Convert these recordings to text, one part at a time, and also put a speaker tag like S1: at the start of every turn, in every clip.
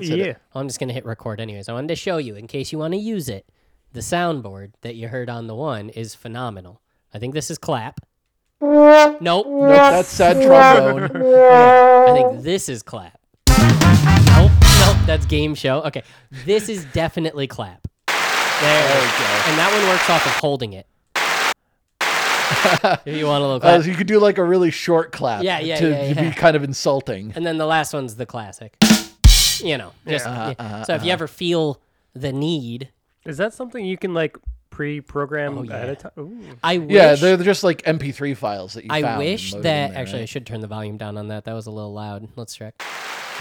S1: Let's hit it.
S2: Yeah.
S3: I'm just gonna hit record anyways. I wanted to show you in case you want to use it. The soundboard that you heard on the one is phenomenal. I think this is clap. Nope.
S1: Nope, that's sad trombone.
S3: I think this is clap. Nope. Nope. That's game show. Okay. This is definitely clap. There.
S1: There we go.
S3: And that one works off of holding it. if you want a little
S1: Uh,
S3: clap.
S1: so you could do like a really short clap
S3: Yeah, yeah,
S1: to,
S3: yeah,
S1: to
S3: yeah.
S1: be kind of insulting.
S3: And then the last one's the classic. You know. Just,
S1: Uh-huh,
S3: yeah.
S1: uh-huh,
S3: so if you ever feel the need,
S2: Is that something you can like pre-program
S3: Oh,
S2: ahead of
S3: yeah.
S2: time? Ooh.
S3: I wish.
S1: Yeah, they're they're just like MP3 files that you
S3: I
S1: found and
S3: wish
S1: loaded
S3: that
S1: in there,
S3: actually I
S1: right?
S3: should turn the volume down on that. That was a little loud. Let's check.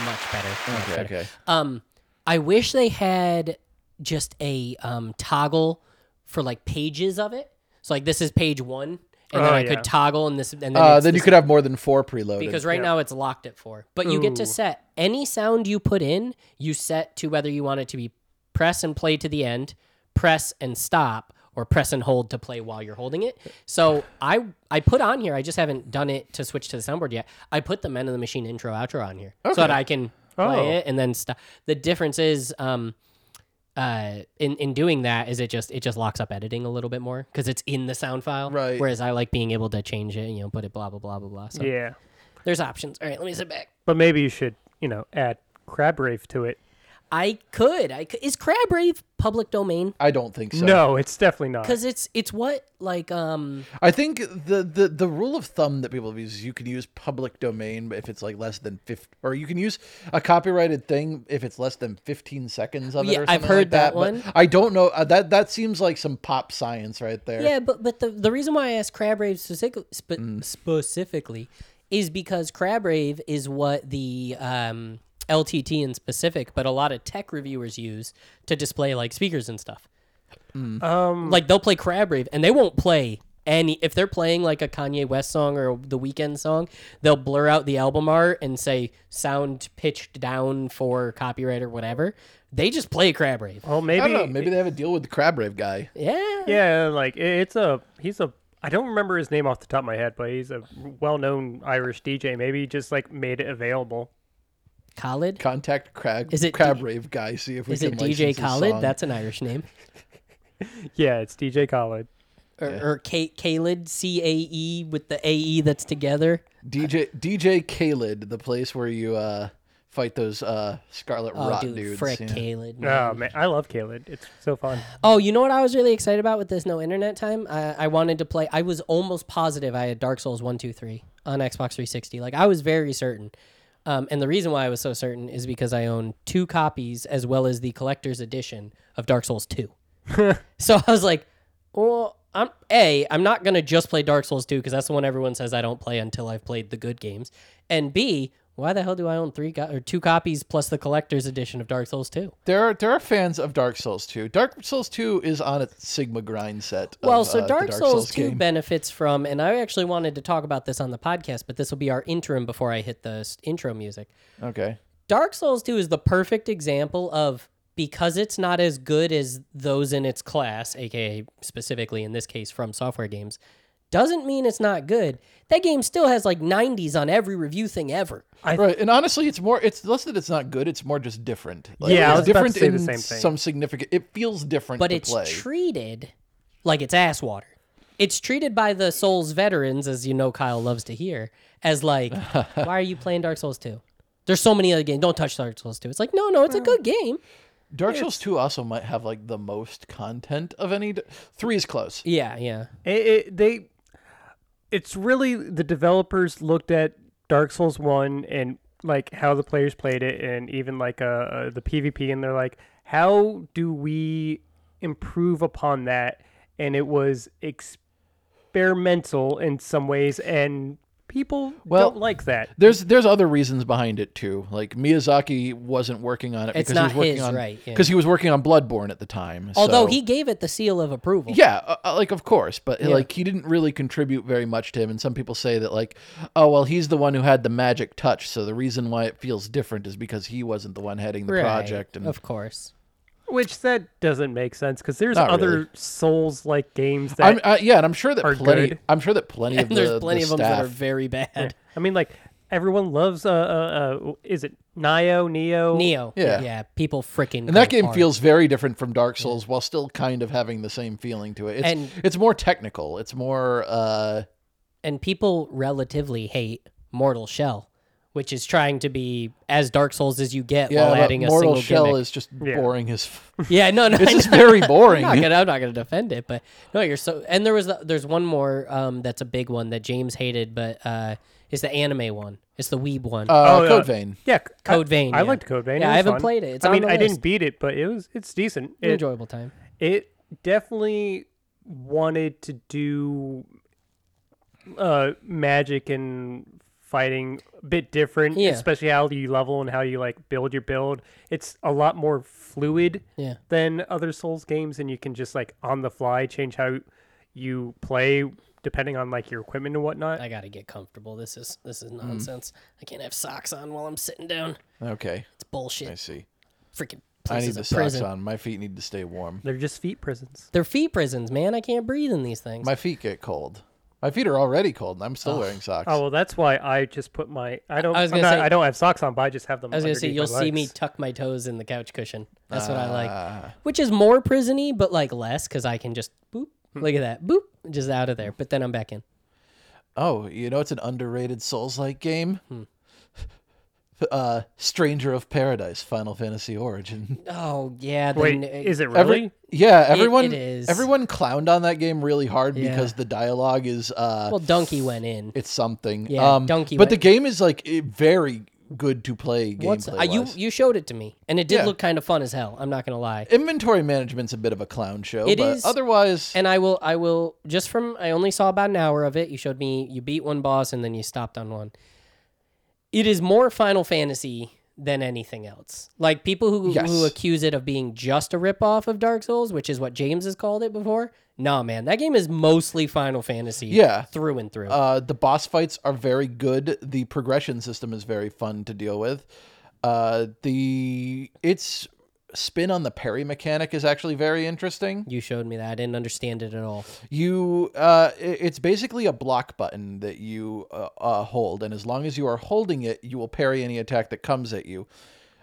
S3: Much better. Much
S1: Okay,
S3: better.
S1: okay.
S3: Um, I wish they had just a um, toggle for like pages of it. So like this is page one, and then
S2: Oh,
S3: I
S2: yeah.
S3: could toggle and this and then
S1: Uh,
S3: it's
S1: then you
S3: this-
S1: could have more than four preloaded.
S3: because right
S2: Yeah.
S3: now it's locked at four. But you get to
S2: Ooh.
S3: set any sound you put in. You set to whether you want it to be press and play to the end, press and stop, or press and hold to play while you're holding it. So I I put on here. I just haven't done it to switch to the soundboard yet. I put the Men of the Machine intro outro on here so that I can play
S2: Oh.
S3: it and then stop. The difference is. Um, uh, in in doing that, is it just it just locks up editing a little bit more because it's in the sound file,
S1: Right.
S3: Whereas I like being able to change it, you know, put it blah blah blah blah blah. So
S2: Yeah,
S3: there's options. All right, let me sit back.
S2: but maybe you should, you know, add crab rave to it.
S3: I could. I could. Is Crab Rave public domain?
S1: I don't think so.
S2: No, it's definitely not.
S3: Because it's it's what like um
S1: I think the, the the rule of thumb that people have used is you can use public domain if it's like less than 50 or you can use a copyrighted thing if it's less than 15 seconds of it
S3: Yeah,
S1: or
S3: I've
S1: something
S3: heard
S1: like
S3: that
S1: that, but
S3: one.
S1: I don't know uh, that that seems like some pop science right there.
S3: yeah, but but the the reason why I asked Crab Rave specifically spe- specifically is because Crab Rave is what the um LTT in specific, but a lot of tech reviewers use to display like speakers and stuff.
S2: um,
S3: Like they'll play Crab Rave and they won't play any if they're playing like a Kanye West song or the Weekend song, they'll blur out the album art and say sound pitched down for copyright or whatever. They just play Crab Rave.
S2: well,
S1: I
S2: maybe,
S1: don't know, maybe they have a deal with the crab rave guy.
S3: Yeah.
S2: Oh. yeah, like i- it's a he's a. I don't remember his name off the top of my head, but he's a well-known Irish DJ. Maybe he just like made it available.
S3: Khalid.
S1: Contact crab
S3: Is it
S1: crab
S3: D-
S1: rave guy see if we
S3: Is
S1: can
S3: it DJ
S1: license his
S3: Khalid?
S1: song.
S3: That's an Irish name.
S2: Yeah, it's DJ Khaled.
S3: Or, or K- Khalid, C A E with the A E that's together.
S1: DJ DJ Khalid, the place where you uh fight those uh scarlet
S3: Oh,
S1: rot
S3: dude,
S1: dudes.
S3: frick,
S1: yeah.
S3: Khalid.
S2: Oh man, I love Khaled. It's so fun.
S3: Oh, you know what I was really excited about with this no internet time? I, I wanted to play. I was almost positive I had Dark Souls 1, 2, 3 on Xbox 360. Like, I was very certain. Um, and the reason why I was so certain is because I own two copies as well as the collector's edition of Dark Souls 2. so I was like, well, I'm A, I'm not going to just play Dark Souls 2 because that's the one everyone says I don't play until I've played the good games. And B, why the hell do I own three co- or two copies plus the collector's edition of Dark Souls 2?
S1: There are there are fans of Dark Souls 2. Dark Souls 2 is on its Sigma grind set. of,
S3: Well, so
S1: uh, the
S3: Dark, Souls, 2
S1: game.
S3: benefits from, and I actually wanted to talk about this on the podcast, but this will be our interim before I hit the s- intro music.
S1: Okay.
S3: Dark Souls 2 is the perfect example of because it's not as good as those in its class, aka specifically in this case from software games, doesn't mean it's not good. That game still has like 90s on every review thing ever.
S1: Right. And honestly, it's more it's less that it's not good, it's more just different. Like,
S2: Yeah, I
S1: it's
S2: was about to
S1: different
S2: say the
S1: in
S2: same thing.
S1: some significant it feels different
S3: but
S1: to
S3: it's
S1: play.
S3: treated like it's ass water. It's treated by the Souls veterans, as you know, Kyle loves to hear, as like, why are you playing Dark Souls 2? There's so many other games. Don't touch Dark Souls 2. It's like, no, no, it's a good game.
S1: Dark Souls 2 also might have like the most content of any d- 3 is close.
S3: Yeah, yeah.
S2: It, it, they, it's really the developers looked at Dark Souls One and like how the players played it, and even like uh, uh the PvP, and they're like, how do we improve upon that? And it was experimental in some ways, and people
S1: Well,
S2: don't like that.
S1: There's there's other reasons behind it too. Like Miyazaki wasn't working on it
S3: It's
S1: because
S3: not
S1: he was working
S3: his,
S1: on
S3: right, yeah.
S1: because he was working on Bloodborne at the time.
S3: Although
S1: so-
S3: he gave it the seal of approval.
S1: Yeah, uh, uh, like of course, but like he didn't really contribute very much to him. And some people say that like, oh well, he's the one who had the magic touch, so the reason why it feels different is because he wasn't the one heading the
S3: Right,
S1: project. And
S3: Of course.
S2: Which that doesn't make sense because there's
S1: Not
S2: other
S1: really.
S2: Souls like games that
S1: I'm, uh, yeah, and I'm sure that
S2: are
S1: plenty.
S2: good.
S1: I'm sure that plenty of the,
S3: There's plenty
S1: the
S3: of them
S1: staff
S3: that are very bad.
S2: I mean, like everyone loves. Uh, uh, uh is it Neo? Neo?
S3: Neo.
S1: Yeah.
S3: yeah. People freaking.
S1: And that
S3: go
S1: game
S3: hard.
S1: feels very different from Dark Souls while still kind of having the same feeling to it. It's,
S3: And-
S1: it's more technical. It's more uh
S3: and people relatively hate Mortal Shell, which is trying to be as Dark Souls as you get
S1: yeah,
S3: while
S1: but
S3: adding a
S1: Mortal
S3: single
S1: Shell
S3: gimmick.
S1: is just
S2: Yeah.
S1: boring as f-
S3: yeah, no, no,
S1: It's
S3: I
S1: just
S3: know.
S1: very boring.
S3: I'm not gonna, I'm not gonna defend it, but no, you're so. And there was the, there's one more um, that's a big one that James hated, but uh, it's the anime one. It's the Weeb one.
S1: Uh,
S2: Oh, yeah.
S1: Code Vein.
S2: Yeah, c-
S3: Code
S2: I-
S3: Vein,
S2: I
S3: yeah.
S2: liked Code Vein.
S3: Yeah, I
S2: It was
S3: haven't
S2: fun.
S3: played it. It's
S2: I
S3: on
S2: mean,
S3: the
S2: I
S3: list.
S2: didn't beat it, but it was it's decent. It,
S3: Enjoyable time.
S2: it definitely wanted to do uh magic and fighting a bit different
S3: Yeah.
S2: especially how you level and how you like build your build it's a lot more fluid
S3: Yeah.
S2: than other souls games and you can just like on the fly change how you play depending on like your equipment and whatnot
S3: I gotta get comfortable. This is this
S1: Mm-hmm.
S3: is nonsense. I can't have socks on while I'm sitting down.
S1: Okay,
S3: It's bullshit.
S1: I see.
S3: Freaking
S1: I
S3: place
S1: need
S3: is
S1: the
S3: a
S1: socks
S3: prison.
S1: on. My feet need to stay warm.
S2: they're just feet prisons
S3: They're feet prisons, man. I can't breathe in these things.
S1: My feet get cold. My feet are already cold, and I'm still wearing socks.
S2: oh well that's why i just put my i don't
S3: I
S2: I,
S3: was
S2: am
S3: gonna
S2: not,
S3: say-
S2: I don't have socks on but i just have them
S3: I was gonna say
S2: underneath my
S3: you'll see me
S2: legs.
S3: tuck my toes in the couch cushion. That's what I
S1: Ah.
S3: like, which is more prisony, but like less because I can just boop.
S1: Hmm.
S3: Look at that, boop, just out of there. But then I'm back in.
S1: Oh, you know it's an underrated Souls-like game.
S3: Hmm.
S1: Uh, Stranger of Paradise, Final Fantasy Origin.
S3: Oh yeah, the,
S2: wait
S3: n-
S2: is it
S1: Every-
S2: really
S1: yeah, everyone
S3: it is.
S1: everyone clowned on that game really hard
S3: Yeah.
S1: because the dialogue is uh,
S3: well, Donkey went in.
S1: it's something.
S3: Yeah,
S1: um,
S3: Donkey
S1: But
S3: Kong.
S1: the game is like eh, very good to play
S3: What's
S1: gameplay.
S3: uh, you?
S1: wise.
S3: You showed it to me, and it did
S1: Yeah.
S3: look kind of fun as hell. I'm not gonna lie.
S1: Inventory management's a bit of a clown show,
S3: It
S1: but
S3: is.
S1: otherwise,
S3: And I will, I will just from I only saw about an hour of it. You showed me you beat one boss and then you stopped on one. It is more Final Fantasy than anything else. Like people who
S1: Yes.
S3: who accuse it of being just a ripoff of Dark Souls, which is what James has called it before. Nah, man, that game is mostly Final Fantasy.
S1: Yeah.
S3: through and through.
S1: Uh, the boss fights are very good. The progression system is very fun to deal with. Uh, the its spin on the parry mechanic is actually very interesting.
S3: you showed me that. I didn't understand it at all.
S1: You, uh, i- it's basically a block button that you uh, uh, hold, and as long as you are holding it, you will parry any attack that comes at you.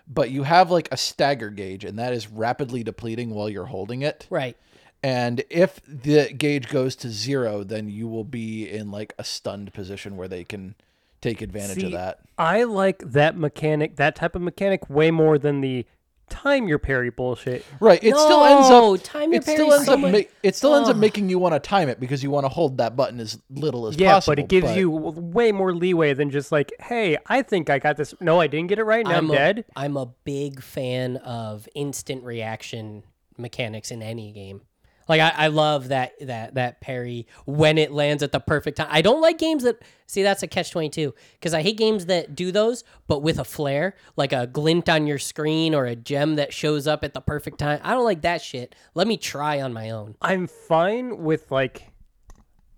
S1: But you have like a stagger gauge, and that is rapidly depleting while you're holding it.
S3: Right.
S1: And if the gauge goes to zero, then you will be in like a stunned position where they can take advantage of
S2: See,
S1: that.
S2: I like that mechanic, that type of mechanic, way more than the time your parry bullshit.
S1: Right. It still ends
S3: No,
S1: up.
S3: time your
S1: it still
S3: parry
S1: ends up.
S3: so much-
S1: ma- it still ends up making you want to time it because you want to hold that button as little as
S2: Yeah,
S1: possible.
S2: but it gives you w- way more leeway than just like, hey, I think I got this. No, I didn't get it right. Now I'm,
S3: a-
S2: dead.
S3: I'm a big fan of instant reaction mechanics in any game. Like I, I love that that that parry when it lands at the perfect time. I don't like games that see that's a catch twenty two because I hate games that do those but with a flare, like a glint on your screen or a gem that shows up at the perfect time. I don't like that shit. Let me try on my own.
S2: I'm fine with like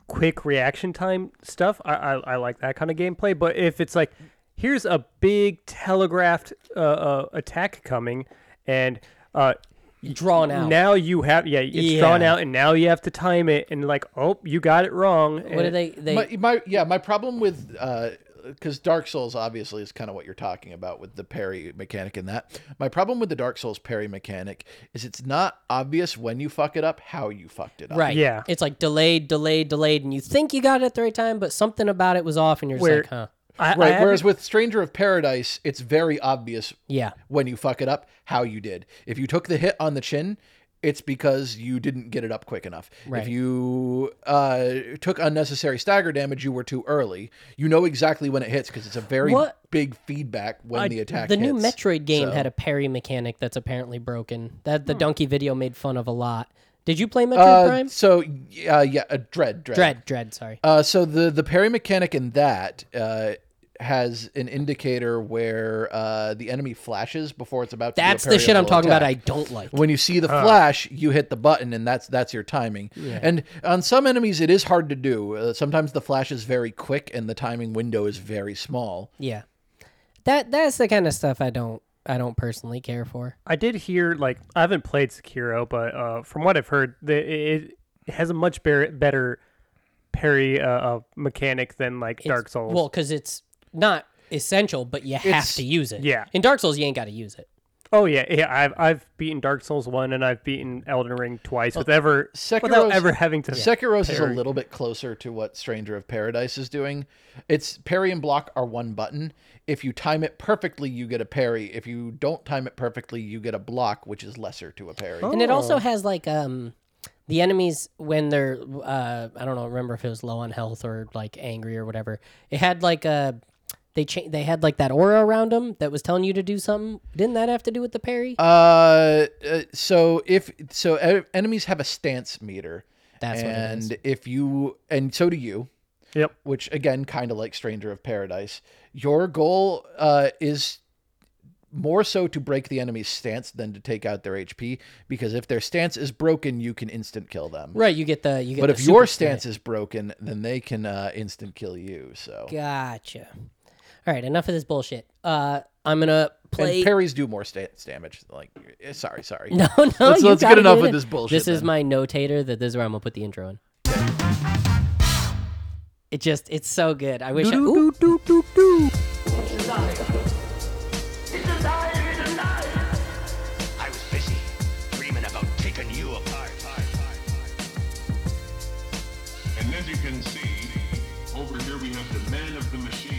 S2: quick reaction time stuff. I, I, I like that kind of gameplay. But if it's like, here's a big telegraphed uh, uh, attack coming, and uh,
S3: Drawn out.
S2: now you have yeah, it's drawn
S3: Yeah.
S2: out, and now you have to time it, and like, oh, you got it wrong.
S3: what do they they
S1: My, my yeah, my problem with because Dark Souls obviously is kind of what you're talking about with the parry mechanic and that. My problem with the Dark Souls parry mechanic is it's not obvious when you fuck it up how you fucked it up.
S3: right?
S2: Yeah.
S3: it's like delayed, delayed, delayed, and you think you got it at the right time, but something about it was off, and you're just
S2: Where-
S3: like, huh?
S2: I, I
S1: Right.
S2: haven't-
S1: Whereas with Stranger of Paradise, it's very obvious
S3: Yeah.
S1: when you fuck it up how you did. If you took the hit on the chin, it's because you didn't get it up quick enough.
S3: Right.
S1: If you uh, took unnecessary stagger damage, you were too early. You know exactly when it hits because it's a very
S3: What- Uh,
S1: big feedback when the attack
S3: the
S1: hits.
S3: new Metroid game
S1: so-
S3: had a parry mechanic that's apparently broken. That
S2: Hmm.
S3: the donkey video made fun of a lot. Did you play Metroid
S1: Uh,
S3: Prime?
S1: So uh, yeah, uh, dread, dread.
S3: Dread, dread. Sorry.
S1: Uh, so the the parry mechanic in that uh, has an indicator where uh, the enemy flashes before it's about. to do a
S3: that's the shit I'm
S1: parryable
S3: talking
S1: attack.
S3: about. I don't like.
S1: when you see the flash, you hit the button, and that's that's your timing. And on some enemies, it is hard to do. Uh, sometimes the flash is very quick, and the timing window is very small.
S3: Yeah, that that's the kind of stuff I don't I don't personally care for.
S2: I did hear like I haven't played Sekiro, but uh, from what I've heard, the, it, it has a much better better parry uh, uh, mechanic than like Dark Souls.
S3: Well, because it's not essential, but you have
S1: It's-
S3: to use it.
S2: yeah.
S3: In Dark Souls, you ain't got to use it.
S2: Oh yeah, yeah. I've I've beaten Dark Souls one and I've beaten Elden Ring twice with ever without
S1: Sekiro's-
S2: ever having to.
S1: Sekiro's is a little bit closer to what Stranger of Paradise is doing. It's parry and block are one button. If you time it perfectly, you get a parry. If you don't time it perfectly, you get a block, which is lesser to a parry.
S3: And it
S1: Oh.
S3: also has like um the enemies when they're uh I don't know, remember if it was low on health or like angry or whatever. It had like a they cha- they had like that aura around them that was telling you to do something. Didn't that have to do with the parry?
S1: Uh, uh, so if so, e- enemies have a stance meter,
S3: That's what it
S1: and
S3: is.
S1: if you and so do you.
S2: Yep.
S1: Which again, kind of like Stranger of Paradise, your goal uh, is more so to break the enemy's stance than to take out their HP. Because if their stance is broken, you can instant kill them.
S3: Right, you get the you get
S1: But
S3: the
S1: if
S3: super
S1: your stance is broken, then they can uh, instant kill you. So
S3: strength. Gotcha. All right, enough of this bullshit. Uh I'm going to play
S1: and parries do more stance damage. Like, eh, sorry, sorry.
S3: No, no.
S1: Let's-
S3: you
S1: let's get
S3: gotta
S1: enough
S3: it
S1: of
S3: in.
S1: this bullshit,
S3: This is
S1: then.
S3: my notator. That this is where I'm gonna put the intro in. It just, it's so good. I wish. I, ooh,
S2: Do, do, do, do.
S4: It's alive! It's alive! I was busy dreaming about taking you apart.
S5: And as you can see, over here we have the man of the machine.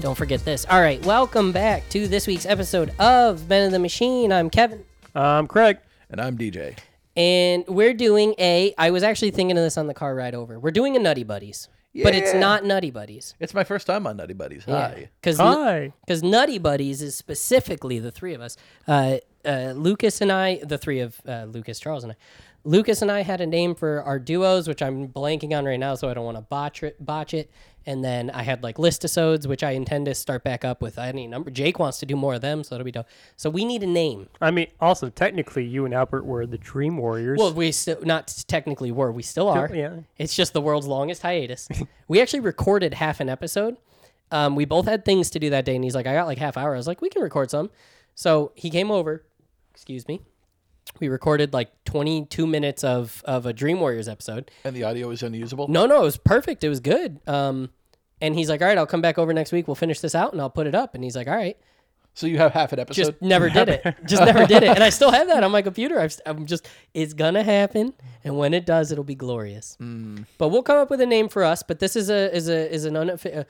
S3: don't forget this. All right, welcome back to this week's episode of Men of the Machine. I'm Kevin,
S2: Um, Craig.
S1: And I'm DJ.
S3: and we're doing a. I was actually thinking of this on the car ride over. We're doing a Nutty Buddies, but it's
S1: Yeah.
S3: not Nutty Buddies.
S1: It's my first time on Nutty Buddies. Hi.
S3: Because
S2: Hi.
S3: because Nutty Buddies is specifically the three of us. Uh, uh, Lucas and I, the three of uh, Lucas, Charles, and I. Lucas and I had a name for our duos, which I'm blanking on right now, so I don't want to botch it. Botch it. And then I had like listisodes, which I intend to start back up with any number. Jake wants to do more of them, so it'll be dope. So we need a name.
S2: I mean, also technically, you and Albert were the Dream Warriors.
S3: Well, we still not technically were, we still are.
S2: yeah.
S3: It's just the world's longest hiatus. we actually recorded half an episode. Um, we both had things to do that day, and he's like, "I got like half hour." I was like, "We can record some." So he came over. Excuse me. We recorded like 22 minutes of of a Dream Warriors episode.
S1: And the audio is unusable.
S3: No, no, it was perfect. It was good. Um, and he's like, "All right, I'll come back over next week. We'll finish this out, and I'll put it up." And he's like, "All right."
S1: So you have half an episode.
S3: just never did it. Just never did it. And I still have that on my computer. I've, I'm just, it's gonna happen, and when it does, it'll be glorious.
S2: Mm.
S3: But we'll come up with a name for us. But this is a is a is an unoffi- uh,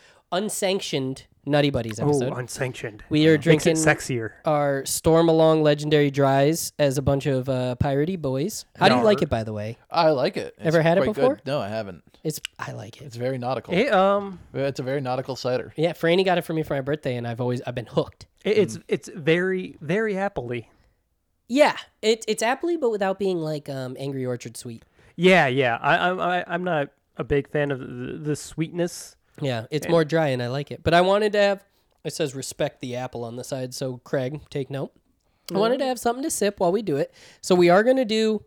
S3: unsanctioned Nutty Buddies
S2: Oh,
S3: episode.
S2: unsanctioned.
S3: we are
S2: Makes it
S3: drinking
S2: sexier.
S3: our Storm Along Legendary Dries as a bunch of uh, piratey boys. How do you like
S2: Yar.
S3: it, by the way?
S1: I like it. It's
S3: Ever had it
S1: quite good.
S3: before?
S1: No, I haven't.
S3: It's I like it.
S1: It's very nautical.
S2: It, um,
S1: It's a very nautical cider.
S3: Yeah, Franny got it for me for my birthday, and I've always I've been hooked.
S2: it, it's it's very very aptly.
S3: Yeah, it, it's aptly, but without being like um, Angry Orchard sweet.
S2: Yeah, yeah. I, I, I I'm not a big fan of the, the sweetness.
S3: Yeah, it's more dry and I like it. But I wanted to have it says respect the apple on the side, so Craig, take note. I wanted to have something to sip while we do it. So we are going to do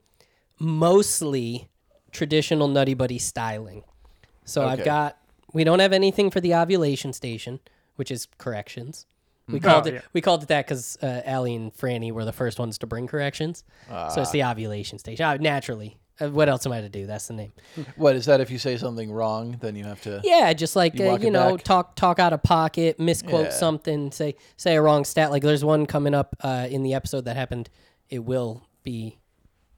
S3: mostly traditional Nutty Buddy styling. So I've
S1: Okay.
S3: got we don't have anything for the ovulation station, which is corrections. We called it
S2: yeah.
S3: we called it that because uh, Allie and Franny were the first ones to bring corrections. so it's the ovulation station. Uh, naturally, uh, what else am I to do? That's the name.
S1: What is that? If you say something wrong, then you have to.
S3: Yeah, just like
S1: You
S3: uh,
S1: walk
S3: you
S1: it
S3: know,
S1: back.
S3: talk talk out of pocket, misquote
S1: Yeah.
S3: something, say say a wrong stat. Like there's one coming up uh, in the episode that happened. It will be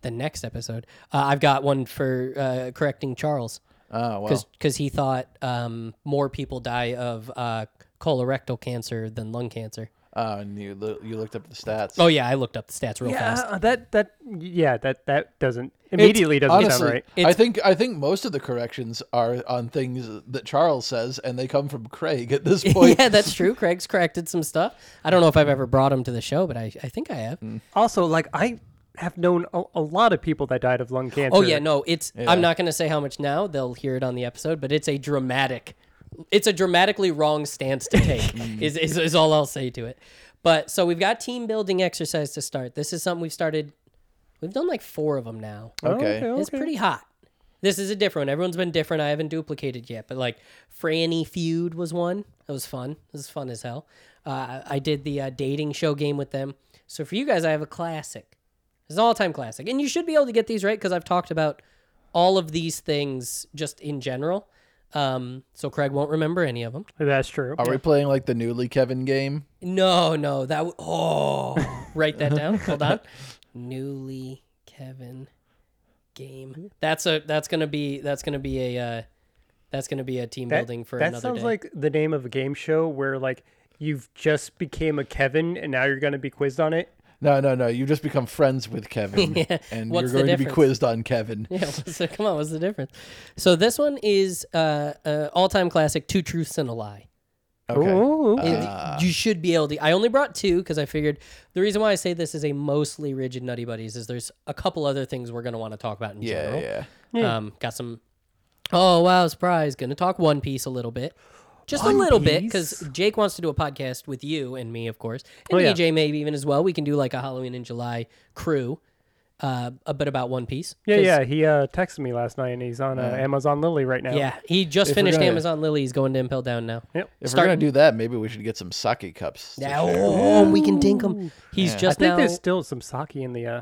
S3: the next episode. Uh, I've got one for uh, correcting Charles
S1: Oh well.
S3: because he thought um, more people die of uh, colorectal cancer than lung cancer.
S1: Uh, and you lo- you looked up the stats.
S3: Oh yeah, I looked up the stats real
S2: Yeah,
S3: fast.
S2: uh, that that yeah that that doesn't immediately doesn't
S1: Honestly,
S2: sound right.
S1: I think I think most of the corrections are on things that Charles says, and they come from Craig at this point.
S3: yeah, that's true. Craig's corrected some stuff. I don't know if I've ever brought him to the show, but I, I think I
S1: Mm.
S3: have.
S2: Also, like I have known a, a lot of people that died of lung cancer.
S3: Oh yeah, no, it's I'm not going to say how much now. They'll hear it on the episode, but it's a dramatic it's a dramatically wrong stance to take is, is is all I'll say to it. But so we've got team building exercise to start. This is something we've started we've done like 4 of them now.
S1: Okay.
S3: It's pretty hot. This is a different one. Everyone's been different. I haven't duplicated yet, but like Franny feud was one. That was fun. It was fun as hell. Uh, I did the uh, dating show game with them. So for you guys, I have a classic. It's an all-time classic, and you should be able to get these right because I've talked about all of these things just in general. Um, so Craig won't remember any of them.
S2: That's true.
S1: Are we playing like the newly Kevin game?
S3: No, no, that w- oh, write that down. Hold on. Newly Kevin
S2: Hmm.
S3: game. That's a that's gonna be that's gonna be a uh, that's gonna be a team
S2: That-
S3: building for
S2: that
S3: another
S2: sounds
S3: day.
S2: like the name of a game show where like you've just became a Kevin and now you're gonna be quizzed on it.
S1: No, no, no. You just become friends with Kevin,
S3: Yeah.
S1: and
S3: What's the
S1: you're going to be
S3: difference?
S1: quizzed on Kevin.
S3: yeah, so come on, what's the difference? So this one is uh, uh all time classic: two truths and a lie.
S1: Okay.
S2: Ooh.
S3: It-
S2: Ah.
S3: you should be able to. I only brought two because I figured the reason why I say this is a mostly rigid Nutty Buddies is there's a couple other things we're going to want to talk about in
S1: Yeah,
S3: general.
S1: yeah.
S3: Um, got some. Oh wow! Surprise! Going to talk One Piece a little bit, just a little bit, because Jake wants to do a podcast with you and me, of course, and
S2: Oh, yeah.
S3: EJ maybe even as well. We can do like a Halloween in July crew, uh, a bit about One Piece.
S2: Yeah,
S3: 'cause-
S2: yeah. He uh, texted me last night and he's on uh, Amazon Lily right now.
S3: yeah. He just
S1: If we're
S3: finished
S1: gonna-
S3: Amazon Lily. He's going to Impel Down now.
S2: Yep.
S1: If
S3: Start-
S1: we're gonna do that, maybe we should get some sake cups. to
S3: Yeah,
S1: share.
S3: oh, we can dink him. He's
S2: I
S3: just
S2: think
S3: now.
S2: there's still some sake in the uh,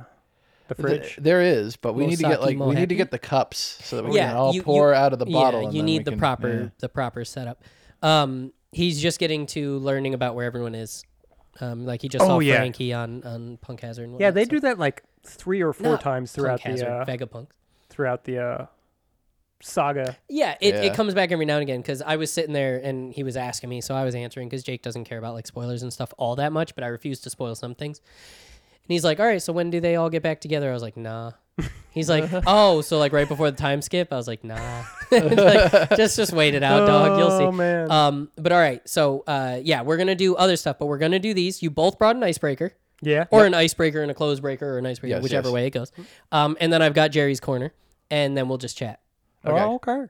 S2: the fridge.
S1: Th- there is, but we
S3: Little
S1: need to
S3: sake
S1: get like we need to
S3: mohetti.
S1: get the cups so that we
S3: yeah,
S1: can all
S3: you-
S1: pour
S3: you-
S1: out of the bottle.
S3: Yeah,
S1: and
S3: you
S1: then
S3: need
S1: we
S3: the
S1: can-
S3: proper
S1: yeah.
S3: the proper setup. Um, he's just getting to learning about where everyone is. Um, like he just saw
S2: Oh, yeah.
S3: Frankie on on Punk Hazard. And
S2: yeah,
S3: whatnot,
S2: they
S3: so-
S2: do that like three or four
S3: Not
S2: times throughout
S3: Punk
S2: the
S3: Hazard,
S2: uh,
S3: Vegapunk.
S2: throughout the uh, saga.
S3: Yeah, it,
S1: Yeah.
S3: it comes back every now and again because I was sitting there and he was asking me, so I was answering because Jake doesn't care about like spoilers and stuff all that much, but I refuse to spoil some things. And he's like, "All right, so when do they all get back together?" I was like, "Nah." He's like, "Oh, so like right before the time skip?" I was like, "Nah." Like, just just wait it out, dog. You'll see.
S2: Oh, man.
S3: Um, but all right, so uh, yeah, we're gonna do other stuff, but we're gonna do these. You both brought an icebreaker,
S2: Yeah.
S3: or an icebreaker and a close breaker, or an icebreaker,
S1: Yes,
S3: whichever
S1: yes.
S3: way it goes. Um, and then I've got Jerry's corner, and then we'll just chat
S1: Okay.
S2: Oh, okay.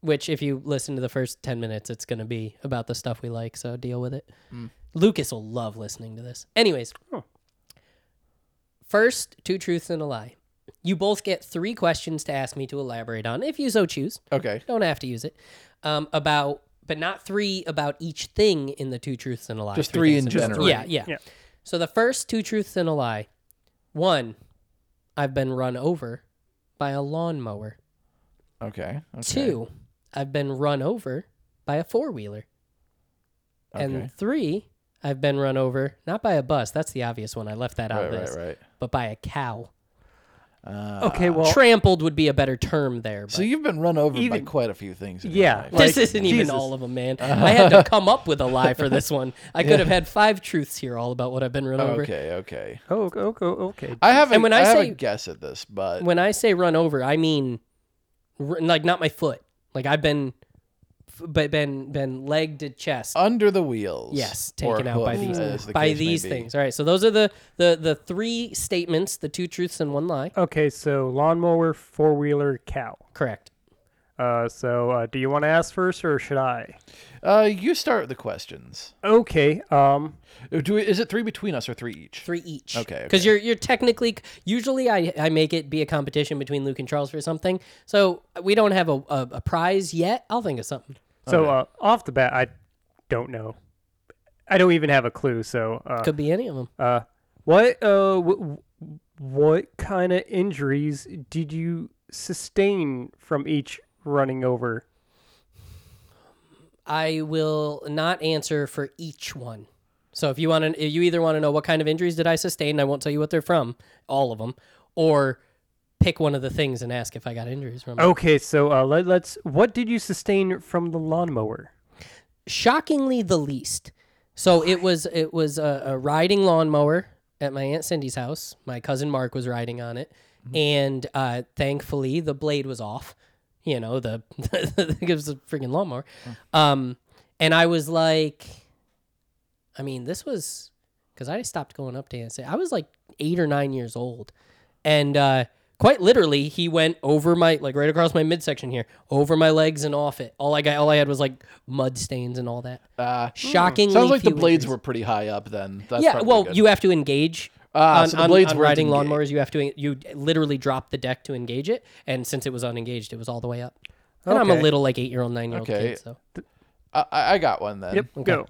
S3: which if you listen to the first 10 minutes it's going to be about the stuff we like so deal with it
S1: Mm.
S3: lucas will love listening to this anyways
S1: Oh.
S2: Huh.
S3: first two truths and a lie you both get three questions to ask me to elaborate on if you so choose
S1: Okay.
S3: don't have to use it um, about but not three about each thing in the two truths and a lie
S1: Just three
S3: things
S1: in general.
S3: yeah, yeah
S2: Yeah.
S3: so the first two truths and a lie one i've been run over by a lawnmower
S1: Okay. okay.
S3: Two, I've been run over by a four wheeler.
S1: Okay.
S3: And three, I've been run over not by a bus. That's the obvious one. I left that out
S1: Right,
S3: of
S1: right,
S3: this.
S1: right.
S3: But by a cow.
S1: Uh,
S2: Okay. Well.
S3: Trampled would be a better term there. But
S1: so you've been run over by
S2: Even-
S1: quite a few things. in your
S2: Yeah,
S1: life.
S2: like-
S3: this isn't even
S2: Jesus.
S3: all of them, man. I had to come up with a lie for this one. I could have had five truths here all about what I've been run over.
S1: okay. Okay.
S2: oh, okay. Okay. okay.
S1: I have. A,
S3: And when I
S1: I have
S3: say-
S1: a guess at this, but
S3: When I say run over, I mean r- like not my foot. Like I've been f- but been been leg to chest.
S1: under the wheels.
S3: Yes,
S1: or
S3: taken out by
S1: hoof,
S3: these
S1: as the
S3: by
S1: case may
S3: these
S1: be.
S3: things. All right, so those are the the the three statements: the two truths and one
S1: Oh.
S3: lie.
S2: Okay. So lawnmower, four wheeler, cow.
S3: Correct.
S2: Uh, so uh, do you want to ask first or should I?
S1: Uh, you start with the questions.
S2: Okay. Um.
S1: Uh, Do we, is it three between us or three each?
S3: Three each.
S1: Okay,
S3: Because
S1: okay.
S3: you're you're technically usually I I make it be a competition between Luke and Charles for something. So we don't have a a, a prize yet. I'll think of something.
S2: So uh, off the bat, I don't know. I don't even have a clue. So uh,
S3: Could be any of them.
S2: Uh, what uh, w- what kind of injuries did you sustain from each running over?
S3: I will not answer for each one. So if you want to, you either want to know what kind of injuries did I sustain, I won't tell you what they're from, all of them, or pick one of the things and ask if I got injuries from. it.
S2: Okay, so uh, let, let's. What did you sustain from the lawnmower?
S3: shockingly the least. So it was it was a, a riding lawnmower at my aunt Cindy's house. My cousin Mark was riding on it, and uh, thankfully the blade was off. You know the it was a freaking lawnmower. Um, and I was like, I mean, this was because I stopped going up to Aunt Cindy. I was like eight or nine years old, and uh, quite literally, he went over my like right across my midsection here, over my legs and off it. All I got, all I had was like mud stains and all that.
S1: Uh,
S3: Shockingly,
S1: sounds like the
S3: few
S1: blades
S3: injuries.
S1: were pretty high up then. That's
S3: yeah,
S1: probably
S3: well,
S1: good.
S3: you have to engage.
S1: Ah, so the blades
S3: on
S1: weren't
S3: riding
S1: engaged.
S3: lawnmowers, you have to you literally drop the deck to engage it, and since it was unengaged, it was all the way up. And I'm a
S2: Okay.
S3: little like eight year old, nine year old
S1: Okay.
S3: kid, so
S1: I, I I got one then.
S2: Yep, go.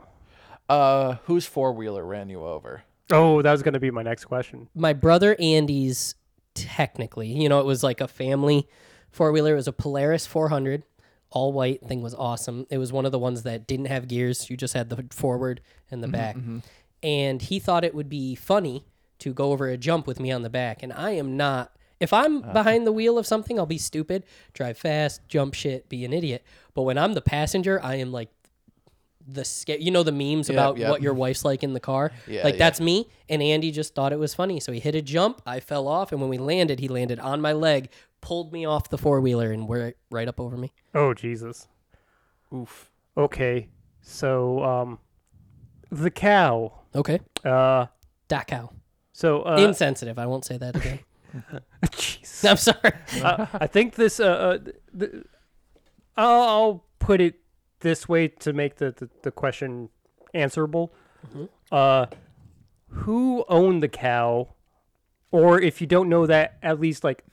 S1: Uh, whose four wheeler ran you over?
S2: Oh, that was gonna be my next question.
S3: my brother Andy's technically, you know, it was like a family four wheeler. It was a Polaris 400 all white thing was awesome. It was one of the ones that didn't have gears. You just had the forward and
S1: Mm-hmm,
S3: the back. And he thought it would be funny to go over a jump with me on the back. And I am not. If I'm
S1: Uh-huh.
S3: behind the wheel of something, I'll be stupid, drive fast, jump shit, be an idiot. But when I'm the passenger, I am like the sca- you know the memes about
S1: yep.
S3: what your wife's like in the car.
S1: Yeah,
S3: like
S1: yeah.
S3: that's me. And Andy just thought it was funny, so he hit a jump. I fell off, and when we landed, he landed on my leg, pulled me off the four wheeler, and we're right up over me.
S2: Oh Jesus.
S1: Oof.
S2: Okay. So um, the cow.
S3: Okay,
S2: Uh,
S3: Dachau.
S2: so uh,
S3: Insensitive. I won't say that again.
S2: jeez.
S3: I'm sorry.
S2: uh, I think this. Uh, uh, th- th- I'll, I'll put it this way to make the the, the question answerable. Uh, who owned the cow, or if you don't know that, at least like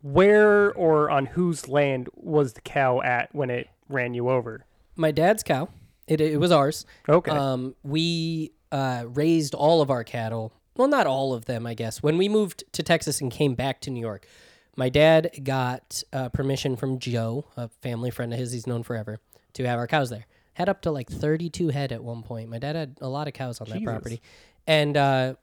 S2: where or on whose land was the cow at when it ran you over?
S3: my dad's cow. It, it was ours.
S2: Okay.
S3: Um, we uh, raised all of our cattle. Well, not all of them, I guess. When we moved to Texas and came back to New York, my dad got uh, permission from Joe, a family friend of his he's known forever, to have our cows there. Had up to like 32 head at one point. My dad had a lot of cows on that property. And uh,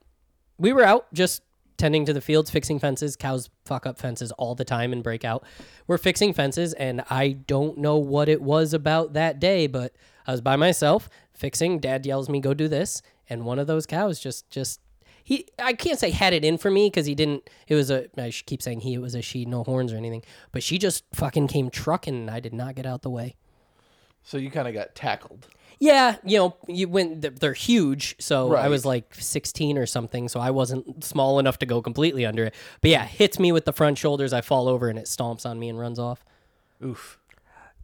S3: we were out just tending to the fields, fixing fences. Cows fuck up fences all the time and break out. We're fixing fences, and I don't know what it was about that day, but I was by myself fixing. Dad yells me, "Go do this," and one of those cows just just. He, I can't say had it in for me because he didn't. It was a. I sh- keep saying he. It was a she, no horns or anything. But she just fucking came trucking, and I did not get out the way.
S1: So you kind of got tackled.
S3: Yeah, you know, you when th- they're huge, so I
S1: Right.
S3: was like 16 or something, so I wasn't small enough to go completely under it. But yeah, hits me with the front shoulders, I fall over and it stomps on me and runs off.
S1: Oof.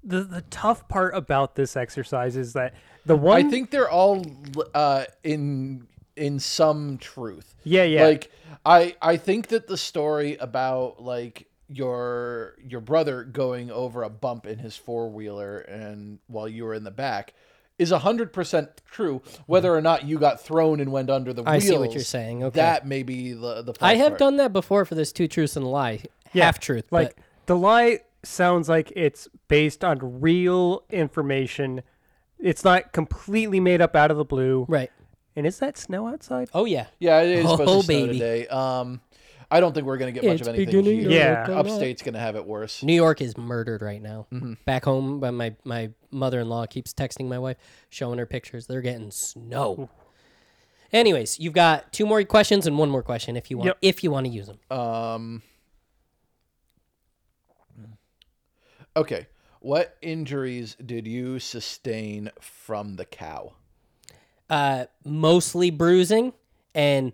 S2: the the tough part about this exercise is that the
S1: I
S2: one
S1: think they're all uh, in in some truth.
S2: Yeah, yeah.
S1: Like I I think that the story about like your your brother going over a bump in his four wheeler and while you were in the back is hundred percent true. Whether or not you got thrown and went under the
S3: I
S1: wheels,
S3: see what you're saying, okay.
S1: that may be the the.
S3: I
S1: fun
S3: have
S1: part.
S3: done that before for this two truths and a lie,
S2: Yeah,
S3: half truth.
S2: Like the lie sounds like it's based on real information. It's not completely made up out of the blue.
S3: but, right?
S2: And is that snow outside?
S3: Oh yeah,
S1: Yeah, it is supposed
S3: Oh,
S1: to snow
S3: baby.
S1: today. Um, I don't think we're gonna get much
S3: It's
S1: of anything.
S3: beginning
S1: Here.
S3: to
S2: Yeah.
S3: look a lot.
S1: upstate's gonna have it worse.
S3: New York is murdered right now.
S1: Mm-hmm.
S3: Back home, but my my mother in law keeps texting my wife, showing her pictures. They're getting snow. Anyways, you've got two more questions and one more question if you want
S2: Yep.
S3: if you want to use them.
S1: Okay. What injuries did you sustain from the cow?
S3: uh, mostly bruising, and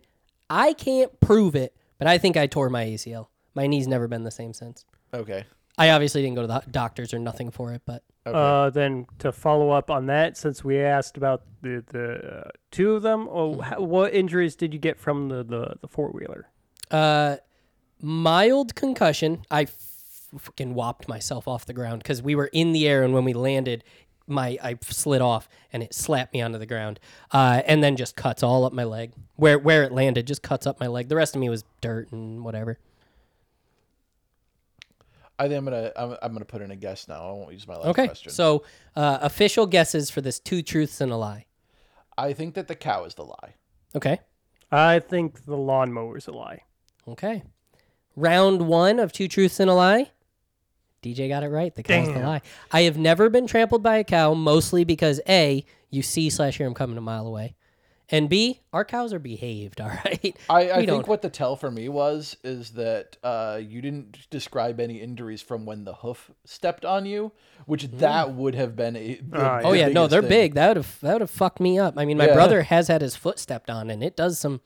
S3: I can't prove it, but I think I tore my ACL. My knee's never been the same since.
S1: Okay.
S3: I obviously didn't go to the doctors or nothing for it, but
S2: Uh, then to follow up on that, since we asked about the, the uh, two of them, oh, how, what injuries did you get from the, the, the four wheeler?
S3: uh, mild concussion. I f- fucking whopped myself off the ground because we were in the air, and when we landed, my I slid off and it slapped me onto the ground, uh, and then just cuts all up my leg. Where where it landed just cuts up my leg. The rest of me was dirt and whatever.
S1: I think I'm gonna I'm, I'm gonna put in a guess now. I won't use my last
S3: Okay,
S1: question.
S3: so uh, official guesses for this two truths and a lie.
S1: I think that the cow is the lie.
S3: Okay.
S2: I think the lawnmower's a lie.
S3: Okay. Round one of two truths and a lie. DJ got it right. The cow's the
S2: Damn.
S3: lie. I have never been trampled by a cow, mostly because A, you see slash hear them coming a mile away. And B, our cows are behaved, all right?
S1: I, I
S3: We
S1: think
S3: don't-
S1: what the tell for me was is that uh, you didn't describe any injuries from when the hoof stepped on you, which that would have been a. the-
S2: Ah,
S1: the
S3: Oh Hmm. yeah, no,
S1: biggest
S3: they're
S1: thing.
S3: big. That would have that would have fucked me up. I mean, my
S1: Yeah.
S3: brother has had his foot stepped on, and it does some.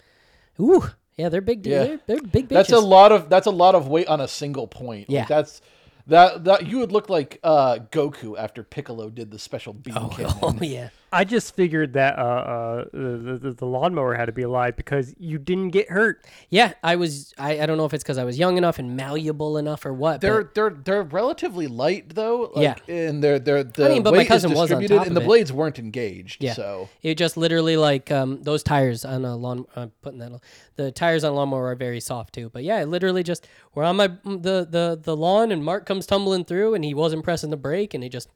S3: Ooh, yeah, they're big. Yeah.
S1: Yeah.
S3: They're, they're big bitches.
S1: That's a lot of that's a lot of weight on a single point. Like,
S3: Yeah.
S1: that's that that you would look like uh, Goku after Piccolo did the special beam kick.
S3: Oh yeah.
S2: I just figured that uh, uh, the, the the lawnmower had to be alive because you didn't get hurt.
S3: Yeah, I was. I, I don't know if it's because I was young enough and malleable enough or what. but-
S1: They're they're they're relatively light though.
S3: Yeah.
S1: Like, and they're they're the
S3: mean, but my
S1: weight
S3: cousin
S1: is
S3: was on
S1: distributed,
S3: top
S1: and
S3: of it.
S1: the blades weren't engaged.
S3: Yeah.
S1: So
S3: It just literally like um, those tires on a lawn. I'm putting that. The tires on a lawnmower are very soft too. But yeah, it literally just we're on my mm, the the the lawn and Mark comes tumbling through and he wasn't pressing the brake and he just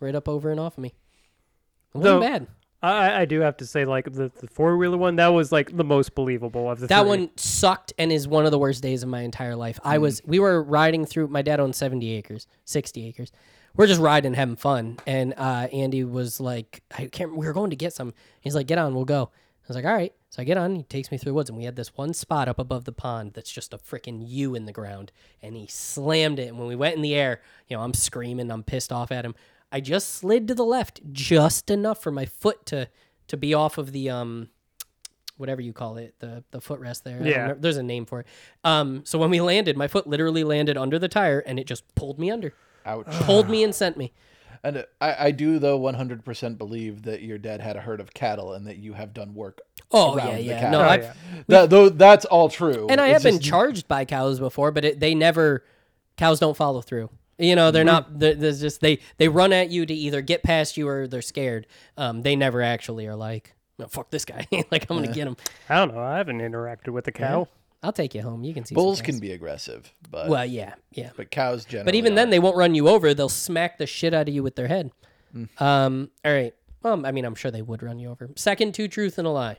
S3: right up over and off me. It wasn't
S2: Though,
S3: bad.
S2: I, I- I do have to say, like the, the four wheeler one, that was like the most believable of the
S3: That
S2: three.
S3: one sucked and is one of the worst days of my entire life. I was we were riding through my dad owned 70 acres, 60 acres. We're just riding having fun and uh Andy was like I can't we were going to get some. He's like get on, we'll go. I was like all right. So I get on, he takes me through the woods and we had this one spot up above the pond that's just a freaking U in the ground and he slammed it and when we went in the air, you know, I'm screaming, I'm pissed off at him. I just slid to the left just enough for my foot to to be off of the um whatever you call it, the the footrest there. I don't
S2: Yeah.
S3: remember- there's a name for it. Um, so when we landed, my foot literally landed under the tire, and it just pulled me under,
S1: ouch.
S3: pulled me and sent me.
S1: And uh, I, I do though 100% believe that your dad had a herd of cattle and that you have done work.
S3: Oh
S1: around
S3: yeah,
S1: the
S3: yeah.
S1: cattle.
S3: No, I've,
S2: yeah.
S1: That though that's all true.
S3: and I have
S1: It's
S3: been
S1: just-
S3: charged by cows before, but it, they never cows don't follow through. You know,
S1: Mm-hmm.
S3: they're not. they're- There's just they they run at you to either get past you or they're scared. Um, they never actually are like, no, fuck this guy. like I'm gonna get him.
S2: I don't know. I haven't interacted with the cow.
S3: I'll take you home. You can see some
S1: bulls
S3: cows."
S1: can be aggressive, but
S3: Well, yeah, yeah.
S1: but cows generally.
S3: But even then,
S1: aren't.
S3: they won't run you over. They'll smack the shit out of you with their head. Um, all right. Um, I mean, I'm sure they would run you over. Second to truth and a lie.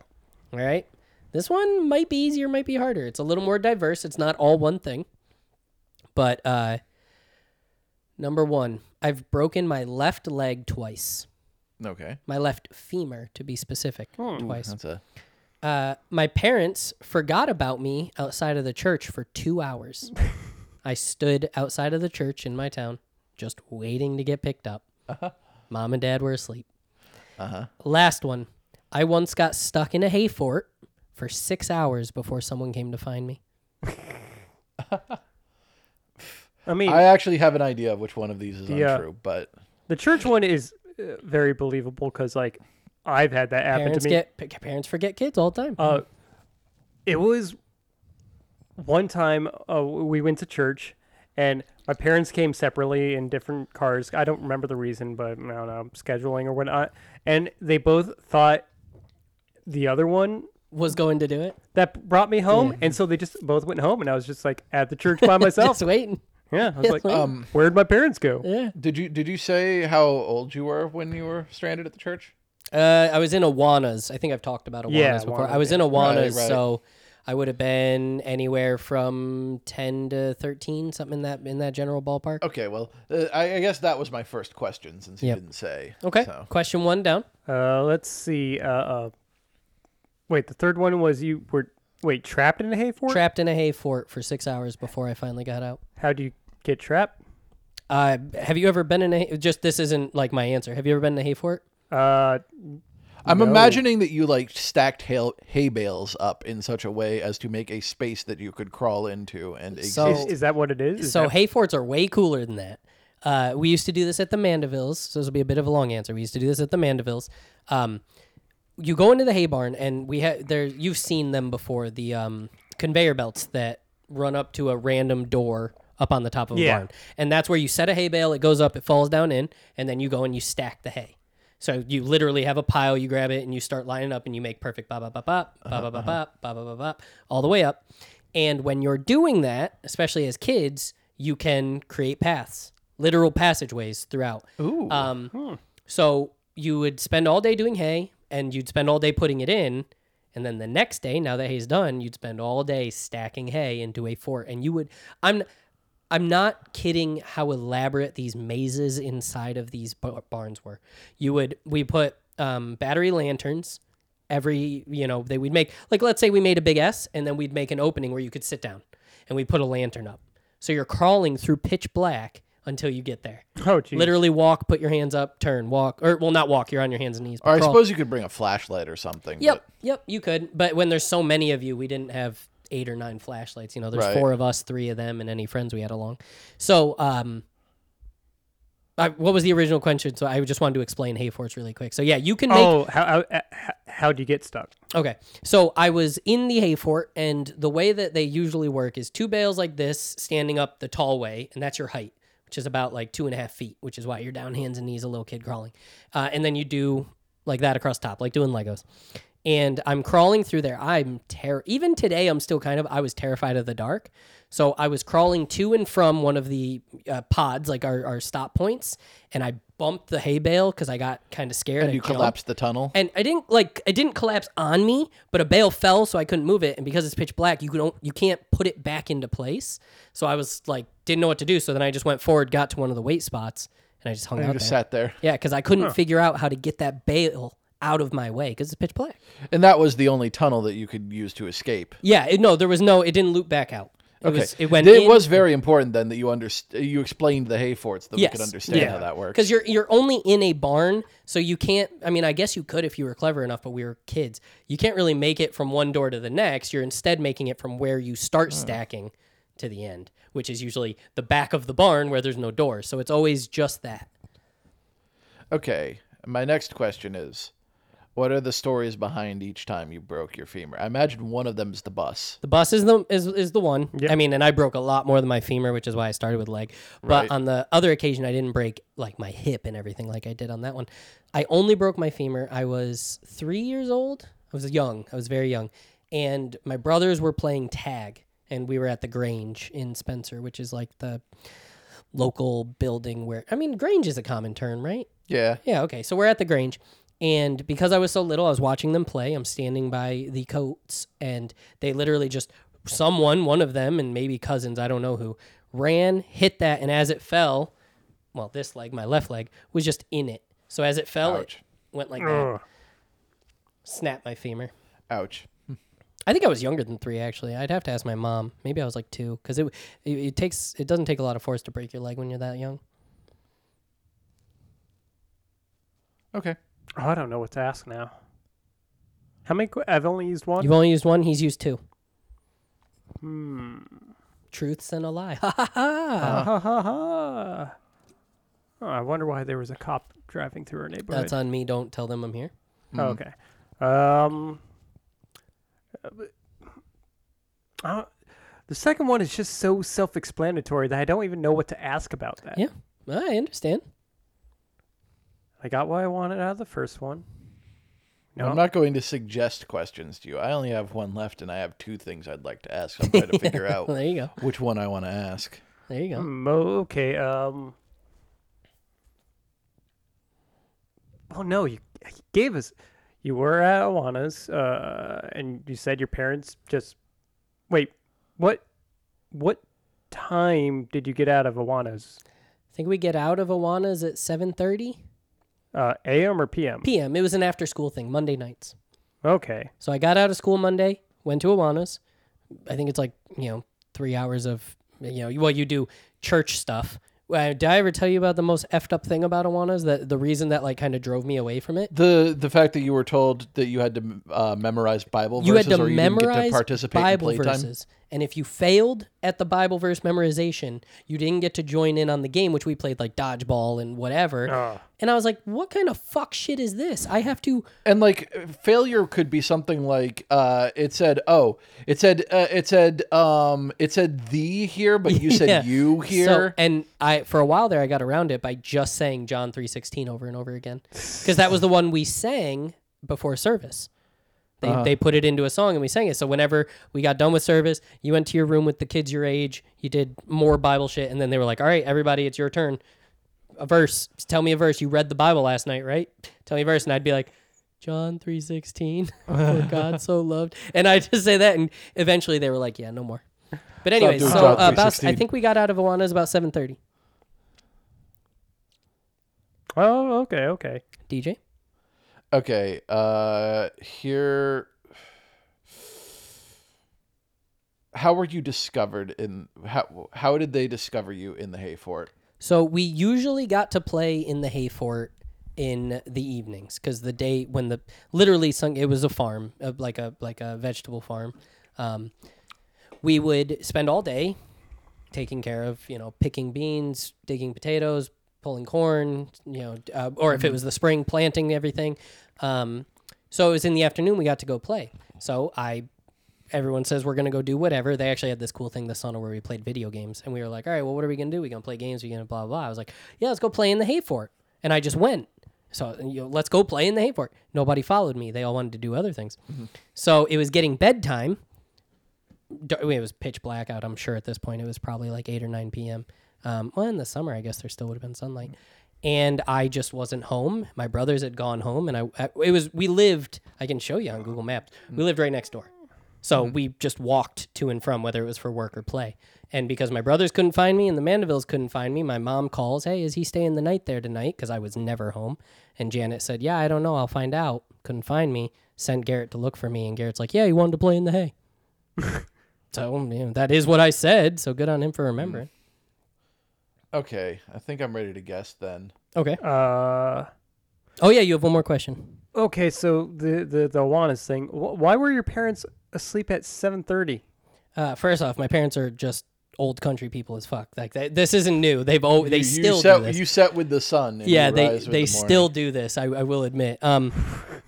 S3: All right. This one might be easier, might be harder. It's a little more diverse. It's not all one thing. But uh, number one, I've broken my left leg twice.
S1: okay.
S3: My left femur, to be specific, twice.
S1: That's a
S3: Uh, my parents forgot about me outside of the church for two hours. I stood outside of the church in my town, just waiting to get picked up.
S2: Uh-huh.
S3: Mom and dad were asleep. Last one. I once got stuck in a hay fort for six hours before someone came to find me.
S2: I mean,
S1: I actually have an idea of which one of these is
S2: Yeah.
S1: untrue, but
S2: the church one is uh, very believable because like I've had that happen
S3: Parents
S2: to me.
S3: get p- parents forget kids all the time.
S2: Uh, it was one time uh, we went to church, and my parents came separately in different cars. I don't remember the reason, but I don't know scheduling or whatnot. And they both thought the other one
S3: was going to do it.
S2: that brought me home, and so they just both went home, and I was just like at the church by myself.
S3: Just waiting.
S2: yeah, I was like,
S1: Um,
S2: where'd my parents go?
S3: Yeah.
S1: did you did you say how old you were when you were stranded at the church?
S3: Uh, I was in Awanas. I think I've talked about Awanas
S2: Yeah,
S3: before.
S2: Awanas,
S3: I was in
S1: Right,
S3: Awanas,
S1: right.
S3: so I would have been anywhere from ten to thirteen, something in that in that general ballpark.
S1: Okay, well, uh, I, I guess that was my first question since you
S3: Yep.
S1: didn't say.
S3: Okay.
S1: so.
S3: Question one down.
S2: Uh, let's see. Uh, uh, wait, the third one was you were wait trapped in a hay fort.
S3: Trapped in a hay fort for six hours before I finally got out.
S2: How do you get trapped?
S3: Uh, have you ever been in a? Just this isn't like my answer. Have you ever been in a hay fort?
S2: Uh,
S1: I'm imagining that you like stacked hail, hay bales up in such a way as to make a space that you could crawl into and exist.
S3: So-
S2: Is, is that what it is? Is
S3: Oh. so
S2: that-
S3: hay forts are way cooler than that. Uh, we used to do this at the Mandevilles, so this will be a bit of a long answer. We used to do this at the Mandevilles. Um, you go into the hay barn, and we have there. You've seen them before the um, conveyor belts that run up to a random door up on the top of a
S2: Yeah.
S3: barn, and that's where you set a hay bale. It goes up, it falls down in, and then you go and you stack the hay. So you literally have a pile, you grab it and you start lining up and you make perfect bop bop bop bop bop bop bop bop bop bop bop bop all the way up. And when you're doing that, especially as kids, you can create paths, literal passageways throughout. Ooh. Um, So you would spend all day doing hay and you'd spend all day putting it in. And then the next day, now that hay's done, you'd spend all day stacking hay into a fort. And you would, I'm, I'm not kidding how elaborate these mazes inside of these bar- barns were. You would we put um, battery lanterns every you know they we'd make like let's say we made a big S and then we'd make an opening where you could sit down and we put a lantern up. So you're crawling through pitch black until you get there.
S2: oh, geez.
S3: Literally walk, put your hands up, turn, walk, or well, not walk. You're on your hands and knees. but
S1: or I
S3: crawl.
S1: suppose you could bring a flashlight or something.
S3: Yep, yep, you could. But when there's so many of you, we didn't have eight or nine flashlights. You know, there's
S1: Right.
S3: four of us, three of them, and any friends we had along. So, um, I, what was the original question? So I just wanted to explain Hayforce really quick. So yeah, you can make
S2: Oh, how, how how how do you get stuck?
S3: Okay. So I was in the hay fort, and the way that they usually work is two bales like this standing up the tall way, and that's your height, which is about like two and a half feet, which is why you're down hands and knees, a little kid crawling. Uh, and then you do like that across top, like doing Legos. And I'm crawling through there. I'm ter Even today, I'm still kind of. I was terrified of the dark, so I was crawling to and from one of the uh, pods, like our, our stop points, and I bumped the hay bale because I got kind of scared.
S1: And
S3: I
S1: you
S3: jumped
S1: collapse the tunnel.
S3: and I didn't like it didn't collapse on me, but a bale fell, so I couldn't move it. And because it's pitch black, you don't you can't put it back into place. So I was like didn't know what to do. So then I just went forward, got to one of the weight spots, and I just hung
S1: You
S3: out
S1: just
S3: there.
S1: sat there.
S3: Yeah, because I couldn't figure out how to get that bale out of my way because it's pitch black.
S1: And that was the only tunnel that you could use to escape.
S3: Yeah, it, no, there was no. It didn't loop back out. It
S1: Okay.
S3: was, it went.
S1: It
S3: in,
S1: was very important then that you underst- you explained the hay forts that we could
S3: Yes.
S1: understand
S2: Yeah.
S1: how that works.
S3: because you're you're only in a barn, so you can't. I mean, I guess you could if you were clever enough, but we were kids. You can't really make it from one door to the next. You're instead making it from where you start
S1: Hmm.
S3: stacking to the end, which is usually the back of the barn where there's no door. So it's always just that.
S1: Okay. My next question is what are the stories behind each time you broke your femur? I imagine one of them is the bus.
S3: The bus is the is, is the one. I mean, and I broke a lot more than my femur, which is why I started with leg. But
S1: Right.
S3: on the other occasion, I didn't break like my hip and everything like I did on that one. I only broke my femur. I was three years old. I was young. I was very young, and my brothers were playing tag, and we were at the Grange in Spencer, which is like the local building where I mean, Grange is a common term, right?
S1: Yeah.
S3: Yeah, okay. So we're at the Grange. And because I was so little, I was watching them play. I'm standing by the coats, and they literally just, someone, one of them, and maybe cousins, I don't know who, ran, hit that, and as it fell, well, this leg, my left leg, was just in it. So as it fell,
S1: Ouch.
S3: it went like that,
S2: Ugh.
S3: snapped my femur.
S1: Ouch.
S3: I think I was younger than three, actually. I'd have to ask my mom. Maybe I was like two, because it, it it takes it doesn't take a lot of force to break your leg when you're that young.
S1: Okay.
S2: Oh, I don't know what to ask now. How many? que- I've only used one.
S3: You've only used one. He's used two. Hmm. Truths and a lie. Ha ha ha.
S2: Hmm. Ha ha ha. Oh, I wonder why there was a cop driving through our neighborhood.
S3: That's on me. Don't tell them I'm here.
S2: Oh, okay. Um, uh, but- uh, the second one is just so self-explanatory that I don't even know what to ask about that.
S3: Yeah, I understand.
S2: I got what I wanted out of the first one. No.
S1: I'm not going to suggest questions to you. I only have one left, and I have two things I'd like to ask. I'm trying to figure out
S3: Well, there you go.
S1: which one I want to ask.
S3: There you go.
S2: Mm, oh, okay. Um. Oh no, you you gave us. You were at Awana's, uh, and you said your parents just. Wait, what? What time did you get out of Awana's?
S3: I think we get out of Awana's at 7:30
S2: Uh, AM or PM?
S3: p.m. It was an after-school thing, Monday nights.
S2: Okay.
S3: So I got out of school Monday, went to Awana's. I think it's like you know three hours of you know well you do church stuff. Uh, Did I ever tell you about the most effed up thing about Awana's? That the reason that like kind of drove me away from it.
S1: The the fact that you were told that you had to uh, memorize Bible
S3: you had
S1: verses
S3: to
S1: or you didn't get
S3: memorize
S1: to participate
S3: Bible
S1: in playtime.
S3: verses, and if you failed at the Bible verse memorization, you didn't get to join in on the game, which we played like dodgeball and whatever.
S1: Ah.
S3: And I was like, "What kind of fuck shit is this? I have to."
S1: And like failure could be something like uh, it said, oh, it said, uh, it said, um, it said thee here, but you
S3: Yeah.
S1: said you
S3: So-
S1: here.
S3: and I for a while there, I got around it by just saying John three sixteen over and over again, because that was the one we sang before service. They,
S1: Uh-huh.
S3: they put it into a song and we sang it. So whenever we got done with service, you went to your room with the kids your age, you did more Bible shit, and then they were like, "All right, everybody, it's your turn. A verse. Tell me a verse. You read the Bible last night, right? Tell me a verse." And I'd be like, "John three sixteen, for God so loved." And I just say that, and eventually they were like, "Yeah, no more." But anyway, so
S1: doing John
S3: uh, about, I
S1: 3:16.
S3: think we got out of Awana's about seven thirty.
S2: Oh, okay, okay.
S3: DJ,
S1: okay, uh, here. How were you discovered in how how did they discover you in the hay fort?
S3: So we usually got to play in the hay fort in the evenings because the day when the literally sung it was a farm uh, like a like a vegetable farm. Um, we would spend all day taking care of you know picking beans, digging potatoes, pulling corn, you know, d- uh, or if it was the spring planting everything. Um, so it was in the afternoon. We got to go play. So I, everyone says we're gonna go do whatever. They actually had this cool thing this summer where we played video games, and we were like, all right, well, what are we gonna do? We gonna play games? We gonna blah blah. blah. I was like, yeah, let's go play in the hay fort, and I just went. So you know, let's go play in the hay fort. Nobody followed me. They all wanted to do other things. So it was getting bedtime dar- it was pitch black out. I'm sure at this point it was probably like eight or nine p.m. Um, well, in the summer, I guess there still would have been sunlight. And I just wasn't home. My brothers had gone home, and I, I it was we lived. I can show you on Google Maps. We lived right next door, so
S1: Mm-hmm.
S3: we just walked to and from whether it was for work or play. And because my brothers couldn't find me and the Mandevilles couldn't find me, my mom calls, "Hey, is he staying the night there tonight?" Because I was never home. And Janet said, "Yeah, I don't know. I'll find out." Couldn't find me. Sent Garrett to look for me, and Garrett's like, "Yeah, he wanted to play in the hay." So you know, that is what I said. So good on
S1: Mm.
S3: him for remembering.
S1: Okay, I think I'm ready to guess then.
S3: Okay.
S2: Uh,
S3: Oh yeah, you have one more question.
S2: okay, so the the the Juanas thing. Wh- why were your parents asleep at seven thirty?
S3: Uh, first off, my parents are just old country people as fuck. Like they, this isn't new. They've al- they
S1: you,
S3: still
S1: you set,
S3: do this.
S1: you set with the sun. and
S3: yeah,
S1: you
S3: they
S1: rise with
S3: they
S1: the
S3: still
S1: morning.
S3: do this. I, I will admit. Um,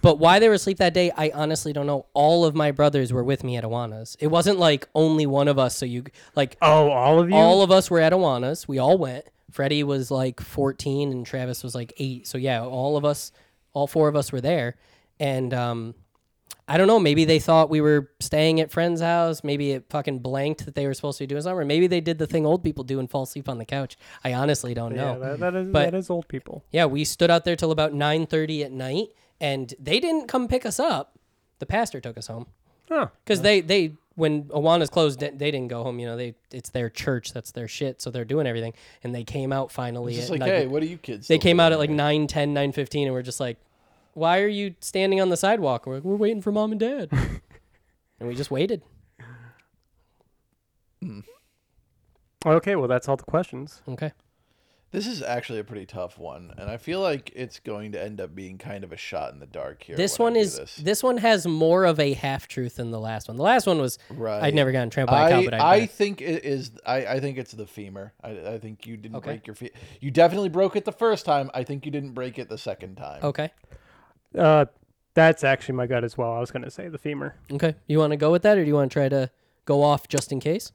S3: but why they were asleep that day, I honestly don't know. All of my brothers were with me at Awanas. It wasn't like only one of us. So you like
S2: Oh, all of you.
S3: all of us were at Awanas. We all went. Freddie was like 14 and Travis was like eight. So yeah, all of us, all four of us were there. And um, I don't know. Maybe they thought we were staying at friend's house. Maybe it fucking blanked that they were supposed to be doing something. Or maybe they did the thing old people do and fall asleep on the couch. I honestly don't know.
S2: yeah, that, that is
S3: But-
S2: that is old people.
S3: Yeah, we stood out there till about 9:30 at night and they didn't come pick us up. The pastor took us home.
S2: Huh.
S3: Cuz they they when Awana's closed they they didn't go home, you know, they it's their church, that's their shit, so they're doing everything and they came out finally
S1: It's
S3: at
S1: like,
S3: like-
S1: hey, what are you kids?
S3: They
S1: still
S3: came out at
S1: doing
S3: like
S1: here?"
S3: 9:10, 9:15 and we're just like, "Why are you standing on the sidewalk? We're like, we're waiting for mom and dad." and we just waited.
S2: Okay, well that's all the questions.
S3: Okay.
S1: This is actually a pretty tough one, and I feel like it's going to end up being kind of a shot in the dark here.
S3: This one
S1: when I do
S3: is
S1: this.
S3: this. one has more of a half truth than the last one. The last one was
S1: Right.
S3: I'd never gotten trampled by a cow,
S1: I,
S3: but I,
S1: I think it is. I, I think it's the femur. I, I think you didn't
S3: Okay.
S1: break your feet. You definitely broke it the first time. I think you didn't break it the second time.
S3: Okay.
S2: Uh, that's actually my gut as well. I was gonna say the femur.
S3: Okay. You want to go with that, or do you want to try to go off just in case?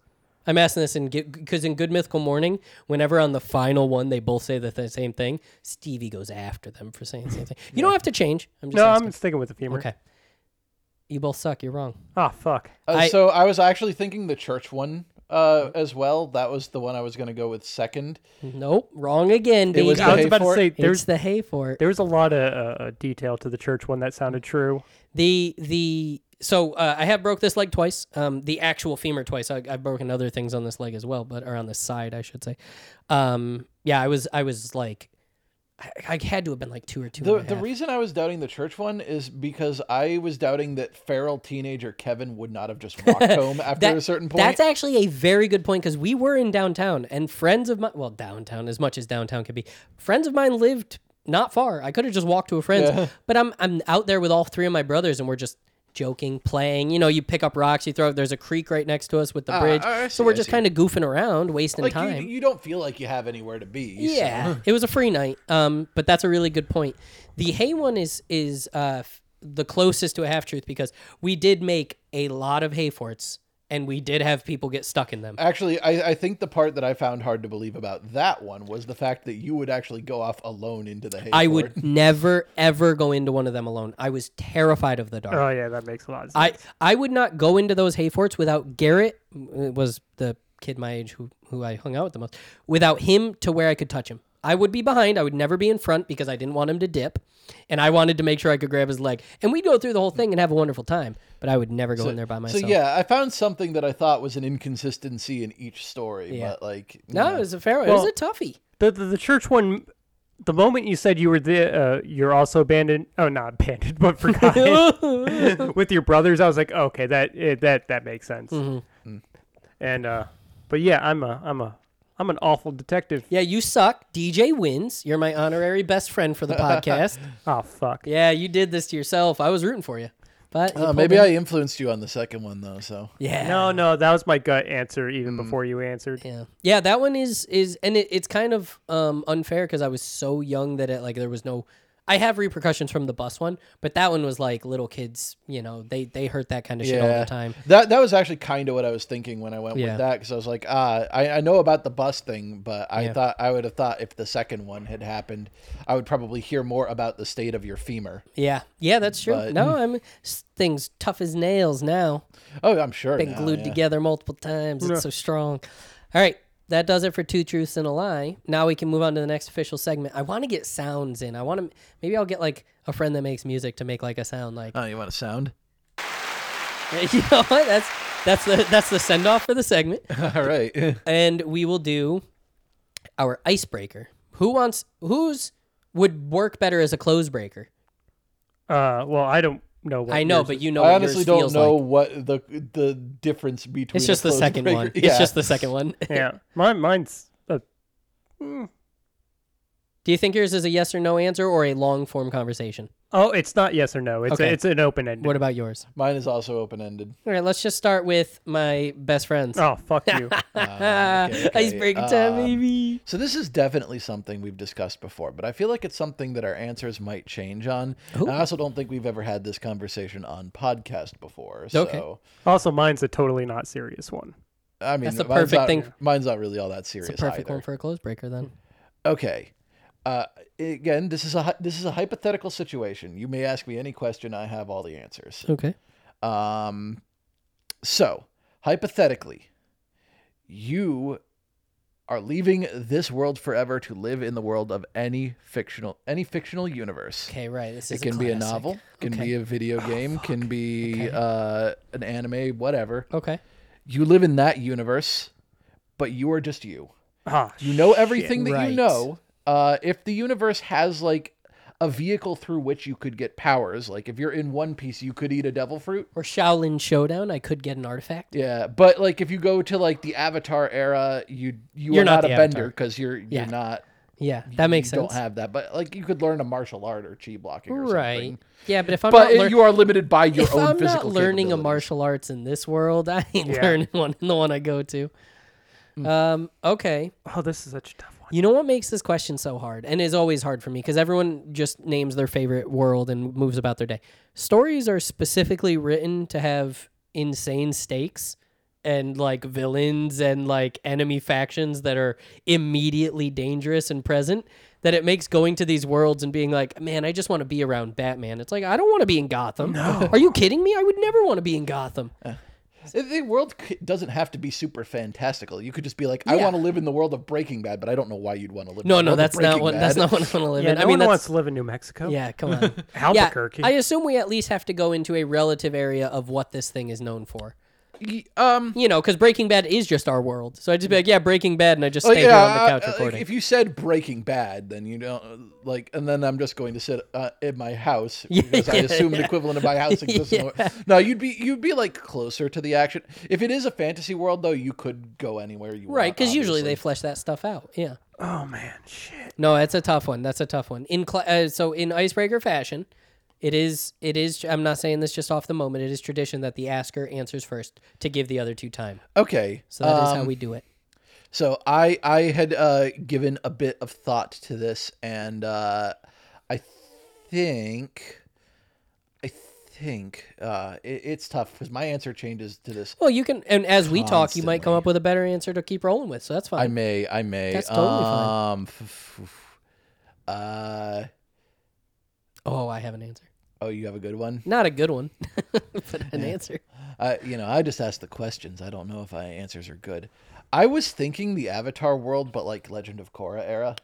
S3: I'm asking this in because in Good Mythical Morning, whenever on the final one they both say the th- same thing, Stevie goes after them for saying the same thing. You don't have to change. I'm just
S2: No,
S3: asking.
S2: I'm sticking with the femur.
S3: okay. You both suck. You're wrong.
S2: Ah, fuck.
S1: Uh,
S3: I-
S1: so I was actually thinking the church one uh, as well. That was the one I was going to go with second.
S3: Nope. Wrong again.
S1: It was
S3: Deacon.
S2: I was
S1: hay
S2: about to
S1: fort?
S2: say
S3: It's
S2: there's
S3: the hay fort.
S2: there was a lot of uh, uh, detail to the church one that sounded true.
S3: The the so uh, I have broke this leg twice. Um, the actual femur twice. I, I've broken other things on this leg as well, but or on this side, I should say. Um, yeah, I was I was like, I, I had to have been like two or two.
S1: The,
S3: and a
S1: the
S3: half.
S1: reason I was doubting the church one is because I was doubting that feral teenager Kevin would not have just walked home after
S3: That-
S1: a certain point.
S3: That's actually a very good point because we were in downtown and friends of mine, well, downtown as much as downtown could be. Friends of mine lived not far. I could have just walked to a friend's, but I'm I'm out there with all three of my brothers and we're just joking, playing. You know, you pick up rocks, you throw. There's a creek right next to us with the bridge,
S1: Ah, I- I see,
S3: so we're
S1: I
S3: just
S1: see.
S3: kind of goofing around, wasting
S1: like
S3: time.
S1: You, you don't feel like you have anywhere to be. so-
S3: Yeah, it was a free night. Um, but that's a really good point. The hay one is is uh f- the closest to a half truth because we did make a lot of hay forts and we did have people get stuck in them.
S1: Actually, I, I think the part that I found hard to believe about that one was the fact that you would actually go off alone into the hay.
S3: I
S1: fort.
S3: would never ever go into one of them alone. I was terrified of the dark.
S2: Oh yeah, that makes a lot of sense.
S3: I I would not go into those hay forts without Garrett uh, was the kid my age who who I hung out with the most. Without him to where I could touch him. I would be behind. I would never be in front because I didn't want him to dip, and I wanted to make sure I could grab his leg. And we'd go through the whole thing and have a wonderful time. But I would never go in there by myself.
S1: So yeah, I found something that I thought was an inconsistency in each story, but like you
S3: no,
S1: know.
S3: it was a fair. it was
S2: Well-
S3: a toughie.
S2: the, the the church one. The moment you said you were the, uh, you're also abandoned. Oh, not abandoned, but forgotten with your brothers. I was like, okay, that it, that that makes sense.
S3: Mm-hmm.
S2: Mm. And uh, but yeah, I'm a I'm a I'm an awful detective.
S3: Yeah, you suck. DJ wins. You're my honorary best friend for the podcast.
S2: Oh fuck.
S3: yeah, you did this to yourself. I was rooting for you. But you
S1: Uh,
S3: pulled
S1: maybe
S3: it.
S1: I influenced you on the second one though. So
S3: yeah Mm.
S2: No, no, that was my gut answer even before you answered.
S3: Yeah. Yeah, that one is is and it, it's kind of um unfair cuz I was so young that it like there was no I have repercussions from the bus one, but that one was like little kids, you know, they they hurt that kind of shit all the time.
S1: That that was actually kind of what I was thinking when I went
S3: Yeah.
S1: with that because I was like, ah, I, I know about the bus thing, but I thought I would have thought if the second one had happened, I would probably hear more about the state of your femur.
S3: Yeah. Yeah, that's true.
S1: But-
S3: no, I'm s- things tough as nails now.
S1: Oh, I'm sure.
S3: Been
S1: now,
S3: glued
S1: yeah.
S3: together multiple times. It's so strong. All right. That does it for two truths and a lie. Now we can move on to the next official segment. I want to get sounds in. I want to maybe I'll get like a friend that makes music to make like a sound like
S1: Oh, you want a sound?
S3: You know what? That's that's the that's the send off for the segment,
S1: All right.
S3: and we will do our icebreaker. Who wants? Who's would work better as a close breaker?
S2: Uh, well, I don't know. What
S3: I know,
S2: yours
S3: but
S2: is.
S3: you know.
S1: I
S3: what
S1: honestly
S3: yours
S1: don't
S3: feels
S1: know
S3: Like.
S1: what the the difference between.
S3: It's
S1: a
S3: just the
S1: closed
S3: second
S1: breaker-
S3: one.
S1: Yeah.
S3: It's just the second one.
S2: yeah, mine, mine's a,
S3: Do you think yours is a yes or no answer or a long form conversation?
S2: oh, it's not yes or no. It's
S3: Okay.
S2: a, it's an open ended.
S3: What about yours?
S1: Mine is also open ended.
S3: All right, let's just start with my best friends.
S2: Oh, fuck you.
S1: Ah, okay, okay.
S3: Icebreaker time,
S1: Um,
S3: baby.
S1: So this is definitely something we've discussed before, but I feel like it's something that our answers might change on. And I also don't think we've ever had this conversation on podcast before. So
S3: Okay.
S2: also, mine's a totally not serious one.
S1: I mean,
S3: That's the
S1: mine's
S3: perfect
S1: not-
S3: thing.
S1: Mine's not really all that serious
S3: It's a perfect
S1: either.
S3: one for a close breaker then.
S1: Okay. Uh, again, this is a hy- this is a hypothetical situation. You may ask me any question. I have all the answers.
S3: Okay.
S1: Um, so hypothetically, you are leaving this world forever to live in the world of any fictional any fictional universe.
S3: Okay, right. This is
S1: It can be a
S3: classic.
S1: novel, can
S3: Okay. Oh,
S1: be a video game, can be
S3: Okay.
S1: uh, an anime, whatever.
S3: Okay.
S1: You live in that universe, but you are just you.
S2: Ah,
S1: You know everything that
S3: Right.
S1: you know. Uh, if the universe has like a vehicle through which you could get powers, like if you're in One Piece, you could eat a devil fruit.
S3: Or Shaolin Showdown, I could get an artifact.
S1: Yeah, but like if you go to like the Avatar era, you you
S3: You're
S1: are
S3: not
S1: not,
S3: the
S1: a bender
S3: Avatar.
S1: because you're
S3: Yeah.
S1: you're not.
S3: Yeah, that makes
S1: you
S3: sense.
S1: Don't have that, but like you could learn a martial art or chi blocking, or
S3: right.
S1: Something.
S3: Yeah, but if I'm
S1: But
S3: not
S1: it-
S3: lear-
S1: you are limited by your
S3: if
S1: own
S3: I'm not
S1: physical.
S3: learning a
S1: capabilities.
S3: martial arts in this world, I ain't
S2: Yeah.
S3: learning one in the one I go to.
S1: Hmm.
S3: Um, okay.
S2: oh, this is such a tough one.
S3: You know what makes this question so hard, and is always hard for me because everyone just names their favorite world and moves about their day. Stories are specifically written to have insane stakes and like villains and like enemy factions that are immediately dangerous and present. That it makes going to these worlds and being like, man, I just want to be around Batman. It's like I don't want to be in Gotham. No. Are you kidding me? I would never want to be in Gotham.
S2: Uh,
S1: The- The world c- doesn't have to be super fantastical. You could just be like, I
S3: Yeah.
S1: want to live in the world of Breaking Bad, but I don't know why you'd want to live.
S3: No,
S1: in the
S3: no,
S1: world of
S3: that's not
S1: Breaking
S3: what. That's
S1: Bad.
S3: not what I want to live
S2: Yeah,
S3: in.
S2: no
S3: I mean,
S2: one
S3: that's,
S2: wants to live in New Mexico.
S3: Yeah, come on.
S2: Albuquerque.
S3: Yeah, I assume we at least have to go into a relative area of what this thing is known for.
S1: Y- Um,
S3: You know, because Breaking Bad is just our world. So I'd just be like, yeah, Breaking Bad, and I just
S1: like,
S3: stay
S1: yeah,
S3: here on the couch
S1: uh, like,
S3: recording.
S1: if you said Breaking Bad, then you don't like, and then I'm just going to sit uh, in my house because I
S3: yeah,
S1: assume an equivalent of my house exists. in the wor- No, you'd be you'd be like closer to the action. If it is a fantasy world, though, you could go anywhere you want.
S3: right, because usually
S1: obviously.
S3: they flesh that stuff out. Yeah.
S2: Oh man, shit.
S3: No, that's a tough one. That's a tough one. In cl- uh, so in icebreaker fashion, it is it is. I'm not saying this just off the moment. It is tradition that the asker answers first to give the other two time.
S1: okay.
S3: So that is how
S1: um,
S3: we do it.
S1: So I I had uh, given a bit of thought to this, and uh, I think I think uh, it, it's tough because my answer changes to this.
S3: Well, you can, and as we talk, you might come up with a better answer to keep rolling with. So that's
S1: I
S3: fine.
S1: may, I may.
S3: That's totally fine.
S1: um, f- f- f- uh,
S3: oh, I have an answer.
S1: oh, you have a good one.
S3: Not a good one, but an answer.
S1: I, you know, I just ask the questions. I don't know if my answers are good. I was thinking the Avatar world, but like Legend of Korra era.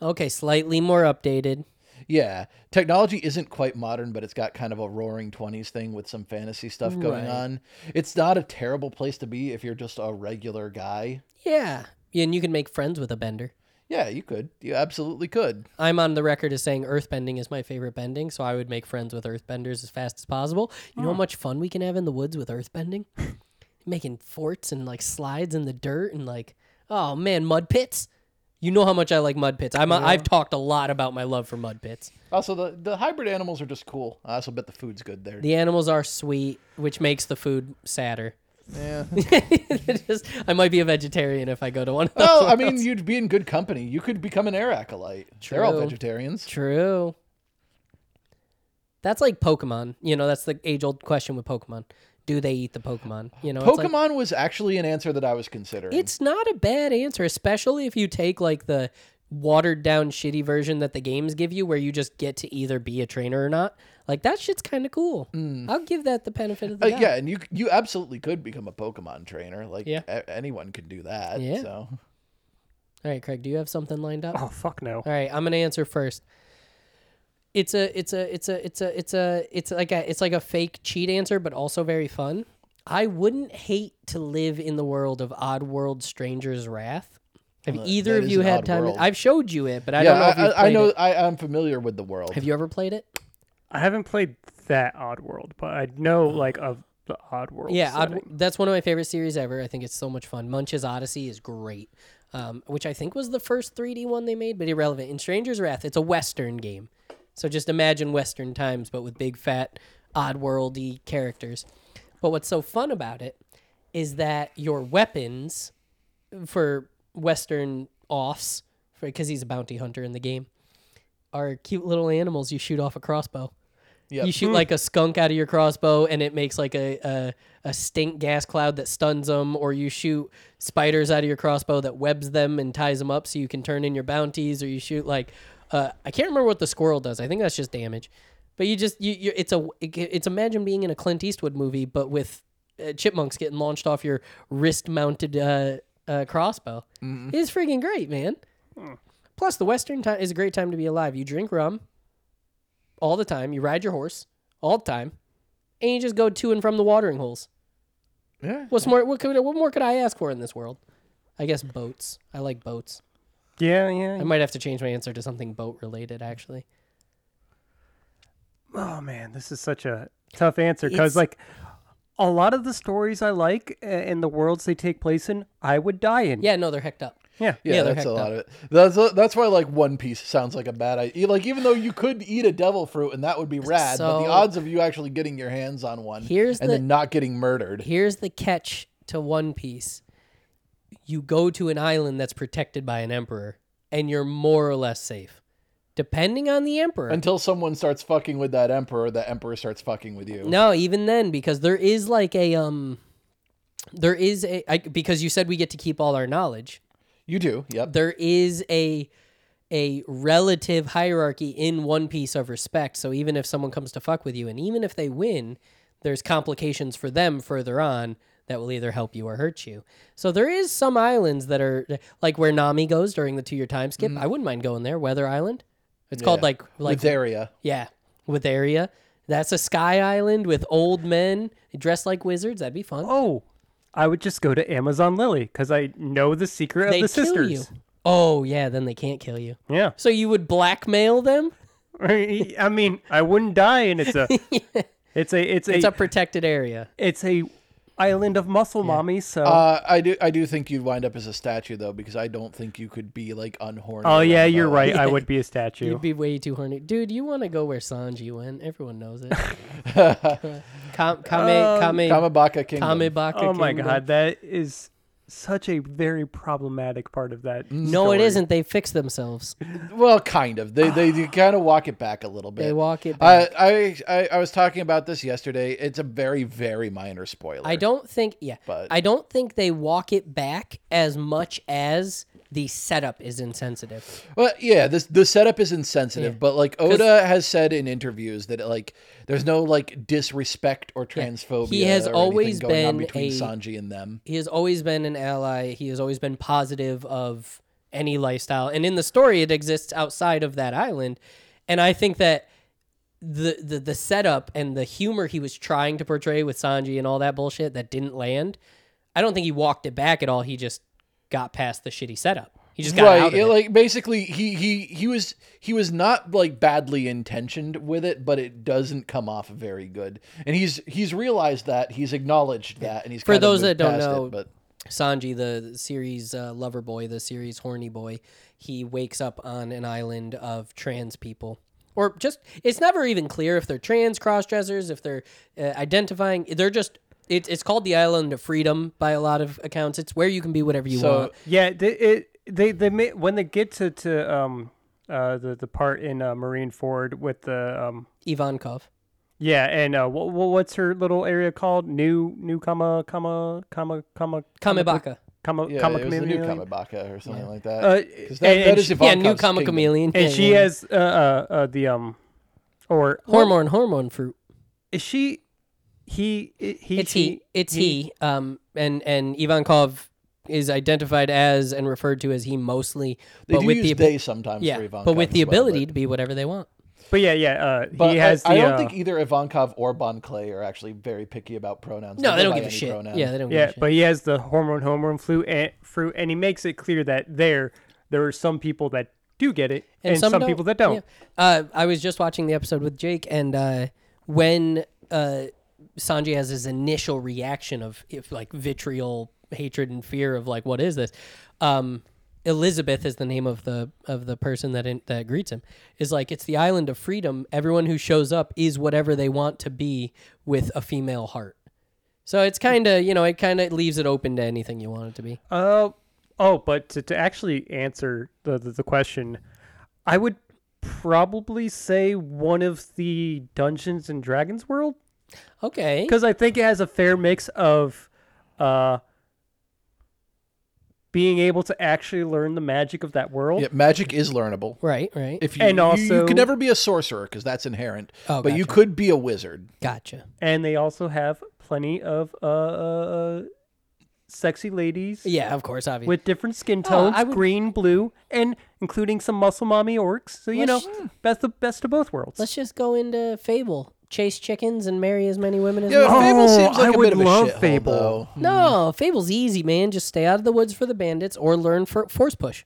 S3: Okay, slightly more updated.
S1: Yeah, technology isn't quite modern, but it's got kind of a roaring twenties thing with some fantasy stuff going
S3: Right.
S1: on. It's not a terrible place to be if you're just a regular guy.
S3: Yeah. yeah. And you can make friends with a bender.
S1: Yeah, you could. You absolutely could.
S3: I'm on the record as saying earthbending is my favorite bending, so I would make friends with earthbenders as fast as possible. You know how much fun we can have in the woods with earthbending? Making forts and like slides in the dirt and like, oh man, mud pits. You know how much I like mud pits. I'm a, I've talked a lot about my love for mud pits.
S1: Also, the, the hybrid animals are just cool. I also bet the food's good there.
S3: The animals are sweet, which makes the food sadder.
S1: Yeah.
S3: It just- I might be a vegetarian if I go to one. Of
S1: No,
S3: those
S1: I mean
S3: worlds.
S1: you'd be in good company. You could become an air acolyte. They're all
S3: True.
S1: vegetarians.
S3: True. That's like Pokemon. You know, that's the age old question with Pokemon. Do they eat the Pokemon? You know, It's, like-
S1: Pokemon was actually an answer that I was considering.
S3: it's not a bad answer, especially if you take like the watered down shitty version that the games give you where you just get to either be a trainer or not. Like that shit's kind of cool.
S1: Hmm.
S3: I'll give that the benefit of
S1: Uh,
S3: the
S1: yeah.
S3: doubt.
S1: and you you absolutely could become a Pokemon trainer. Like
S3: Yeah.
S1: a- anyone could do that.
S3: Yeah.
S1: So
S3: All right, Craig, do you have something lined up?
S2: Oh fuck no.
S3: All right, I'm gonna answer first. It's a, it's a, it's a, it's a, it's a, it's like a, it's like a fake cheat answer, but also very fun. I wouldn't hate to live in the world of Odd World Stranger's Wrath. Have
S1: Well,
S3: either
S1: that
S3: of
S1: is
S3: you
S1: an
S3: had
S1: odd
S3: time?
S1: world.
S3: I've showed you it, but I
S1: yeah,
S3: don't know if you've
S1: I, I
S3: played
S1: know
S3: it.
S1: I, I'm familiar with the world.
S3: Have you ever played it?
S2: I haven't played that Odd World, but I know like of the Odd World.
S3: Yeah, Odd,
S2: setting.
S3: that's one of my favorite series ever. I think it's so much fun. Munch's Odyssey is great, um, which I think was the first 3D one they made, but irrelevant. In Stranger's Wrath, it's a Western game. So just imagine Western times, but with big, fat, oddworldy characters. But what's so fun about it is that your weapons for Western offs, because he's a bounty hunter in the game, are cute little animals you shoot off a crossbow.
S1: Yep.
S3: You shoot like a skunk out of your crossbow, and it makes like a, a a stink gas cloud that stuns them. Or you shoot spiders out of your crossbow that webs them and ties them up, so you can turn in your bounties. Or you shoot like uh, I can't remember what the squirrel does. I think that's just damage. But you just you, you it's a it's imagine being in a Clint Eastwood movie, but with uh, chipmunks getting launched off your wrist mounted uh, uh, crossbow. It's freaking great, man. Plus, the Western time is a great time to be alive. You drink rum all the time. You ride your horse all the time, and you just go to and from the watering holes.
S1: Yeah.
S3: What's more? What, could, what more could I ask for in this world? I guess boats. I like boats.
S2: Yeah, yeah.
S3: I might have to change my answer to something boat related, actually.
S2: oh man, this is such a tough answer
S3: It's-
S2: because like a lot of the stories I like uh, and the worlds they take place in, I would die in.
S3: Yeah, no, they're hecked up.
S2: yeah.
S1: Yeah,
S3: Yeah, they're
S1: that's a
S3: hecked
S1: lot of it. That's that's why like One Piece sounds like a bad idea. Like even though you could eat a devil fruit and that would be rad, but the
S3: So-
S1: odds of you actually getting your hands on one
S3: Here's
S1: and
S3: the-
S1: then not getting murdered.
S3: Here's the catch to One Piece you go to an island that's protected by an emperor, and you're more or less safe. Depending on the emperor.
S1: Until someone starts fucking with that emperor, the emperor starts fucking with you.
S3: No, even then, because there is like a um, there is a I, because you said we get to keep all our knowledge.
S1: You do. Yep.
S3: There is a a relative hierarchy in One Piece of respect. So even if someone comes to fuck with you, and even if they win, there's complications for them further on that will either help you or hurt you. So there is some islands that are like where Nami goes during the two year time skip.
S2: Mm.
S3: I wouldn't mind going there. Weather Island. It's called
S1: Yeah.
S3: like like
S1: Litheria.
S3: yeah, with area. That's a sky island with old men dressed like wizards. That'd be fun.
S2: Oh, I would just go to Amazon Lily because I know the secret
S3: they
S2: of the
S3: kill
S2: sisters.
S3: you. Oh yeah, then they can't kill you.
S2: Yeah.
S3: So you would blackmail them?
S2: I mean, I wouldn't die, and it's a, it's a, it's a,
S3: It's a protected area.
S2: it's a island of muscle mommy. So,
S3: Oh,
S1: Uh, I do. I do think you'd wind up as a statue though, because I don't think you could be like unhorned.
S2: oh yeah,
S1: around
S2: you're
S1: all.
S2: right. I would be a statue.
S3: You'd be way too horny, dude. You want to go where Sanji went? Everyone knows it. Kam- Kame Kame
S1: Kamabaka Kingdom.
S3: Kamebaka.
S2: oh my
S3: Kingdom.
S2: god, that is such a very problematic part of that.
S1: Mm.
S3: No, it
S2: story.
S3: isn't. They fix themselves.
S1: Well, kind of. They they kind of walk it back a little bit.
S3: They walk it back.
S1: I, I I I was talking about this yesterday. It's a very very minor spoiler.
S3: I don't think yeah.
S1: But-
S3: I don't think they walk it back as much as the setup is insensitive.
S1: Well, yeah. This the setup is insensitive,
S3: Yeah.
S1: but like Oda has said in interviews that like there's no like disrespect or transphobia.
S3: He has
S1: or anything
S3: always
S1: going on
S3: been
S1: between
S3: a-
S1: Sanji and them.
S3: he has always been an ally. He has always been positive of any lifestyle. And in the story, it exists outside of that island. And I think that the, the the setup and the humor he was trying to portray with Sanji and all that bullshit that didn't land, I don't think he walked it back at all. He just got past the shitty setup. He just got
S1: right
S3: out of
S1: it,
S3: it.
S1: like basically he he he was he was not like badly intentioned with it but it doesn't come off very good and he's he's realized that he's acknowledged that and he's
S3: For
S1: kind of
S3: those
S1: moved
S3: that don't
S1: past it,
S3: know,
S1: but
S3: Sanji, the series uh, lover boy, the series horny boy, he wakes up on an island of trans people. Or just, it's never even clear if they're trans cross dressers, if they're uh, identifying. They're just, it, it's called the Island of Freedom by a lot of accounts. It's where you can be whatever you
S1: So-
S3: want.
S2: Yeah, they, it they they ma- when they get to to um uh the the part in uh, Marine Ford with the um
S3: Ivankov.
S2: yeah and uh wh- wh- what's her little area called new new comma comma comma comma
S3: Kamibaka.
S2: comma
S1: Yeah,
S2: comma
S1: it was the new
S2: chameleon?
S1: Kamibaka or something like that.
S2: Uh,
S1: 'Cause that,
S2: and-
S1: that
S2: and
S1: is
S2: she-
S3: Yeah,
S1: Ivankov's
S3: new comic
S1: kingdom.
S3: chameleon.
S2: and
S3: Yeah,
S2: she
S3: yeah.
S2: has uh, uh uh the um or
S3: hormone hormone fruit.
S2: is she he i- he
S3: It's
S2: she,
S3: he. It's he. Um, and and Ivankov is identified as and referred to as he mostly,
S1: They
S3: but
S1: do
S3: with
S1: use
S3: the
S1: they sometimes
S3: yeah,
S1: for
S3: but
S1: Ivankov
S3: with the
S1: as well,
S3: ability
S1: but-
S3: to be whatever they want.
S2: but yeah yeah uh
S1: But
S2: he has
S1: I,
S2: the
S1: I don't
S2: uh,
S1: think either Ivankov or Bon Clay are actually very picky about pronouns.
S3: No,
S1: go
S3: they don't
S1: by
S3: give a
S1: any
S3: shit.
S1: pronoun.
S3: Yeah, they don't. give
S2: Yeah,
S3: a shit.
S2: but he has the hormone hormone flu and fruit, and he makes it clear that there there are some people that do get it, and, some,
S3: don't.
S2: people that don't.
S3: Yeah. Uh, I was just watching the episode with Jake, and uh, when uh, Sanji has his initial reaction of if, like vitriol, hatred, and fear of like what is this? Um, Elizabeth is the name of the of the person that in, that greets him. Is like it's the island of freedom. Everyone who shows up is whatever they want to be with a female heart. So it's kind of you know it kind of leaves it open to anything you want it to be.
S2: Uh, oh, but to, to actually answer the, the the question, I would probably say one of the Dungeons and Dragons world
S3: Okay.
S2: because I think it has a fair mix of, uh. Being able to actually learn the magic of that world,
S1: Yeah, magic is learnable.
S3: Right. Right.
S1: If you,
S2: And
S1: you- you,
S2: also-
S1: could never be a sorcerer because that's inherent,
S3: Oh,
S1: but you
S3: gotcha.
S1: could be a wizard.
S3: Gotcha.
S2: and they also have plenty of uh, uh, uh, sexy ladies
S3: Yeah. Of course. Obviously.
S2: with different skin
S3: Oh, I
S2: tones,
S3: would-
S2: green, blue, and including some muscle mommy orcs. So you
S3: Let's-
S2: know, best of best of both worlds.
S3: Let's just go into Fable. Chase chickens and marry as many women as
S1: Yeah, but
S3: possible.
S1: Fable seems
S2: Oh, I
S1: like a
S2: would
S1: bit of a
S2: love
S1: shithole,
S2: Fable.
S1: though.
S3: No, Fable's easy, man. Just stay out of the woods for the bandits or learn for force push.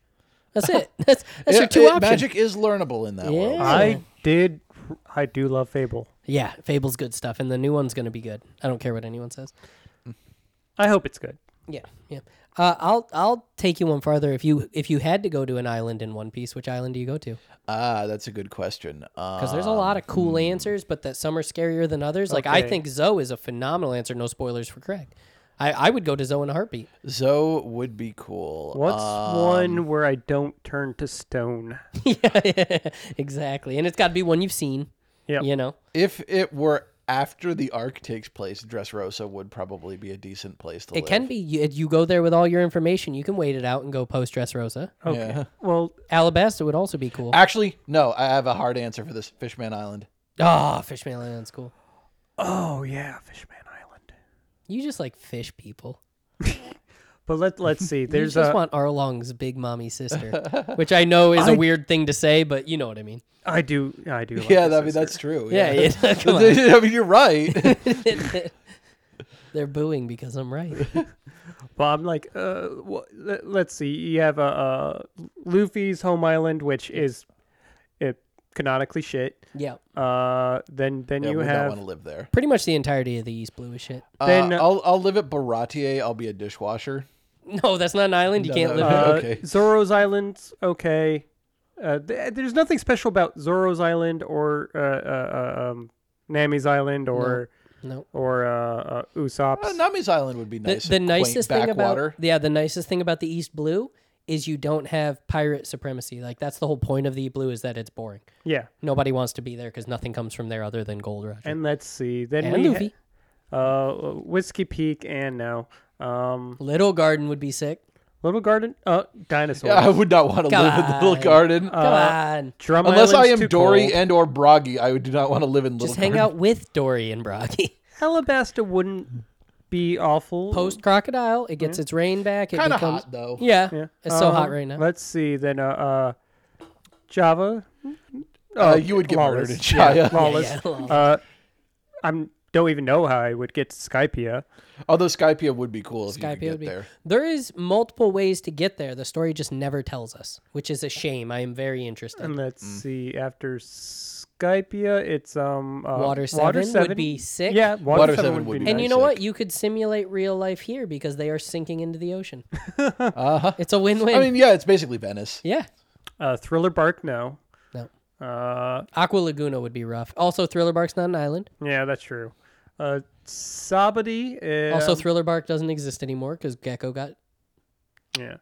S3: That's it. That's that's your
S1: It-
S3: two
S1: it-
S3: options.
S1: Magic is learnable in that
S3: Yeah.
S1: world.
S2: I did, I do love Fable.
S3: Yeah, Fable's good stuff, and the new one's gonna be good. I don't care what anyone says.
S2: I hope it's good.
S3: Yeah, yeah. Uh, I'll I'll take you one farther. If you if you had to go to an island in One Piece, which island do you go to?
S1: Ah, that's a good question. Uh,
S3: Because there's a lot of cool answers, but that some are scarier than others. Like I
S2: Um, Okay.
S3: think Zoe is a phenomenal answer. No spoilers for Craig. I, I would go to Zoe in a heartbeat.
S1: Zoe would be cool.
S2: What's
S1: Uh,
S3: Um,
S2: one where I don't turn to stone?
S3: yeah, exactly. And it's got to be one you've seen.
S2: Yep.
S3: You know.
S1: if it were after the arc takes place, Dressrosa would probably be a decent place to
S3: It
S1: live.
S3: can be you, you go there with all your information. You can wait it out and go post dress Rosa.
S2: Okay.
S1: Yeah.
S2: Well,
S3: Alabasta would also be cool.
S1: Actually, no, I have a hard answer for this Fishman Island.
S3: Ah, Fishman Island's cool.
S2: oh yeah, Fishman Island.
S3: You just like fish people.
S2: But let let's see. There's
S3: you just
S2: a.
S3: want Arlong's big mommy sister, which I know is a
S2: I-
S3: weird thing to say, but you know what I mean.
S2: I do. I do. Like
S1: yeah,
S2: this
S1: I mean,
S2: sister.
S1: that's true.
S3: Yeah, yeah, come
S1: I mean, you're right.
S3: They're booing because I'm right.
S2: But I'm like, uh, wha- let, let's see. You have a uh, Luffy's home island, which is, it canonically shit.
S3: Yeah,
S2: Uh, then then
S1: Yeah,
S2: you
S1: would not
S2: have
S1: want to live there.
S3: pretty much the entirety of the East Blue is shit.
S1: Uh,
S2: Then-
S1: I'll I'll live at Baratier. I'll be a dishwasher.
S3: No, that's not an island. You
S1: No,
S3: can't
S1: no,
S3: live.
S1: no.
S3: there.
S2: uh,
S1: okay.
S2: Zoro's Island. Okay, uh, th- there's nothing special about Zoro's Island or uh, uh, uh, um, Nami's Island or
S3: No.
S2: or uh, uh, Usopp's.
S1: Uh, Nami's Island would be
S3: The,
S1: nice.
S3: the
S1: and quaint
S3: nicest thing
S1: backwater.
S3: about yeah, the nicest thing about the East Blue is you don't have pirate supremacy. Like that's the whole point of the Blue is that it's boring.
S2: Yeah,
S3: Nobody wants to be there because nothing comes from there other than gold rush and,
S2: and let's see. Then we ha-
S3: Luffy.
S2: uh, Whiskey Peak and no. Um,
S3: Little Garden would be sick.
S2: Little Garden, uh, dinosaur.
S1: Yeah, I would not want to live in Little
S3: God.
S1: Garden.
S2: Uh,
S3: Come on,
S2: Drum
S1: Unless I
S2: Island's
S1: am
S2: too
S1: Dory
S2: cold.
S1: and or Broggy, I do not want to live in Little
S3: just hang
S1: Garden.
S3: out with Dory and Broggy.
S2: Alabasta wouldn't be awful.
S3: Post crocodile, it gets its rain back. It
S1: Kind of
S3: becomes
S1: hot though.
S3: yeah,
S2: Yeah.
S3: it's so
S2: Um,
S3: hot right now.
S2: Let's see. Then uh, uh Java. Oh,
S1: Uh, you would get murdered in Jaya.
S2: Lawless.
S3: yeah, lawless.
S2: Uh, I'm don't even know how I would get to Skypia.
S1: Although Skypia would be cool if you
S3: Skype
S1: could
S3: it
S1: get
S3: would be-
S1: there.
S3: There is multiple ways to get there. The story just never tells us, which is a shame. I am very interested.
S2: And let's see, after Skypia, it's um uh,
S3: Water Seven would be sick.
S2: Yeah, Water,
S1: Water
S2: Seven,
S1: Seven
S2: would
S1: would
S2: be.
S1: be
S2: nice.
S3: and you
S1: nice.
S3: know what?
S1: sick.
S3: You could simulate real life here because they are sinking into the ocean.
S1: Uh-huh.
S3: It's a win-win.
S1: I mean, yeah, it's basically Venice.
S3: yeah.
S2: Uh, Thriller Bark, no.
S3: No.
S2: Uh,
S3: Aqua Laguna would be rough. Also, Thriller Bark's not an island.
S2: yeah, that's true. Uh, Sabadi. Uh,
S3: Also, Thriller Bark doesn't exist anymore because Gecko got.
S2: yeah.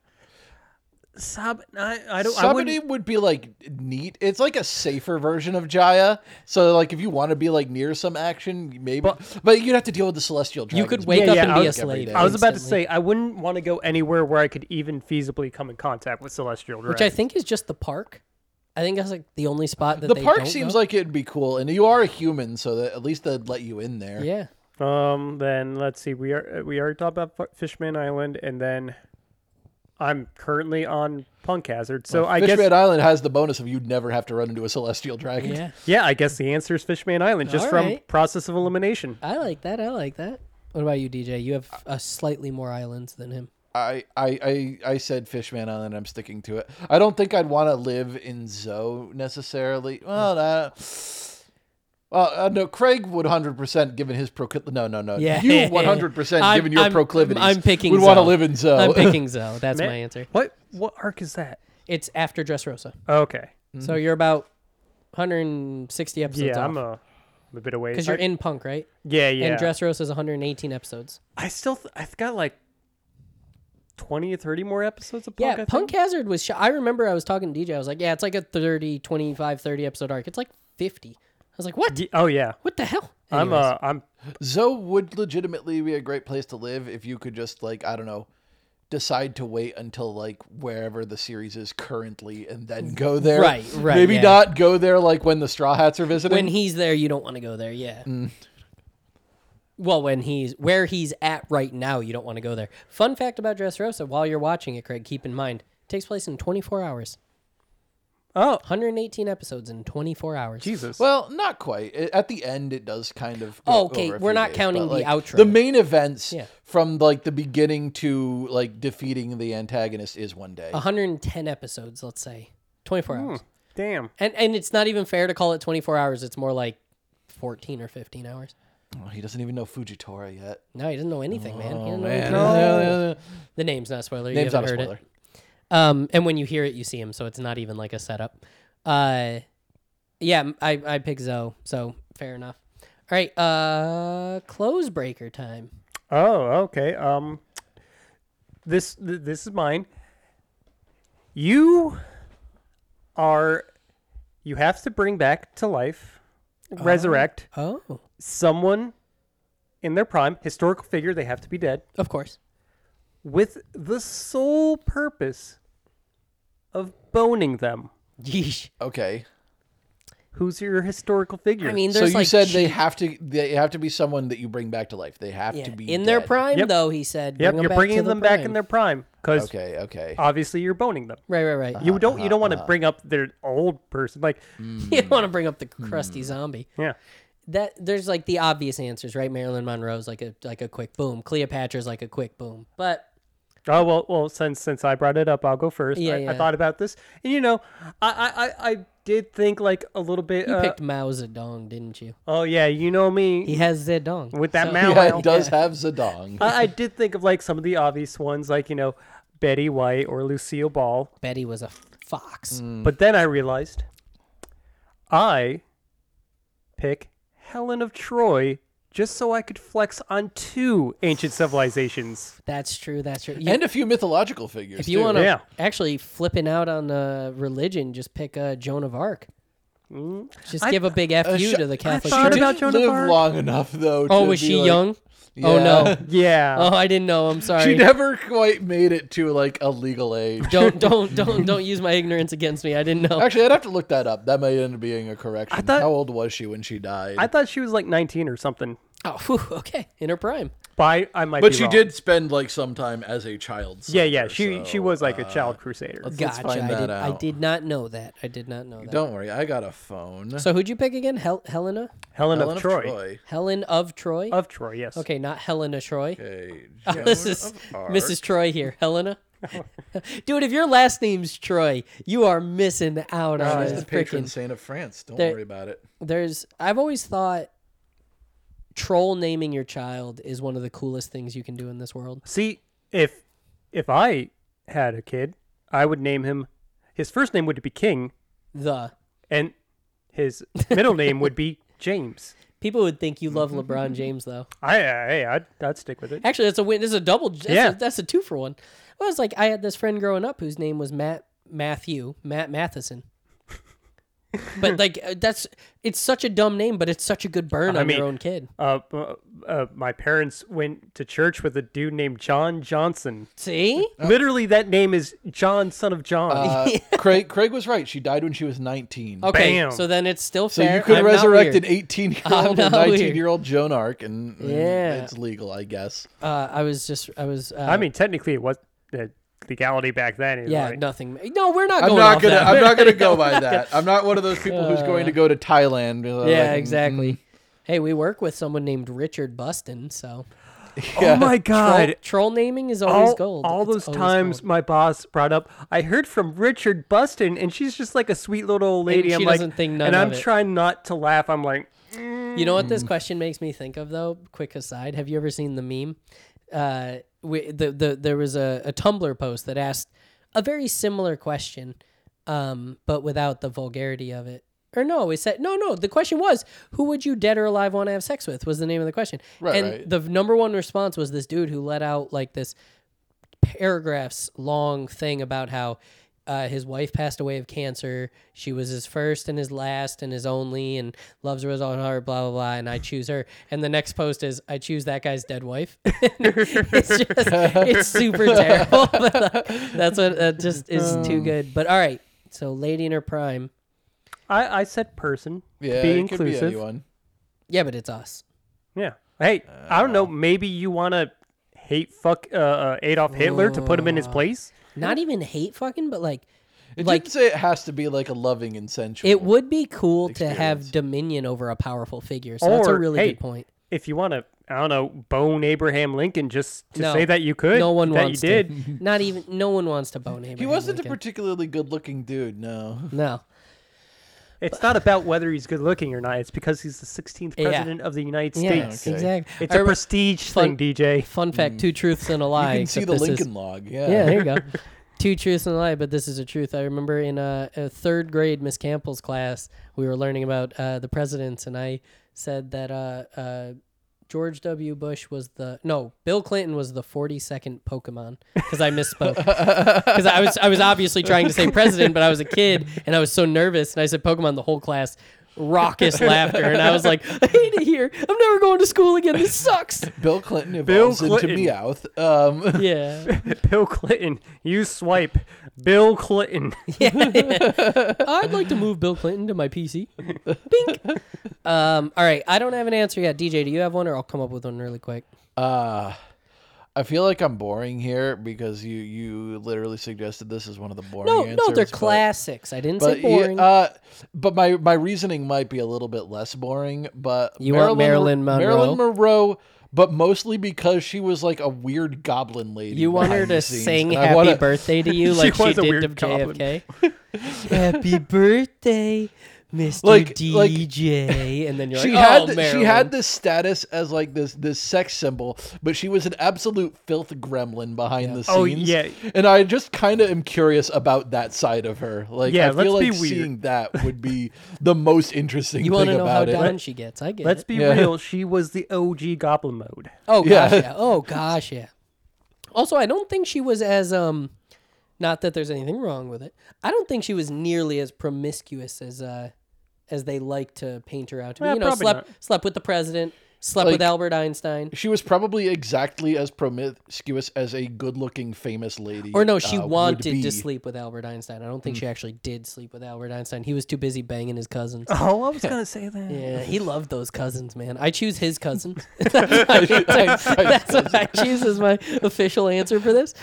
S2: Sab, I, I don't. I
S1: Somebody
S2: wouldn't,
S1: would be like neat. It's like a safer version of Jaya. So like, if you want to be like near some action, maybe, but, you'd have to deal with the celestial. Dragons.
S3: You could wake
S2: Yeah,
S3: up
S2: yeah,
S3: and
S2: I
S3: be a
S2: was-
S1: every
S3: slave.
S1: day.
S2: I was about to
S3: instantly,
S2: say I wouldn't want to go anywhere where I could even feasibly come in contact with celestial
S3: which I think is just the park. I think that's like the only spot that
S1: The
S3: they
S1: park
S3: don't
S1: seems
S3: go.
S1: like it'd be cool, and you are a human, so that at least they'd let you in there.
S3: Yeah.
S2: Um. Then let's see. We are we already talked about Fu- Fishman Island, and then I'm currently on Punk Hazard. So I
S1: Fishman
S2: guess
S1: Island has the bonus of you'd never have to run into a celestial dragon.
S3: Yeah.
S2: yeah. I guess the answer is Fishman Island, just from
S3: Alright.
S2: process of elimination.
S3: I like that. I like that. What about you, DJ? You have uh, slightly more islands than him.
S1: I, I, I, I said Fishman Island. I'm sticking to it. I don't think I'd want to live in Zoe necessarily.
S3: Hmm.
S1: Well, uh, well, uh, no. Craig would 100 percent given his proclivity. No, no, no.
S3: Yeah.
S1: you 100 percent
S3: I'm-
S1: given your
S3: I'm-
S1: proclivities.
S3: I'm picking
S1: Would want to
S3: Zoe.
S1: live in Zoe.
S3: I'm picking Zoe. That's
S2: Ma-
S3: my answer.
S2: What what arc is that?
S3: It's after Dressrosa.
S2: Okay.
S3: So you're about 160 episodes
S2: Mm-hmm. yeah, I'm
S3: off.
S2: a, I'm a bit away.
S3: Because you're in Punk, right?
S2: Yeah, yeah.
S3: And Dressrosa is 118 episodes.
S2: I still th- I've got like twenty or thirty more episodes of
S3: Yeah,
S2: Punk. I
S3: Punk
S2: think.
S3: Hazard was. Sh- I remember I was talking to DJ. I was like, yeah, it's like a 30, 25, 30 episode arc. It's like 50. I was like, what?
S2: Ye- oh yeah.
S3: What the hell?
S2: I'm
S3: Anyways,
S2: uh I'm
S1: Zoe would legitimately be a great place to live if you could just like I don't know, decide to wait until like wherever the series is currently and then go there.
S3: Mm, Right, right,
S1: Maybe
S3: yeah.
S1: not go there like when the Straw Hats are visiting.
S3: when he's there, you don't want to go there. Yeah.
S1: Mm.
S3: Well, when he's where he's at right now, you don't want to go there. Fun fact about Dressrosa: while you're watching it, Craig, keep in mind, it takes place in 24 hours.
S2: oh
S3: 118 episodes in 24 hours.
S2: Jesus.
S1: well, not quite. I- At the end, it does kind of. go
S3: Okay,
S1: over a
S3: we're
S1: few
S3: not
S1: days,
S3: counting
S1: but,
S3: the
S1: like,
S3: outro.
S1: The main events
S3: Yeah.
S1: from like the beginning to like defeating the antagonist is one day.
S3: Uh. 110 episodes, let's say. 24
S1: Hmm.
S3: hours.
S2: damn.
S3: And and it's not even fair to call it 24 hours. It's more like 14 or 15 hours.
S1: Oh, he doesn't even know Fujitora yet.
S3: No, he doesn't know anything, man. He doesn't know
S1: Oh, Man,
S3: anything. The name's not a spoiler.
S1: name's
S3: you
S1: not a
S3: haven't heard
S1: spoiler.
S3: It. Um, and when you hear it, you see him, so it's not even like a setup. Uh, yeah, m- I, I pick Zoe, so fair enough. All right, uh, close breaker time.
S2: Oh, okay. Um, this th- this is mine. You are you have to bring back to life,
S3: Uh-huh.
S2: resurrect
S3: Oh,
S2: someone in their prime, historical figure. They have to be dead
S3: of course.
S2: with the sole purpose of boning them.
S3: Yeesh.
S1: Okay.
S2: Who's your historical figure?
S3: I mean,
S1: So
S3: there's
S1: you
S3: like
S1: said
S3: cheap-
S1: they have to they have to be someone that you bring back to life. They have
S3: Yeah,
S1: to be
S3: in their
S1: dead.
S3: prime,
S2: Yep.
S3: though. He said,
S2: yep,
S3: "Bring 'em
S2: you're
S3: back
S2: bringing
S3: to the
S2: them back
S3: prime." Uh,
S2: in their prime because
S1: Okay, okay.
S2: obviously you're boning them.
S3: Right, right, right.
S1: Um,
S2: You don't you don't want to bring up their old person like
S3: you don't want to bring up the
S1: hmm.
S3: crusty zombie.
S2: yeah.
S3: That there's like the obvious answers, right? Marilyn Monroe's like a like a quick boom. Cleopatra's like a quick boom. But
S2: Oh well, well since since I brought it up, I'll go first.
S3: Yeah,
S2: I,
S3: yeah.
S2: I thought about this, and you know, I I, I, I did think like a little bit.
S3: you
S2: uh,
S3: picked Mao Zedong, didn't you?
S2: oh yeah, you know me
S3: He has Zedong.
S2: with that
S3: So-
S2: mouth.
S1: Yeah, it does have
S3: Uh,
S1: Zedong.
S2: I, I did think of like some of the obvious ones, like you know, Betty White or Lucille Ball.
S3: Betty was a
S1: Mm.
S3: fox.
S1: Mm-hmm.
S2: But then I realized, I pick Helen of Troy just so I could flex on two ancient civilizations.
S3: That's true. That's true. You-
S1: and a few mythological figures.
S3: if you
S1: too.
S3: want to
S2: Yeah.
S3: actually flipping out on uh, religion, just pick uh, Joan of Arc. Just
S2: I-
S3: give a big
S1: Mm. Uh,
S3: fu
S1: sh-
S3: to the Catholic
S2: thought
S3: Church.
S1: she
S2: about
S1: didn't
S2: Joan of
S1: live
S2: Arc.
S1: long enough though.
S3: oh,
S1: to
S3: was
S1: be
S3: she
S1: like-
S3: young? Oh no.
S2: Yeah.
S3: Oh, I didn't know. I'm sorry.
S1: She never quite made it to like a legal age.
S3: don't don't don't don't use my ignorance against me. I didn't know.
S1: Actually, I'd have to look that up. That may end up being a correction.
S2: thought-
S1: How old was she when she died?
S2: I thought she was like 19 or something.
S3: Oh, whew, okay, in her prime.
S2: By I might.
S1: But
S2: be
S1: she
S2: wrong.
S1: did spend like some time as a child.
S2: Yeah, yeah.
S1: soldier,
S2: She she
S1: so,
S2: was like a
S1: uh,
S2: child crusader.
S1: Let's
S3: Gotcha.
S1: find
S3: I
S1: that
S3: did. I
S1: out.
S3: did not know that. I did not know that.
S1: Don't worry, I got a phone.
S3: So who'd you pick again? Hel- Helena.
S2: Helen,
S1: Helen
S2: of Troy.
S3: Helen of Troy.
S2: Of Troy, yes.
S3: okay, not Helena Troy.
S1: Okay,
S3: Oh, this
S1: Joan
S3: is
S1: of Arc.
S3: Mrs. Troy here. Helena. Dude, if your last name's Troy, you are missing out on
S1: Uh, She's
S3: this
S1: the patron
S3: freaking.
S1: saint of France. Don't
S3: There-
S1: worry about it.
S3: There's. I've always thought troll naming your child is one of the coolest things you can do in this world.
S2: See, if if I had a kid, I would name him. His first name would be King,
S3: The
S2: and his middle name would be James.
S3: people would think you love
S2: Mm-hmm.
S3: LeBron James though.
S2: I, I I'd, I'd stick with it.
S3: Actually, that's a win. This is a double. That's
S2: Yeah.
S3: a, that's a two for one. I was like, I had this friend growing up whose name was Matt Matthew Matt Matheson. but like uh, that's it's such a dumb name, but it's such a good burn
S2: I
S3: on
S2: mean-
S3: your own kid.
S2: Uh, uh, uh, my parents went to church with a dude named John Johnson.
S3: See,
S2: Literally, that name is John, son of John.
S1: Uh, Craig Craig was right. She died when she was 19.
S3: okay,
S2: Bam.
S3: so then it's still
S1: So
S3: fair.
S1: you could
S3: I'm not
S1: resurrect
S3: weird.
S1: an 18 year old or
S3: I'm not weird.
S1: 19 year old Joan Arc, and and
S3: Yeah.
S1: it's legal, I guess.
S3: Uh, I was just, I was. Uh,
S2: I mean, technically, it was the legality back then. is
S3: yeah,
S2: like-
S3: nothing. No, we're not.
S1: I'm
S3: going
S1: not
S3: off
S1: gonna.
S3: that.
S1: I'm not gonna go by that. I'm not one of those people who's going to go to Thailand. uh,
S3: yeah,
S1: like,
S3: exactly. Hey, we work with someone named Richard Buston, so
S2: Oh
S3: troll,
S2: my God!
S3: troll naming is always
S2: all,
S3: gold.
S2: all
S3: It's
S2: those
S3: always
S2: times
S3: gold.
S2: my boss brought up, I heard from Richard Buston, and she's just like a sweet little old lady.
S3: she
S2: I'm like,
S3: doesn't think none
S2: and I'm
S3: of it.
S2: trying not to laugh. I'm like,
S3: You know what
S1: Mm.
S3: this question makes me think of though? Quick aside, have you ever seen the meme? Uh, we, the, the there was a, a Tumblr post that asked a very similar question, um, but without the vulgarity of it. Or no, it said no, no. The question was, who would you dead or alive want to have sex with? Was the name of the question.
S1: Right,
S3: and
S1: right.
S3: the number one response was this dude who let out like this paragraphs long thing about how uh, his wife passed away of cancer. She was his first and his last and his only, and loves her with all her heart. Blah blah blah. And I choose her. And the next post is I choose that guy's dead wife. it's just it's super terrible. but, like, that's what that just is too good. But all right, so lady in her prime.
S2: I, I said person. to
S1: Yeah,
S2: be
S1: it could be
S2: inclusive.
S1: anyone.
S3: Yeah, but it's us.
S2: Yeah. Hey, I
S3: Uh.
S2: don't know. Maybe you want to hate fuck uh, uh, Adolf Hitler to put him in his
S3: Uh.
S2: place.
S3: Not even hate fucking, but like
S1: It
S3: Like-
S1: didn't say it has to be like a loving and sensual.
S3: it would be cool to have
S1: Experience.
S3: dominion over a powerful figure. So that's a
S2: Or,
S3: really
S2: hey,
S3: good point.
S2: If you want to, I don't know, bone Abraham Lincoln just to
S3: No.
S2: say that you could.
S3: No one
S2: that
S3: wants
S2: you
S3: to.
S2: did.
S3: Not even no one wants to bone Abraham.
S1: He wasn't a
S3: Lincoln.
S1: particularly good-looking dude. No.
S3: no.
S2: It's not about whether he's good looking or not. It's because he's the 16th
S3: Yeah.
S2: president of the United
S3: Yes,
S2: States.
S1: okay.
S3: exactly.
S2: It's
S3: I
S2: a Hmm.
S3: re-
S2: prestige
S3: fun-
S2: thing, DJ.
S3: fun fact: two truths and a lie.
S1: You can see
S3: except
S1: the
S3: this is-
S1: Lincoln log. Yeah.
S3: Yeah, there you go. Two truths and a lie, but this is a truth. I remember in uh, a third grade Miss Campbell's class, we were learning about uh, the presidents, and I said that uh, uh, George W. Bush was the no, Bill Clinton was the forty second Pokemon because I misspoke because I was I was obviously trying to say president, but I was a kid and I was so nervous, and I said Pokemon. The whole class raucous laughter, and I was like, I hate it here. I'm never going to school again. This sucks.
S1: Bill Clinton evolves
S2: Clinton.
S1: into Meowth. Um,
S3: Yeah.
S2: Bill Clinton. You swipe. Bill Clinton.
S3: I'd like to move Bill Clinton to my PC. Bink. Um, all right, I don't have an answer yet. DJ, do you have one, or I'll come up with one really quick?
S1: uh, I feel like I'm boring here because you you literally suggested this is one of the boring.
S3: No,
S1: answers,
S3: no, they're
S1: but-
S3: classics. I didn't say
S1: But, yeah,
S3: boring.
S1: uh, but my my reasoning might be a little bit less boring. But
S3: You want Marilyn Monroe?
S1: Marilyn Monroe, but mostly because she was like a weird goblin lady.
S3: you want her
S1: behind the
S3: to
S1: scenes,
S3: sing
S1: and I
S3: "Happy
S1: wanna-
S3: Birthday" to you, like she,
S2: was a
S3: did
S2: weird
S3: to JFK. Happy birthday, Mister
S1: Like- like-
S3: DJ, and then you're
S1: She
S3: like,
S1: had
S3: "Oh,
S1: th- she
S3: Marilyn."
S1: had this status as like this this sex symbol, but she was an absolute filth gremlin behind the scenes.
S2: Oh, yeah.
S1: and I just kind of am curious about that side of her. Like,
S2: Yeah,
S1: I feel
S2: let's
S1: like
S2: be weird.
S1: seeing that would be the most interesting
S3: You
S1: thing
S3: want to know how
S1: about it.
S3: down she gets? I get
S2: Let's
S3: it.
S2: be
S1: Yeah.
S2: real. She was the OG Goblin mode.
S3: Oh
S1: Yeah.
S3: gosh, yeah. Oh gosh, yeah. Also, I don't think she was as um, not that there's anything wrong with it. I don't think she was nearly as promiscuous as uh, as they like to paint her out to be.
S2: Well,
S3: you know,
S2: probably
S3: slept slept with the president, Slept with
S1: Eh, Like-
S3: Albert Einstein.
S1: She was probably exactly as promiscuous as a good-looking famous lady.
S3: Or no, she
S1: uh, would
S3: wanted
S1: be. Hmm.
S3: to sleep with Albert Einstein. I don't think she actually did sleep with Albert Einstein. He was too busy banging his cousins.
S2: Oh, I was gonna say that.
S3: Yeah, he loved those cousins, man. I choose his cousins. that's my answer. That's what I choose as my official answer for this.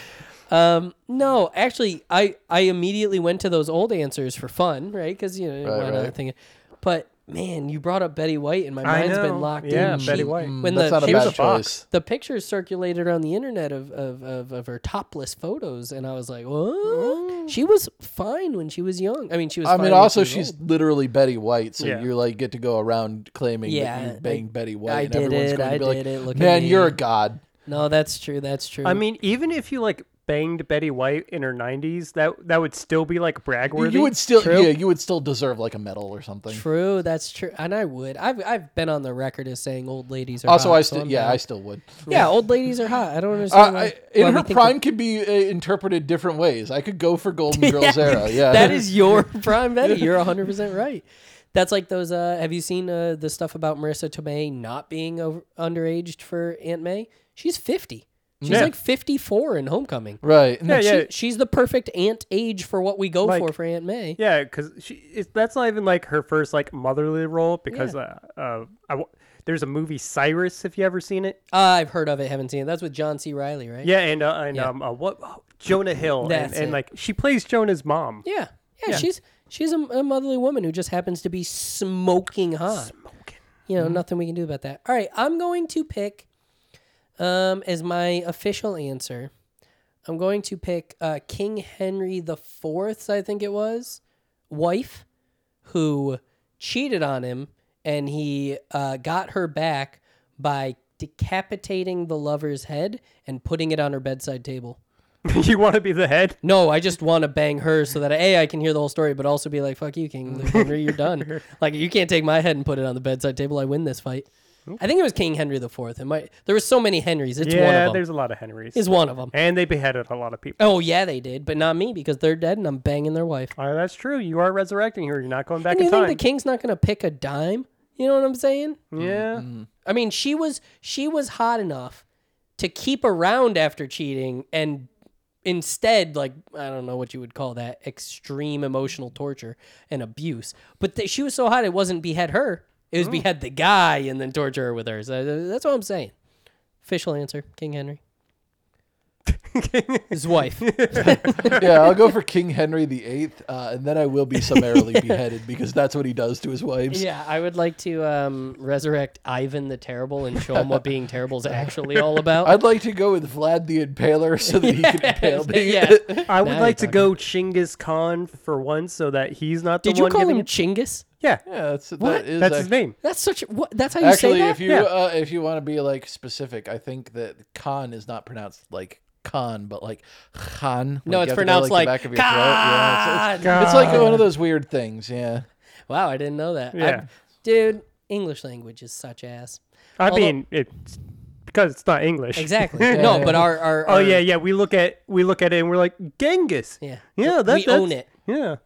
S3: Um, no, actually, I, I immediately went to those old answers for fun, right? Because you know,
S1: Right,
S3: why not
S1: right.
S3: think- But man, you brought up Betty White, and my
S2: I
S3: mind's
S2: know.
S3: been locked
S2: Yeah,
S3: in.
S2: Betty
S3: She-
S2: White.
S3: When the
S1: That's not a
S3: she was
S1: bad
S2: a fox.
S1: choice.
S3: the pictures circulated around the internet of of, of, of her topless photos, and I was like,
S2: Oh.
S3: "What? She was fine when she was young. I mean, she was.
S1: I
S3: fine when
S1: mean,
S3: she
S1: also
S3: was
S1: she's
S3: old.
S1: literally Betty White, so
S2: Yeah.
S1: you like get to go around claiming
S3: Yeah,
S1: that you
S3: I-
S1: banged Betty White,
S3: I
S1: and
S3: did
S1: everyone's
S3: it,
S1: going to
S3: I
S1: be like,
S3: did it, look at
S1: "Man,
S3: me."
S1: you're a god."
S3: no, that's true. That's true.
S2: I mean, even if you like banged Betty White in her 90s, that that would still be like brag worthy.
S1: You would still,
S3: True.
S1: yeah, you would still deserve like a medal or something.
S3: True, that's true, and I would. I've I've been on the record as saying old ladies are
S1: Also,
S3: hot,
S1: I
S3: so
S1: still,
S3: I'm
S1: yeah,
S3: down.
S1: I still would.
S3: yeah, old ladies are hot. I don't
S1: Uh,
S3: understand. why,
S1: I, in
S3: why we
S1: her
S3: think
S1: prime could be uh, interpreted different ways. I could go for Golden Girls era. Yeah,
S3: that- that is your prime Betty. You're hundred percent right. That's like those. Uh, have you seen uh, the stuff about Marissa Tomei not being over, underaged for Aunt May? She's fifty. She's
S2: Yeah.
S3: like fifty four in Homecoming.
S1: right.
S2: Yeah, yeah.
S3: She, she's the perfect aunt age for what we go
S2: Like-
S3: for for Aunt May.
S2: Yeah, because she it, that's not even like her first like motherly role because uh, uh I w- there's a movie Cyrus if you ever seen it.
S3: Uh, I've heard of it, haven't seen it. That's with John C. Riley, right?
S2: Yeah, and uh, and
S3: Yeah.
S2: um uh, what oh, Jonah Hill
S3: That's
S2: and, and
S3: it.
S2: like she plays Jonah's mom.
S3: Yeah. Um, Yeah, she's she's a, a motherly woman who just happens to be smoking Mm-hmm. hot. You know, nothing we can do about that. All right, I'm going to pick um as my official answer. I'm going to pick uh King Henry the 4th, I think it was, wife who cheated on him and he uh, got her back by decapitating the lover's head and putting it on her bedside table.
S2: you want to be the head?
S3: No, I just want to bang her so that a I can hear the whole story, but also be like, "Fuck you, King Henry, you're done. Like you can't take my head and put it on the bedside table. I win this fight." I think it was King Henry the Fourth. It might. There were so many Henrys. It's one
S2: yeah,
S3: of them.
S2: there's a lot of Henrys.
S3: It's one of them.
S2: and they beheaded a lot of people.
S3: Oh yeah, they did, but not me because they're dead and I'm banging their wife.
S2: Uh, that's true. You are resurrecting her. You're not going back
S3: And you
S2: in
S3: think
S2: time.
S3: the king's not gonna pick a dime? You know what I'm saying?
S2: yeah.
S3: I mean, she was she was hot enough to keep around after cheating, and instead, like I don't know what you would call that, extreme emotional torture and abuse. But th- she was so hot, it wasn't behead her; it was behead the guy and then torture her with her. So uh, that's what I'm saying. Official answer: King Henry, his wife.
S1: yeah, I'll go for King Henry the Eighth, uh, and then I will be summarily beheaded because that's what he does to his wives.
S3: yeah, I would like to um, resurrect Ivan the Terrible and show him what being terrible is actually all about.
S1: I'd like to go with Vlad the Impaler so that he can impale me.
S3: yeah.
S2: I would
S3: Now
S2: like to
S3: you're
S2: go Chinggis Khan for once, so that he's not the
S3: Did you
S2: one
S3: call
S2: giving
S3: him
S2: it.
S3: Chinggis?
S2: Yeah,
S1: Yeah, that's
S2: What?
S1: that is
S2: that's
S1: ac-
S2: his name.
S3: That's such. What, that's how you
S1: Actually,
S3: say that.
S1: if you
S2: Yeah.
S1: uh, if you want to be like specific, I think that Khan is not pronounced like Khan, but like Khan.
S3: No, it's
S1: Like, you have to go,
S3: pronounced
S1: the
S3: like
S1: back of your throat. Yeah, it's, it's, it's like one of those weird things. Yeah.
S3: wow, I didn't know that. I-
S2: Yeah.
S3: dude, English language is such ass.
S2: I
S3: Although-
S2: mean, it's because it's not English.
S3: Exactly. no, but our, our
S2: Oh
S3: our-
S2: yeah, yeah. We look at we look at it and we're like Genghis.
S3: Yeah. We
S2: yeah. That, that's,
S3: own it.
S2: Yeah,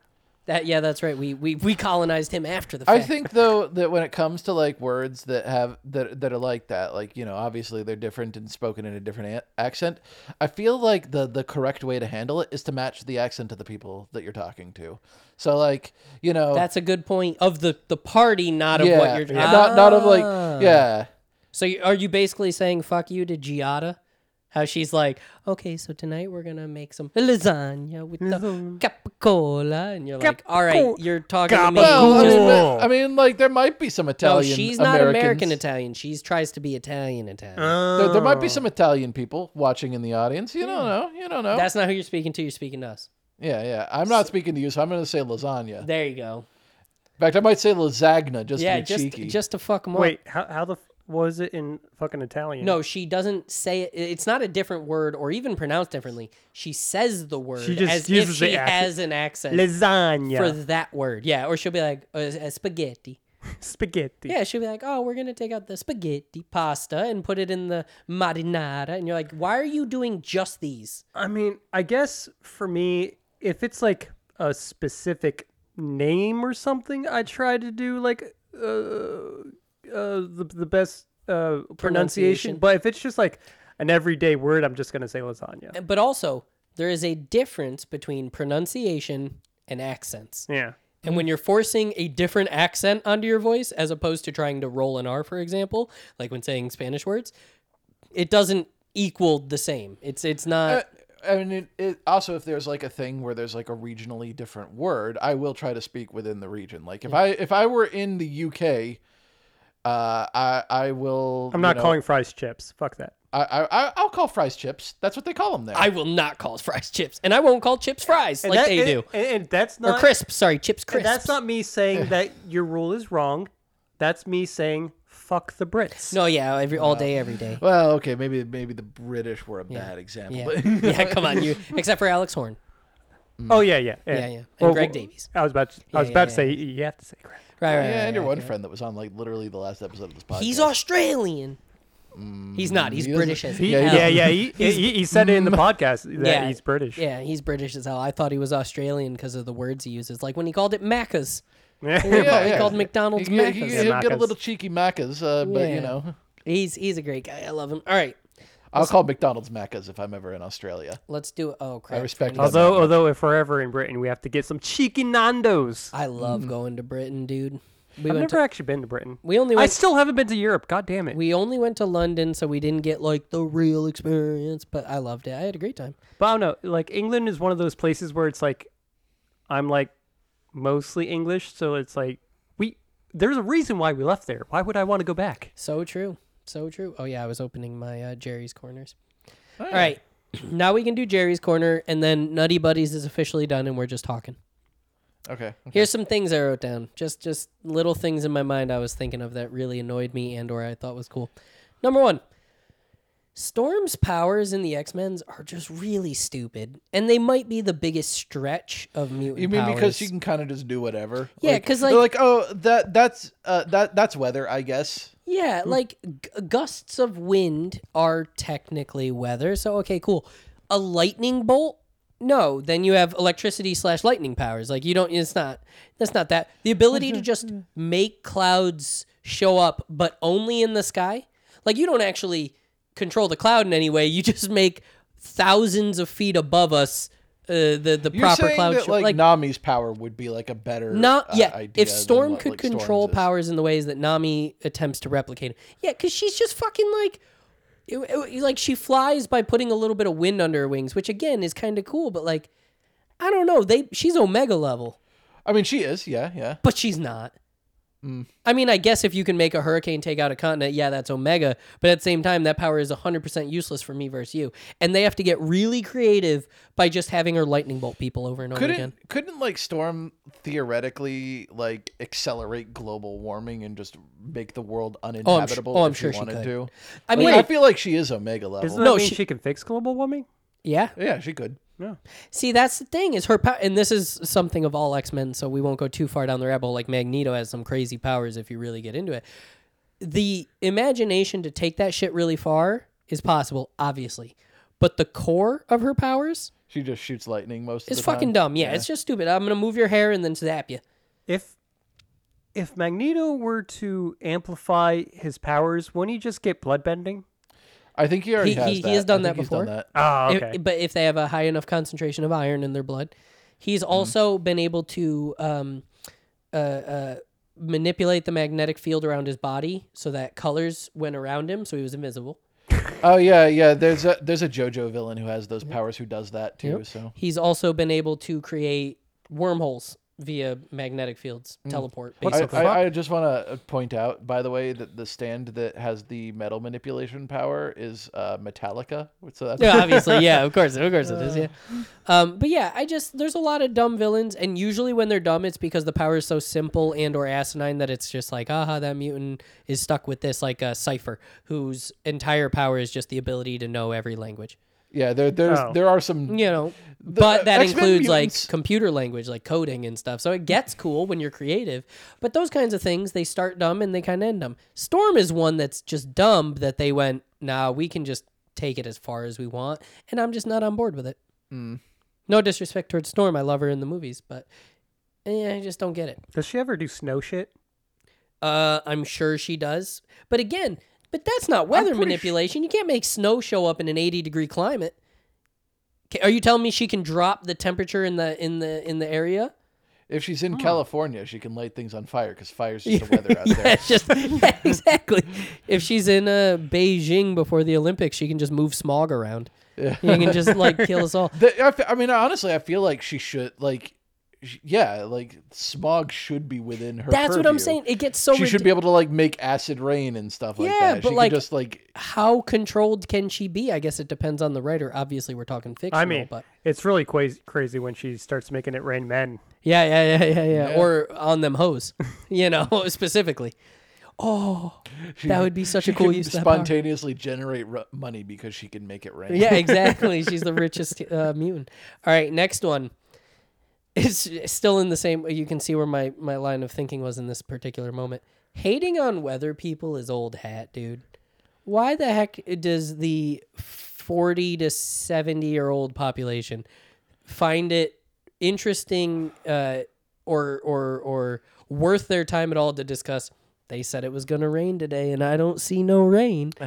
S3: that yeah, that's right. We we we colonized him after the fact.
S1: I think though that when it comes to like words that have that that are like that, like you know, obviously they're different and spoken in a different a- accent. I feel like the the correct way to handle it is to match the accent of the people that you're talking to. So like you know,
S3: that's a good point of the the party, not of
S1: yeah,
S3: what you're.
S1: not not of like
S3: Ah.
S1: yeah.
S3: So you, are you basically saying fuck you to Giada? How she's like, okay, so tonight we're gonna make some lasagna with the capicola, and you're like, all right,
S2: Capicola.
S3: you're talking to me.
S1: Well, I
S2: Cool.
S1: mean, but- I mean, like there might be some
S3: No,
S1: Italian.
S3: she's not American
S1: Americans.
S3: Italian. She tries to be Italian Italian.
S1: There, there
S2: Oh.
S1: might be some Italian people watching in the audience. You don't know. You
S2: Oh.
S1: don't know.
S3: Hmm. That's not who you're speaking to. You're speaking to us.
S1: yeah, yeah. I'm not speaking to you, so I'm going to say lasagna.
S3: There you go.
S1: In fact, I might say lasagna just
S3: yeah,
S1: to be
S3: just
S1: cheeky.
S3: just to fuck 'em up.
S2: Wait, how how the f- was it in fucking Italian?
S3: No, she doesn't say it. It's not a different word or even pronounced differently. She says the word
S2: She just
S3: as if
S2: uses the
S3: she
S2: accent.
S3: has an accent
S2: lasagna,
S3: for that word. Yeah, or she'll be like uh, uh, spaghetti.
S2: spaghetti.
S3: Yeah, she'll be like, "Oh, we're gonna take out the spaghetti pasta and put it in the marinara," and you're like, "Why are you doing just these?"
S2: I mean, I guess for me, if it's like a specific name or something, I try to do like uh, uh the the best uh, pronunciation,
S3: Pronunciation.
S2: but if it's just like an everyday word, I'm just gonna say lasagna.
S3: But also, there is a difference between pronunciation and accents.
S2: Yeah.
S3: And when you're forcing a different accent onto your voice, as opposed to trying to roll an R, for example, like when saying Spanish words, it doesn't equal the same. It's it's not.
S2: Uh,
S1: I mean, it, it also if there's like a thing where there's like a regionally different word, I will try to speak within the region. Like if I if I were in the UK, uh, I I will. you
S2: I'm not
S1: know,
S2: calling fries chips. Fuck that.
S1: I, I I- I'll call fries chips. That's what they call them there.
S3: I will not call fries chips, and I won't call chips fries like
S2: that-
S3: they
S2: and-
S3: do.
S2: And, and that's
S3: Or
S2: not
S3: crisps, sorry, chips
S2: and
S3: crisps.
S2: that's not me saying that your rule is wrong. That's me saying fuck the Brits.
S3: No, yeah, every all day, every day.
S1: well, okay, maybe maybe the British were a bad example.
S3: Yeah,
S1: But
S3: yeah. Come on, you. Except for Alex Horn.
S2: Oh yeah, yeah, yeah,
S3: Hmm. Yeah, yeah. And Greg Davies.
S2: I was about to, I was
S3: yeah,
S2: about to
S3: yeah,
S2: say y- you have to say Greg.
S3: Right, right.
S1: yeah,
S3: right,
S1: and your
S3: right,
S1: one
S3: right.
S1: friend that was on like literally the last episode of this podcast.
S3: He's Australian. he's not. He's
S1: Mm, he doesn't-
S3: British as
S1: he-
S3: hell.
S1: Yeah.
S2: Yeah, yeah. He, he, he said it in the podcast that
S3: Yeah.
S2: he's British.
S3: Yeah, he's British as hell. I thought he was Australian because of the words he uses. Like when he called it Macca's.
S2: Yeah.
S3: He called McDonald's
S1: He, he,
S3: Macca's.
S1: he'll get a
S2: Macca's.
S1: little cheeky Maccas, uh, but
S3: Yeah.
S1: you know,
S3: He's he's a great guy. I love him. All right,
S1: I'll call McDonald's Maccas if I'm ever in Australia.
S3: let's do. Oh crap!
S1: I respect
S3: Tony.
S1: that.
S2: although although if we're ever in Britain, we have to get some cheeky Nando's.
S1: Mm.
S3: I love going to Britain, dude. We
S2: I've
S3: went.
S2: never
S3: to,
S2: actually been to Britain.
S3: we only
S2: I
S3: went.
S2: still haven't been to Europe. God damn it!
S3: we only went to London, so we didn't get like the real experience. But I loved it. I had a great time.
S2: but I don't know. Like England is one of those places where it's like, I'm like mostly English, so it's like we. There's a reason why we left there. Why would I want to go back?
S3: So true. So true. Oh yeah, I was opening my uh, Jerry's corners.
S2: Oh,
S3: All right. Now we can do Jerry's corner and then Nutty Buddies is officially done and we're just talking.
S1: Okay.
S3: Here's some things I wrote down. Just just little things in my mind I was thinking of that really annoyed me and or I thought was cool. Number 1. Storm's powers in the X-Men's are just really stupid and they might be the biggest stretch of mutant
S1: You mean because
S3: powers.
S1: she can kind of just do whatever?
S3: Yeah, 'cause,
S1: they're
S3: like-
S1: oh, that that's uh, that that's weather, I guess.
S3: Yeah, like g- gusts of wind are technically weather. So okay, cool. A lightning bolt? No, then you have electricity slash lightning powers. Like you don't. It's not. That's not that. The ability
S1: Mm-hmm,
S3: to just make clouds show up, but only in the sky. Like you don't actually control the cloud in any way. You just make thousands of feet above us uh, the the
S1: You're
S3: proper
S1: saying
S3: cloud
S1: that
S3: show.
S1: like,
S3: like
S1: Nami's power would be like a better
S3: not
S1: uh,
S3: yeah.
S1: idea
S3: If
S1: than
S3: Storm
S1: what,
S3: could
S1: like, Storm's
S3: control
S1: is.
S3: powers in the ways that Nami attempts to replicate, yeah, because she's just fucking like, it- it- like she flies by putting a little bit of wind under her wings, which again is kind of cool. But like, I don't know, they she's Omega level,
S1: I mean, she is. Yeah, yeah.
S3: but she's not.
S1: Mm.
S3: I mean, I guess if you can make a hurricane take out a continent, yeah, that's Omega. But at the same time, that power is 100% useless for me versus you. And they have to get really creative by just having her lightning bolt people over and over
S1: Couldn't
S3: again.
S1: couldn't like Storm theoretically like accelerate global warming and just make the world uninhabitable
S3: oh, I'm
S1: if
S3: sure
S1: she
S3: she
S1: wanted
S3: could.
S1: to?
S3: I
S1: Like,
S3: mean,
S1: I feel like she is Omega level.
S2: Doesn't that
S3: No,
S2: mean
S3: she-
S2: Oh. she, can fix global warming?
S3: yeah.
S1: yeah, she could.
S3: See, that's the thing is her power, and this is something of all X Men, so we won't go too far down the rabbit hole. Like Magneto has some crazy powers if you really get into it. The imagination to take that shit really far is possible, obviously, but the core of her powers
S1: She just shoots lightning most
S3: is
S1: of the time.
S3: fucking dumb. Yeah, it's just stupid. I'm gonna move your hair and then zap you.
S2: If if Magneto were to amplify his powers, wouldn't he just get bloodbending?
S1: I think he already
S3: He-
S1: has
S3: he- he
S1: that.
S3: has done
S1: I
S3: that
S1: think he's
S3: before.
S1: that.
S2: Oh,
S3: If- but if they have a high enough concentration of iron in their blood, he's also been able to um, uh, uh, manipulate the magnetic field around his body so that colors went around him, so he was invisible.
S1: Oh yeah, yeah. There's a there's a JoJo villain who has those powers who does that too. So
S3: He's also been able to create wormholes via magnetic fields, teleport.
S2: Mm. What
S1: I,
S2: the
S3: Basically.
S1: I,
S2: fuck?
S1: I just want to point out, by the way, that the stand that has the metal manipulation power is uh, Metallica. So that's
S3: yeah, obviously, yeah, of course, of course it is, yeah. Um, but yeah, I just there's a lot of dumb villains, and usually when they're dumb, it's because the power is so simple and or asinine that it's just like, aha, that mutant is stuck with this, like a cipher whose entire power is just the ability to know every language.
S1: yeah. There there's
S2: Oh.
S1: there are some.
S3: you know but that
S1: Mm. X-Men
S3: includes
S1: mutants-
S3: like computer language like coding and stuff so it gets cool when you're creative but those kinds of things they start dumb and they kind of end dumb storm is one that's just dumb that they went nah we can just take it as far as we want and i'm just not on board with it
S1: Mm.
S3: no disrespect towards storm i love her in the movies but eh, i just don't get it
S2: Does she ever do snow shit?
S3: uh, I'm sure she does. But again, But that's not weather
S2: pretty
S3: manipulation. You can't make snow show up in an 80 degree climate. Ca- Are you telling me she can drop the temperature in the in the in the area?
S1: If she's in California, she can light things on fire because fire's just the weather out there.
S3: It's just yeah, exactly. If she's in uh, Beijing before the Olympics, she can just move smog around. You can just like kill us all.
S1: The- I f- I mean, honestly, I feel like she should like, sh- yeah, like smog should be within her.
S3: That's what I'm
S1: purview.
S3: saying. It gets so
S1: she should
S3: ridic-
S1: be able to like make acid rain and stuff like
S3: Yeah,
S1: that.
S3: but,
S1: she could
S3: like-
S1: just like
S3: how controlled can she be? I guess it depends on the writer. Obviously, we're talking fictional,
S2: I mean,
S3: but
S2: it's really quaz- crazy when she starts making it rain men.
S3: yeah, yeah, yeah, yeah, yeah, or on them hose, you know, specifically. Oh,
S1: she,
S3: That would be such
S1: she
S3: a cool
S1: can
S3: use of that power.
S1: spontaneously generate ru- money because she can make it rain.
S3: Yeah, exactly. She's the richest uh, mutant. All right, next one. It's still in the same. You can see where my my line of thinking was in this particular moment. Hating on weather people is old hat, dude. Why the heck does the forty to seventy year old population find it interesting uh, or or or worth their time at all to discuss? They said it was gonna rain today, and I don't see no rain.
S1: Uh,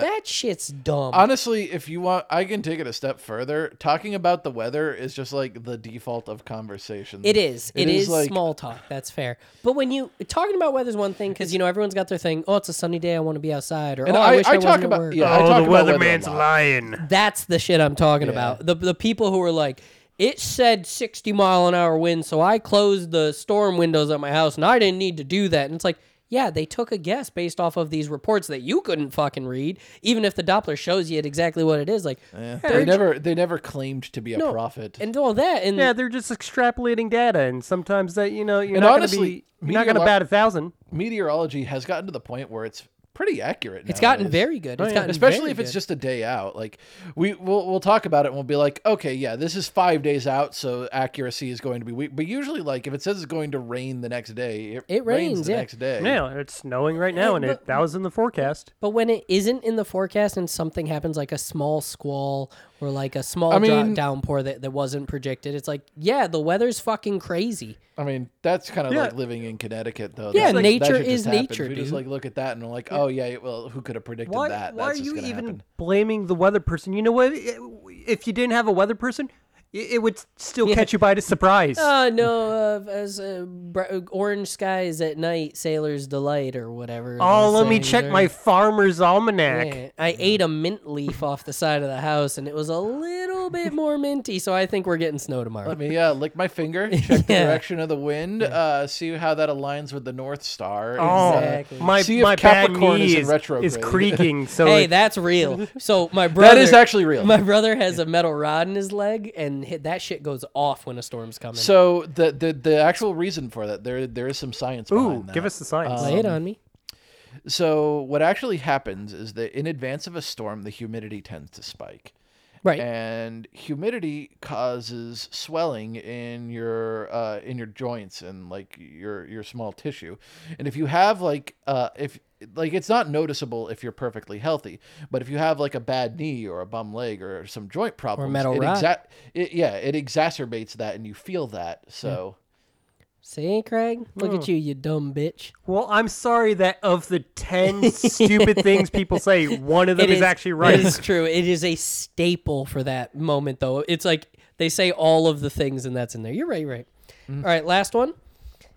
S3: that shit's dumb.
S1: honestly, if you want, I can take it a step further. Talking about the weather is just like the default of conversation.
S3: It is.
S1: It
S3: it is,
S1: is like-
S3: small talk. That's fair. But when you talking about weather's one thing because you know everyone's got their thing. Oh, it's a sunny day. I want to be outside. Or
S1: And
S3: oh, I,
S1: I-
S3: wish
S1: I
S3: I,
S1: talk
S3: wasn't at
S1: about-
S3: work.
S1: yeah. I talk about weather a lot.
S2: Oh, lying.
S3: That's the shit I'm talking about. The the people who are like, it said 60 mile an hour wind, so I closed the storm windows at my house, and I didn't need to do that. And it's like. Yeah, they took a guess based off of these reports that you couldn't fucking read, even if the Doppler shows you it exactly what it is. Like,
S1: Yeah. They never they never claimed to be a
S3: No,
S1: prophet.
S3: and all that, and
S2: Yeah, they're just extrapolating data, and sometimes that you know you're
S1: And
S2: not
S1: honestly,
S2: gonna be you're not gonna
S1: meteorolo-
S2: bat a thousand.
S1: Meteorology has gotten to the point where it's pretty accurate.
S3: it's gotten
S1: nowadays.
S3: very good. It's gotten
S1: Oh, especially
S3: very
S1: if it's
S3: good.
S1: just a day out. Like we we'll, we'll talk about it and we'll be like, okay, yeah, this is five days out, so accuracy is going to be weak. But usually, like if it says it's going to rain the next day, it,
S3: It rains,
S1: the
S3: yeah.
S1: next day.
S2: Yeah, it's snowing right now, and it, that was in the forecast.
S3: But when it isn't in the forecast and something happens like a small squall or like a small
S1: I
S3: dro-
S1: mean-
S3: downpour that, that wasn't projected, it's like, yeah, the weather's fucking crazy.
S1: I mean, that's kind of
S2: Yeah.
S1: like living in Connecticut, though.
S3: Yeah,
S1: That's like- that
S3: nature
S1: should just
S3: is
S1: happen.
S3: nature,
S1: We
S3: dude.
S1: just like look at that and we're like, oh yeah, well, who could have predicted
S2: Why,
S1: that?
S2: why are
S1: That's just
S2: you
S1: gonna
S2: even
S1: happen.
S2: blaming the weather person? You know what? If you didn't have a weather person, it, it would still catch you by the surprise.
S3: Uh, no, uh, as uh, br- orange skies at night, sailor's delight or whatever.
S2: oh,
S3: those
S2: let me
S3: things
S2: check
S3: are.
S2: my farmer's almanac.
S3: Yeah, I ate a mint leaf off the side of the house and it was a little bit more minty, so I think we're getting snow tomorrow.
S1: Let me uh, lick my finger, check the
S3: Yeah.
S1: direction of the wind, uh, see how that aligns with the North Star.
S2: Oh,
S3: Exactly.
S2: my,
S1: See if
S2: my bad
S1: Capricorn is
S2: knee
S1: in
S2: is, is
S1: retrograde.
S2: creaking. So
S3: Hey,
S2: it-
S3: that's real. So my brother
S1: That is actually real.
S3: My brother has a metal rod in his leg, and hit, that shit goes off when a storm's coming.
S1: So the, the the actual reason for that there there is some science.
S2: ooh,
S1: behind that.
S2: give us the science.
S1: uh,
S3: lay it on me.
S1: So what actually happens is that in advance of a storm, the humidity tends to spike,
S3: Right.
S1: and humidity causes swelling in your uh, in your joints and like your your small tissue. And if you have like uh, if like it's not noticeable if you're perfectly healthy, but if you have like a bad knee or a bum leg or some joint problems,
S3: metal
S1: it,
S3: rod.
S1: it yeah, it exacerbates that, and you feel that. So
S3: See, Craig? Look
S2: Hmm.
S3: at you, you dumb bitch.
S2: Well, I'm sorry that of the 10 stupid things people say, one of them
S3: It
S2: is, actually right.
S3: It is true. It is a staple for that moment, though. It's like they say all of the things, and that's in there. You're right. You're right.
S2: Mm.
S3: All right, last one.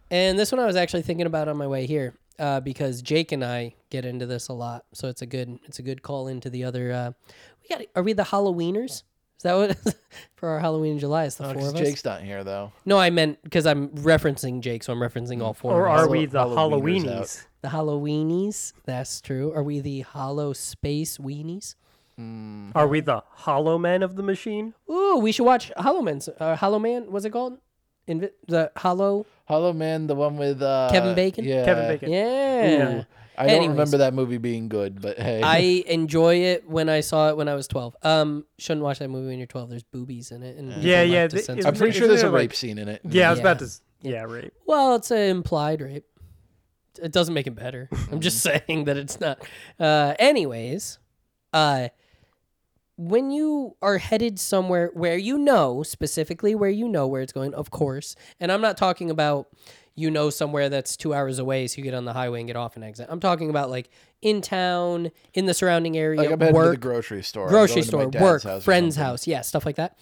S3: And this one I was actually thinking about on my way here uh, because Jake and I get into this a lot, so it's a good it's a good call into the other. Uh, we got are we the Halloweeners? Is that what for our Halloween in July? It's the four
S1: Oh, 'cause
S3: of us.
S1: Jake's not here though.
S3: No, I meant because I'm referencing Jake, so I'm
S1: Mm.
S3: referencing all four.
S2: or
S3: of us.
S2: are we the
S1: Halloweeners
S2: Halloweenies?
S3: The Halloweenies, that's true. Are we the Hollow Space Weenies?
S2: Are we the Hollow Men of the Machine?
S3: Ooh, we should watch Hollow Man's uh, Hollow Man. What's it called? Invi- the Hollow.
S1: Hollow Man, the one with uh,
S3: Kevin Bacon?
S1: Yeah,
S2: Kevin Bacon.
S3: Yeah.
S1: I don't
S3: Anyways.
S1: remember that movie being good, but hey,
S3: I enjoy it when I saw it when I was 12. Um, shouldn't watch that movie when you're 12. There's boobies in it. And we
S2: Yeah,
S3: don't
S2: yeah,
S3: like to
S2: th-
S3: censor
S1: I'm pretty sure
S2: Isn't
S1: there's
S2: there,
S1: a
S2: like-
S1: rape scene in it.
S2: Yeah, I was
S3: Yeah.
S2: about to. s- Yeah, right.
S3: Well, it's an implied rape. It doesn't make it better. I'm just saying that it's not. Uh, anyways, uh, when you are headed somewhere where you know specifically where you know where it's going, of course, and I'm not talking about you know somewhere that's two hours away, so you get on the highway and get off and exit. I'm talking about like in town, in the surrounding area,
S1: Like I'm heading to the
S3: work,
S1: grocery store. I'm
S3: grocery
S1: going to my
S3: store, work,
S1: dad's house or
S3: friend's
S1: something.
S3: house, yeah, stuff like that.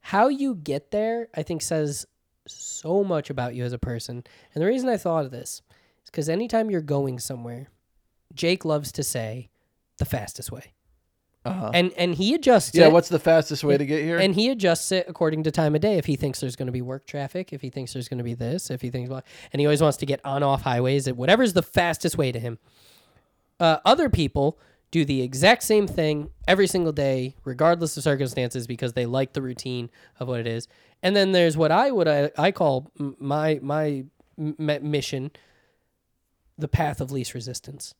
S3: How you get there, I think, says so much about you as a person. And the reason I thought of this is because anytime you're going somewhere, Jake loves to say the fastest way,
S1: Uh-huh.
S3: and and he adjusts.
S1: Yeah,
S3: it,
S1: what's the fastest way to get here?
S3: and he adjusts it according to time of day. If he thinks there's going to be work traffic, if he thinks there's going to be this, if he thinks, and he always wants to get on off highways at whatever's the fastest way to him. Uh, other people do the exact same thing every single day, regardless of circumstances, because they like the routine of what it is. And then there's what I would I, I call m- my my m- m- mission, the path of least resistance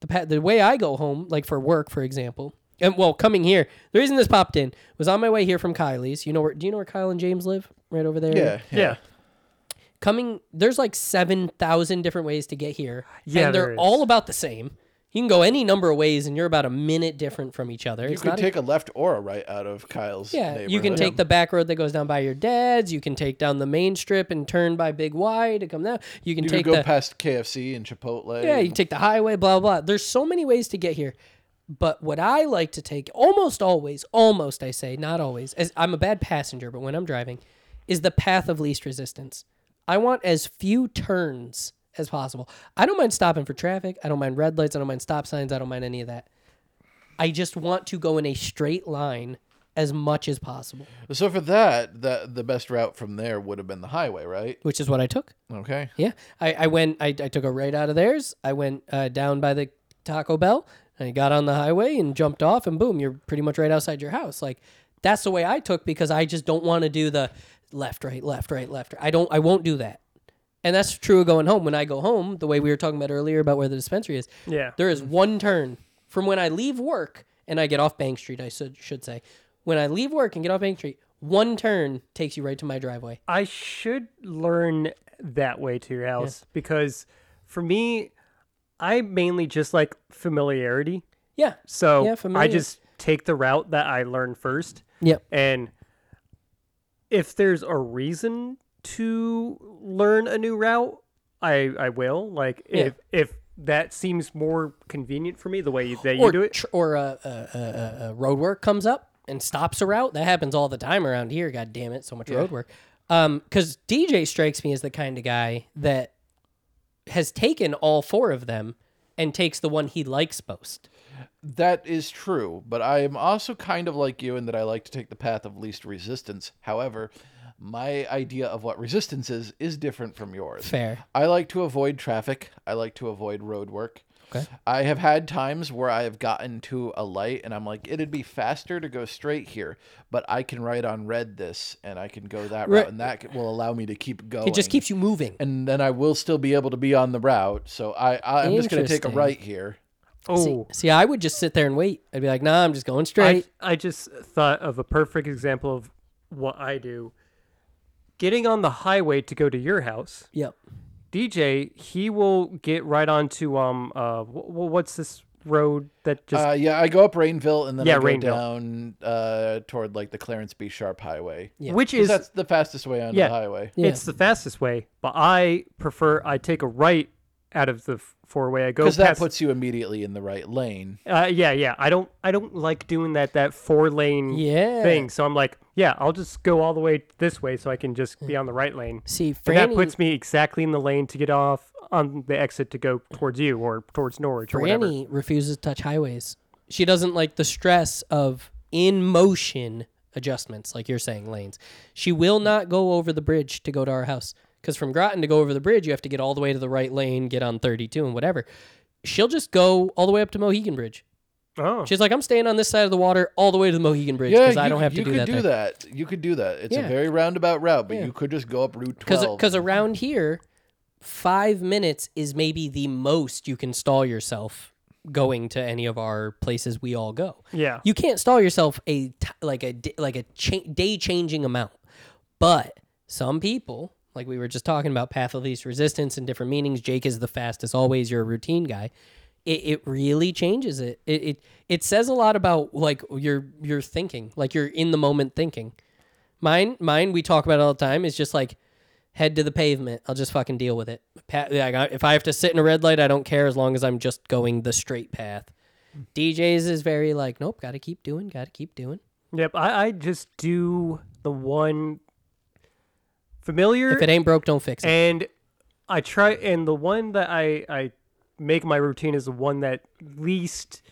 S3: the pa- the way I go home, like for work, for example, and well, coming here, the reason this popped in was on my way here from Kylie's. You know where? Do you know where Kyle and James live? Right over there.
S1: yeah, yeah.
S2: Yeah.
S3: Coming, there's like seven thousand different ways to get here.
S2: Yeah,
S3: and
S2: there
S3: they're
S2: is.
S3: all about the same. You can go any number of ways, and you're about a minute different from each other.
S1: You
S3: it's
S1: could
S3: not a-
S1: take a left or a right out of Kyle's.
S3: yeah, you can
S1: neighborhood.
S3: take the back road that goes down by your dad's. You can take down the main strip and turn by Big Y to come down. You can
S1: You
S3: take
S1: could go
S3: the
S1: past KFC and Chipotle.
S3: Yeah, you
S1: and-
S3: can take the highway, blah, blah. There's so many ways to get here. But what I like to take almost always, almost I say, not always, as I'm a bad passenger, but when I'm driving, is the path of least resistance. I want as few turns as possible. I don't mind stopping for traffic. I don't mind red lights. I don't mind stop signs. I don't mind any of that. I just want to go in a straight line as much as possible,
S1: So for that, that the best route from there would have been the highway, right?
S3: which is what I took.
S1: Okay.
S3: Yeah, I, I went. I, I took a right out of theirs. I went uh, down by the Taco Bell and I got on the highway and jumped off, and boom, you're pretty much right outside your house. Like that's the way I took because I just don't want to do the left, right, left, right, left. I don't. I won't do that. And that's true of going home. When I go home, the way we were talking about earlier about where the dispensary is,
S2: Yeah.
S3: there is one turn from when I leave work and I get off Bank Street. I should should say, when I leave work and get off Bank Street, one turn takes you right to my driveway.
S2: I should learn that way to your house because for me, I mainly just like familiarity.
S3: Yeah.
S2: So
S3: Yeah,
S2: I
S3: familiar.
S2: just take the route that I learned first.
S3: Yep.
S2: And if there's a reason to learn a new route, I I will. Like
S3: Yeah.
S2: if if that seems more convenient for me, the way you, that
S3: or
S2: you do it.
S3: tr- or uh, uh, uh, uh, uh, road work comes up and stops a route. That happens all the time around here. God damn it, so much road work. Um, because DJ strikes me as the kind of guy that has taken all four of them and takes the one he likes most.
S1: That is true, but I am also kind of like you in that I like to take the path of least resistance. However, my idea of what resistance is is different from yours.
S3: Fair.
S1: I like to avoid traffic. I like to avoid road work.
S3: Okay.
S1: I have had times where I have gotten to a light and I'm like, it'd be faster to go straight here, but I can write on red this and I can go that
S3: Right.
S1: route, and that c- will allow me to keep going.
S3: It just keeps you moving.
S1: and then I will still be able to be on the route. So I, I I'm just going to take a
S3: Interesting.
S1: right here.
S2: Oh,
S3: See, I would just sit there and wait. I'd be like, Nah, I'm just going
S2: I,
S3: straight.
S2: I just thought of a perfect example of what I do. Getting on the highway to go to your house,
S3: yep.
S2: DJ, he will get right onto um uh wh- wh- what's this road that just
S1: Uh, yeah, I go up Rainville and then
S2: Yeah,
S1: I go
S2: Rainville.
S1: down uh, toward like the Clarence B. Sharp Highway. Yeah.
S2: which is
S1: That's the fastest way onto
S2: Yeah.
S1: the highway.
S3: Yeah.
S2: it's the fastest way, but I prefer I take a right out of the four way. I go
S1: Because
S2: past
S1: that puts you immediately in the right lane.
S2: uh, yeah yeah I don't I don't like doing that that four lane
S3: Yeah.
S2: thing. So I'm like yeah I'll just go all the way this way so I can just be on the right lane.
S3: See, Franny,
S2: And that puts me exactly in the lane to get off on the exit to go towards you or towards Norwich or whatever.
S3: Franny refuses to touch highways. She doesn't like the stress of in motion adjustments, like you're saying, lanes. She will not go over the bridge to go to our house. Because from Groton to go over the bridge, you have to get all the way to the right lane, get on 32 and whatever. She'll just go all the way up to Mohegan Bridge.
S2: Oh,
S3: She's like, I'm staying on this side of the water all the way to the Mohegan Bridge
S1: Yeah,
S3: because
S1: you,
S3: I don't have to
S1: you
S3: do
S1: could
S3: that.
S1: do
S3: there.
S1: that. You could do that. It's
S3: Yeah.
S1: a very roundabout route, but you could just go up Route 12.
S3: because around here, five minutes is maybe the most you can stall yourself going to any of our places we all go.
S2: Yeah.
S3: you can't stall yourself a t- like a d- like a cha- day changing amount, but some people. Like we were just talking about path of least resistance and different meanings. Jake is the fastest always. You're a routine guy. It, it really changes it. it. It it says a lot about like your your thinking. Like you're in the moment thinking. Mine mine we talk about it all the time is just like head to the pavement. I'll just fucking deal with it. Pa- yeah, I got, if I have to sit in a red light, I don't care as long as I'm just going the straight path. DJ's is very like, nope, got to keep doing, got to keep doing.
S2: Yep, I, I just do the one familiar
S3: If it ain't broke, don't fix it.
S2: and I try and the one that I I make my routine is the one that least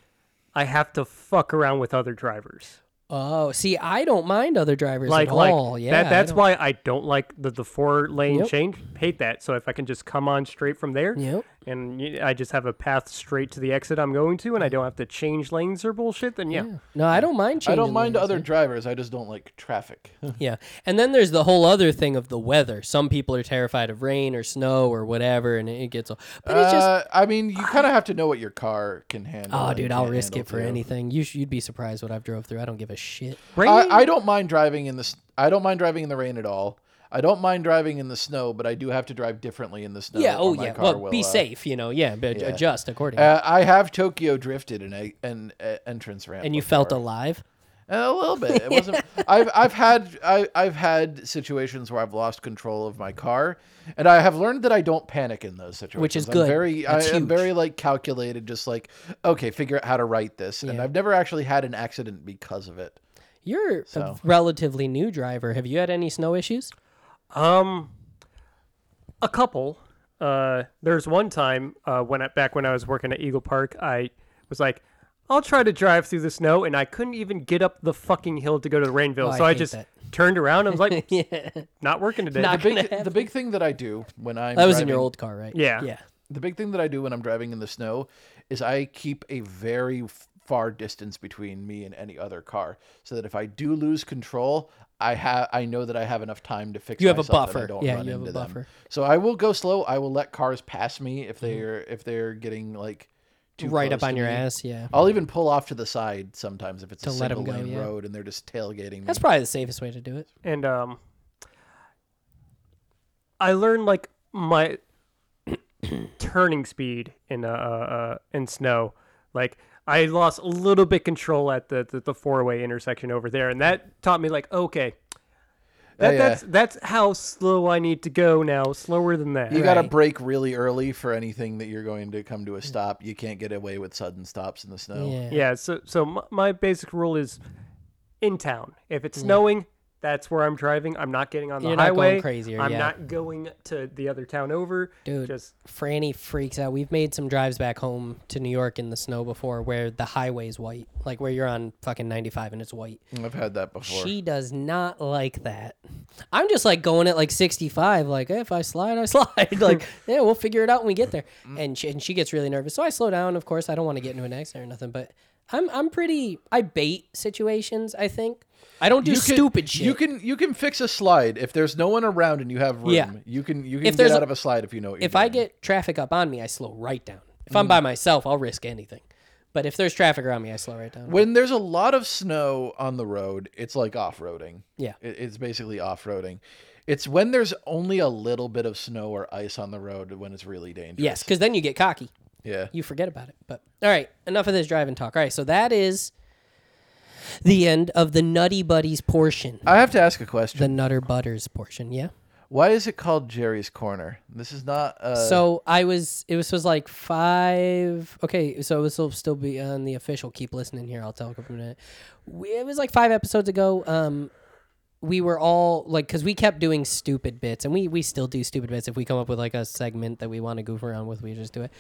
S2: I have to fuck around with other drivers.
S3: Oh, see, I don't mind other drivers
S2: Like
S3: at
S2: like
S3: all. oh, Yeah,
S2: that
S3: I
S2: that's
S3: don't-
S2: why I don't like the, the four lane
S3: Yep.
S2: change. Hate that. So if I can just come on straight from there
S3: Yep.
S2: and y- I just have a path straight to the exit I'm going to and I don't have to change lanes or bullshit, then yeah.
S3: No, I don't mind. Changing
S1: I don't mind
S3: lanes,
S1: other
S3: yeah.
S1: drivers. I just don't like traffic.
S3: Yeah. And then there's the whole other thing of the weather. Some people are terrified of rain or snow or whatever, and it gets. all- But it's just,
S1: uh, I mean, you kind of have to know what your car can handle.
S3: oh,
S1: and
S3: dude, I'll
S1: can't
S3: risk it
S1: handle,
S3: for
S1: too.
S3: anything. You sh- you'd be surprised what I've drove through. I don't give a shit.
S2: Raining-
S1: I, I don't mind driving in the. s- I don't mind driving in the rain at all. I don't mind driving in the snow, but I do have to drive differently in the snow.
S3: yeah.
S1: or
S3: Oh,
S1: my
S3: yeah.
S1: car
S3: Well,
S1: will,
S3: be
S1: uh,
S3: safe. You know. Yeah. But
S1: yeah.
S3: adjust accordingly.
S1: Uh, I have Tokyo drifted in a an uh, entrance ramp,
S3: and you felt
S1: before.
S3: alive.
S1: Uh, a little bit. It wasn't. I've I've had I, I've had situations where I've lost control of my car, and I have learned that I don't panic in those situations.
S3: Which is
S1: I'm
S3: good.
S1: very
S3: That's
S1: I am
S3: huge.
S1: very like calculated, just like okay, figure out how to write this. And
S3: Yeah.
S1: I've never actually had an accident because of it.
S3: You're a
S1: So.
S3: relatively new driver. Have you had any snow issues?
S2: Um, a couple. Uh, there's one time uh, when I, back when I was working at Eagle Park, I was like, I'll try to drive through the snow, and I couldn't even get up the fucking hill to go to Rainville.
S3: Oh, I
S2: so I,
S3: hate
S2: just
S3: that.
S2: turned around. and was like,
S3: yeah.
S2: not working today.
S3: Not
S1: The
S3: gonna
S1: big the big thing that I do when I'm
S3: That was in your
S1: driving-
S3: old car, right?
S2: Yeah.
S3: Yeah.
S1: the big thing that I do when I'm driving in the snow is I keep a very f- far distance between me and any other car, so that if I do lose control, I have I know that I have enough time to fix.
S3: You have a
S1: myself and I
S3: buffer.
S1: don't
S3: Yeah,
S1: run
S3: you have a
S1: into them.
S3: buffer. Mm-hmm.
S1: So I will go slow. I will let cars pass me if they're if they're getting like too
S3: Right
S1: close
S3: up on
S1: to
S3: your
S1: me. Oh.
S3: ass. Yeah.
S1: I'll even pull off to the side sometimes if it's a
S3: To let 'em
S1: single
S3: go,
S1: lane
S3: yeah.
S1: road and they're just tailgating me.
S3: That's probably the safest way to do it.
S2: and um, I learned like my turning speed in uh, uh in snow. Like I lost a little bit control at the the, the four way intersection over there, and that taught me like okay.
S3: Oh,
S2: That,
S1: yeah.
S2: That's that's how slow I need to go now. Slower than that.
S1: you got to
S3: Right. Mm.
S1: brake really early for anything that you're going to come to a stop. You can't get away with sudden stops in the snow.
S3: Yeah.
S2: Yeah. So so my, my basic rule is, in town. If it's snowing, that's where I'm driving. I'm not getting on the
S3: Mm. You're not going
S2: highway.
S3: crazier,
S2: I'm
S3: yeah.
S2: not going to the other town over.
S3: Dude.
S2: Just
S3: Franny freaks out. We've made some drives back home to New York in the snow before where the highway's white, like where you're on fucking 95 and it's white.
S1: I've had that before.
S3: She does not like that. I'm just like going at like 65, like eh, if I slide, I slide. like yeah, we'll figure it out when we get there. And she, and she gets really nervous, so I slow down. Of course, I don't want to get into an accident or nothing, but I'm I'm pretty. I bait situations. I think I don't do
S1: You can-
S3: stupid shit.
S1: You can you can fix a slide if there's no one around and you have room.
S3: Yeah.
S1: You can you can
S3: If
S1: get
S3: there's
S1: out
S3: a-
S1: of a slide if you know what
S3: if
S1: you're
S3: I
S1: doing.
S3: get traffic up on me, I slow right down. If
S1: Mm.
S3: I'm by myself, I'll risk anything. But if there's traffic around me, I slow right down.
S1: when there's a lot of snow on the road, it's like off roading.
S3: Yeah.
S1: It, it's basically off roading. It's when there's only a little bit of snow or ice on the road when it's really dangerous.
S3: Yes, because then you get cocky.
S1: Yeah.
S3: You forget about it. But all right, enough of this driving talk. All right, so that is the end of the Nutty Buddies portion,
S1: I have to ask a question.
S3: the Nutter Butters portion. Yeah.
S1: Why is it called Jerry's Corner? This is not. Uh,
S3: So I was. It was was like five. Okay, so this will still be on the official. Keep listening here. I'll tell you in a minute. We, it was like five episodes ago. Um, we were all like, because we kept doing stupid bits, and we we still do stupid bits. If we come up with like a segment that we want to goof around with, we just do it.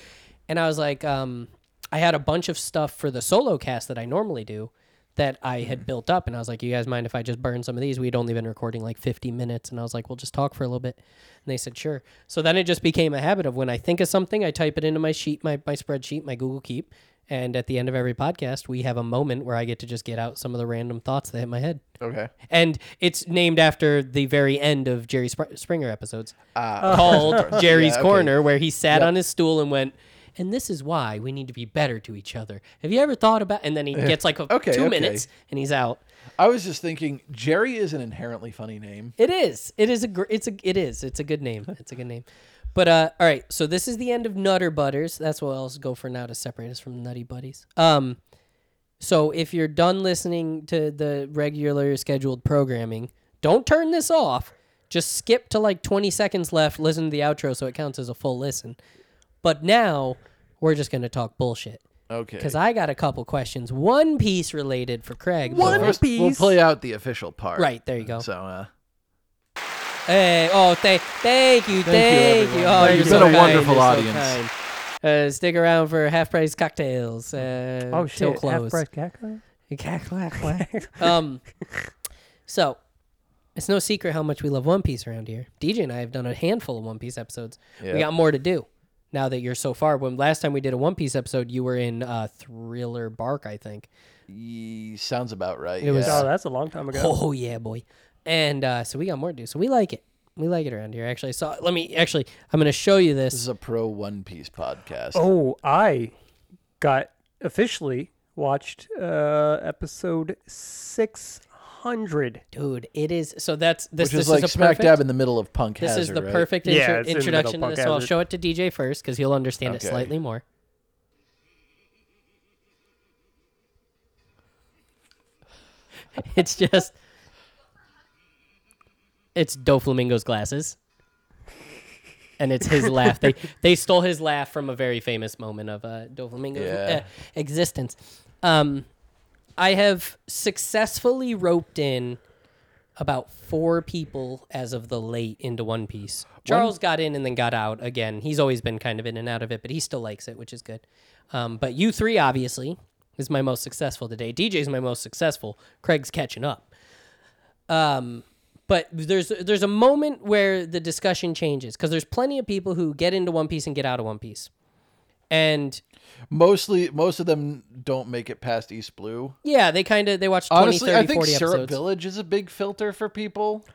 S3: And I was like, um, I had a bunch of stuff for the solo cast that I normally do. That I had built up, and I was like, "You guys mind if I just burn some of these?" We'd only been recording like 50 minutes, and I was like, "We'll just talk for a little bit." And they said, sure. So then it just became a habit of when I think of something, I type it into my sheet, my, my spreadsheet, my Google Keep. And at the end of every podcast, we have a moment where I get to just get out some of the random thoughts that hit my head.
S1: okay.
S3: And it's named after the very end of Jerry Spr- Springer episodes called Jerry's
S1: Ah. Yeah, okay.
S3: Corner, where he sat on his stool and went, and this is why we need to be better to each other. Have you ever thought about? And then he gets like a,
S1: Okay,
S3: two
S1: okay.
S3: minutes and he's out.
S1: I was just thinking Jerry is an inherently funny name.
S3: It is. It is a. Gr- it's a. It is. It's a good name. It's a good name. But uh, all right. So this is the end of Nutter Butters. That's what I'll go for now to separate us from Nutty Buddies. Um, so if you're done listening to the regular scheduled programming, don't turn this off. Just skip to like 20 seconds left, listen to the outro so it counts as a full listen. But now we're just going to talk bullshit
S1: Okay.
S3: because I got a couple questions. One piece related for Craig.
S2: One
S3: but-
S1: First, we'll
S2: piece.
S1: play out the official part.
S3: Right, there you go.
S1: So, uh,
S3: Hey, oh, thank, thank you, thank, you.
S1: everyone.
S3: Oh,
S1: Thank
S3: you've
S1: you.
S3: so
S1: Been a
S3: kind,
S1: wonderful
S3: you're so
S1: audience.
S3: kind. Uh, stick around for half price cocktails. Uh,
S2: Oh
S3: Till
S2: shit!
S3: close.
S2: Half-Breath Gecko?
S3: Exact- whack, whack. um, so it's no secret how much we love One Piece around here. DJ and I have done a handful of One Piece episodes.
S1: Yeah.
S3: We got more to do now that you're so far. When last time we did a One Piece episode, you were in uh, Thriller Bark, I think.
S1: ye- sounds about right.
S3: It was-
S1: yeah.
S2: Oh, that's a long time ago.
S3: Oh yeah, boy. And uh, so we got more to do. So we like it. We like it around here. Actually, so let me actually. I'm going to show you
S1: This
S3: this.
S1: is a pro One Piece podcast.
S2: Oh, I got officially watched uh, episode 600.
S3: dude it is so that's this
S1: which is
S3: this
S1: like
S3: is a
S1: smack
S3: perfect,
S1: dab in the middle of Punk
S3: this
S1: Hazard.
S3: is the
S1: right?
S3: perfect
S2: Yeah,
S3: intro
S2: it's in the
S3: introduction
S2: middle,
S3: to this
S2: Punk
S3: so i'll
S2: Hazard.
S3: show it to dj first because he'll understand
S1: Okay.
S3: it slightly more it's just it's doflamingo's glasses and it's his laugh they they stole his laugh from a very famous moment of uh doflamingo's
S1: Yeah.
S3: uh, existence um i have successfully roped in about four people as of the late into One Piece. Charles got in and then got out again. He's always been kind of in and out of it, but he still likes it, which is good. Um, but you three, obviously, is my most successful today. DJ's my most successful. Craig's catching up. Um, but there's there's a moment where the discussion changes because there's plenty of people who get into One Piece and get out of One Piece, and
S1: Mostly, most of them don't make it past East Blue.
S3: yeah, they kind of they watch 20,
S1: Honestly,
S3: 30,
S1: I think
S3: 40
S1: Syrup
S3: episodes.
S1: Village is a big filter for people.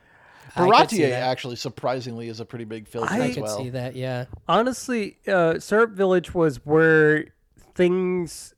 S3: could see
S1: Baratier
S3: that.
S1: actually, surprisingly, is a pretty big filter
S2: I
S1: as
S3: could
S1: well.
S3: see that, yeah.
S2: Honestly, uh, Syrup Village was where things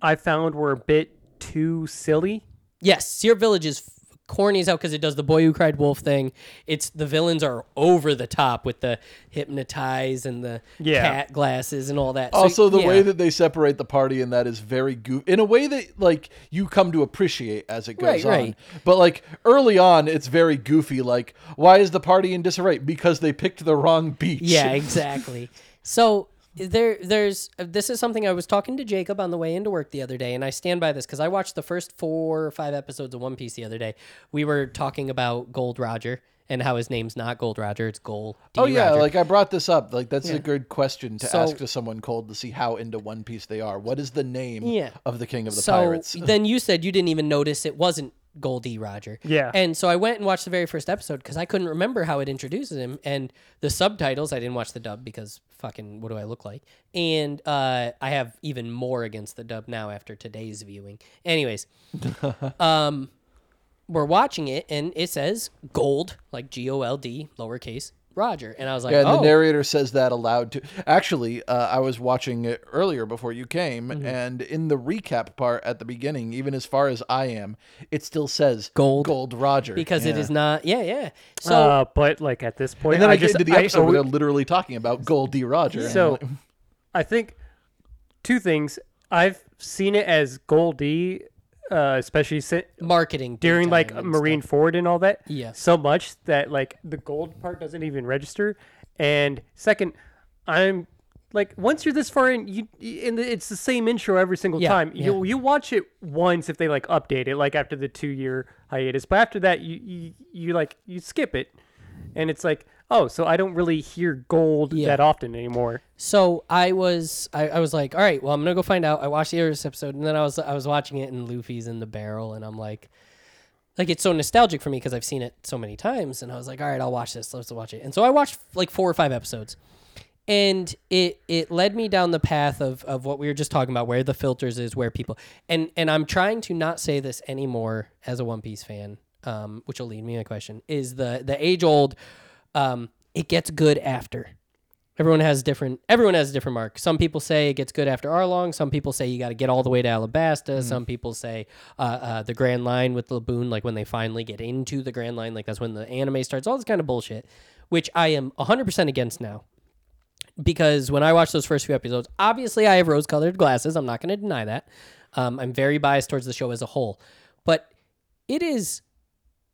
S2: I found were a bit too silly.
S3: Yes, Seer Village is f- corny as hell because it does the boy who cried wolf thing. It's the villains are over the top with the hypnotize and the
S2: Yeah.
S3: cat glasses and all that. So,
S1: Also, the
S3: yeah.
S1: way that they separate the party in that is very goofy. In a way that, like, you come to appreciate as it
S3: Right,
S1: goes
S3: right.
S1: on. But, like, early on, it's very goofy. Like, why is the party in disarray? Because they picked the wrong beach.
S3: yeah, exactly. so there, there's uh, this is something I was talking to Jacob on the way into work the other day, and I stand by this because I watched the first four or five episodes of One Piece the other day. We were talking about Gold Roger and how his name's not Gold Roger; it's Gold. D.
S1: Oh yeah,
S3: Roger.
S1: like I brought this up. Like that's a good question to
S3: So-
S1: ask to someone cold to see how into One Piece they are. What is the name
S3: Yeah.
S1: of the King of the
S3: so
S1: Pirates?
S3: then you said you didn't even notice it wasn't Goldie Roger.
S2: Yeah.
S3: And so I went and watched the very first episode because I couldn't remember how it introduces him and the subtitles. I didn't watch the dub because fucking what do I look like? And uh, I have even more against the dub now after today's viewing. Anyways, um, we're watching it and it says Gold like G O L D lowercase Roger, and I was like,
S1: Yeah, and
S3: oh,
S1: the narrator says that aloud too. Actually, uh, I was watching it earlier before you came,
S3: Mm-hmm.
S1: and in the recap part at the beginning, even as far as I am, it still says
S3: Gold.
S1: Gold Roger
S3: because it
S1: Yeah.
S3: is not. Yeah, yeah. So
S2: uh, but like at this point,
S1: And then I,
S2: I just
S1: get into the
S2: I
S1: episode where
S2: always-
S1: they're literally talking about Gold D Roger. and I'm
S2: So,
S1: like,
S2: I think two things. I've seen it as Goldie, uh, especially si-
S3: marketing
S2: during
S3: time
S2: like uh,
S3: and
S2: Marine Forward and all that.
S3: Yeah.
S2: So much that like the gold part doesn't even register. And second, I'm like once you're this far in, you and it's the same intro every single
S3: Yeah,
S2: time.
S3: yeah.
S2: You you watch it once if they like update it, like after the two year hiatus. But after that, you, you you like you skip it, and it's like oh, so I don't really hear gold
S3: Yeah.
S2: that often anymore.
S3: So I was I, I was like, all right, well I'm gonna go find out. I watched the Eris episode and then I was I was watching it and Luffy's in the barrel and I'm like like it's so nostalgic for me because I've seen it so many times and I was like, all right, I'll watch this. Let's watch it. And so I watched like four or five episodes. And it it led me down the path of of what we were just talking about, where the filters is, where people and and I'm trying to not say this anymore as a One Piece fan, um, which will lead me to a question, is the the age old um it gets good after. Everyone has different. Everyone has a different mark. Some people say it gets good after Arlong. Some people say you got to get all the way to
S2: Mm-hmm.
S3: Alabasta. Some people say uh, uh, the Grand Line with Laboon, like when they finally get into the Grand Line, like that's when the anime starts. All this kind of bullshit, which I am 100% against now, because when I watched those first few episodes, obviously I have rose-colored glasses. I'm not going to deny that. Um, I'm very biased towards the show as a whole, but it is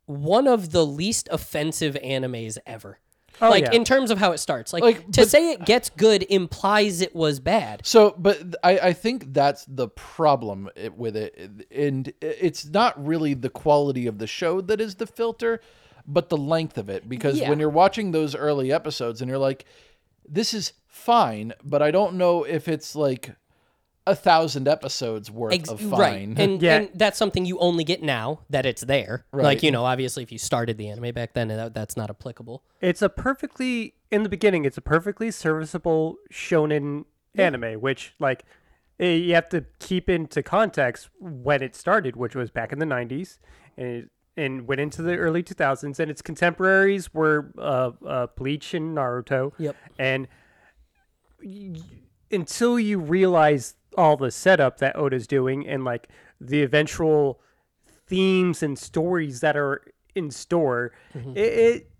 S3: one of the least offensive animes ever.
S2: Oh,
S3: like
S2: yeah.
S3: in terms of how it starts. Like,
S1: Like,
S3: to
S1: but-
S3: say it gets good implies it was bad.
S1: So, but th- I, I think that's the problem i- with it. And it's not really the quality of the show that is the filter, but the length of it. Because
S3: Yeah.
S1: when you're watching those early episodes and you're like, this is fine, but I don't know if it's like a thousand episodes worth
S3: Ex-
S1: of fine.
S3: right. And,
S2: Yeah.
S3: and that's something you only get now that it's there. Like,
S1: Right.
S3: you know, obviously if you started the anime back then, that, that's not applicable.
S2: It's a perfectly in the beginning. It's a perfectly serviceable shonen anime, which like eh, you have to keep into context when it started, which was back in the '90s, and it, and went into the early 2000s. And its contemporaries were uh, uh, Bleach and Naruto.
S3: Yep.
S2: And until you realize all the setup that Oda's doing and like the eventual themes and stories that are in store,
S3: Mm-hmm.
S2: it, it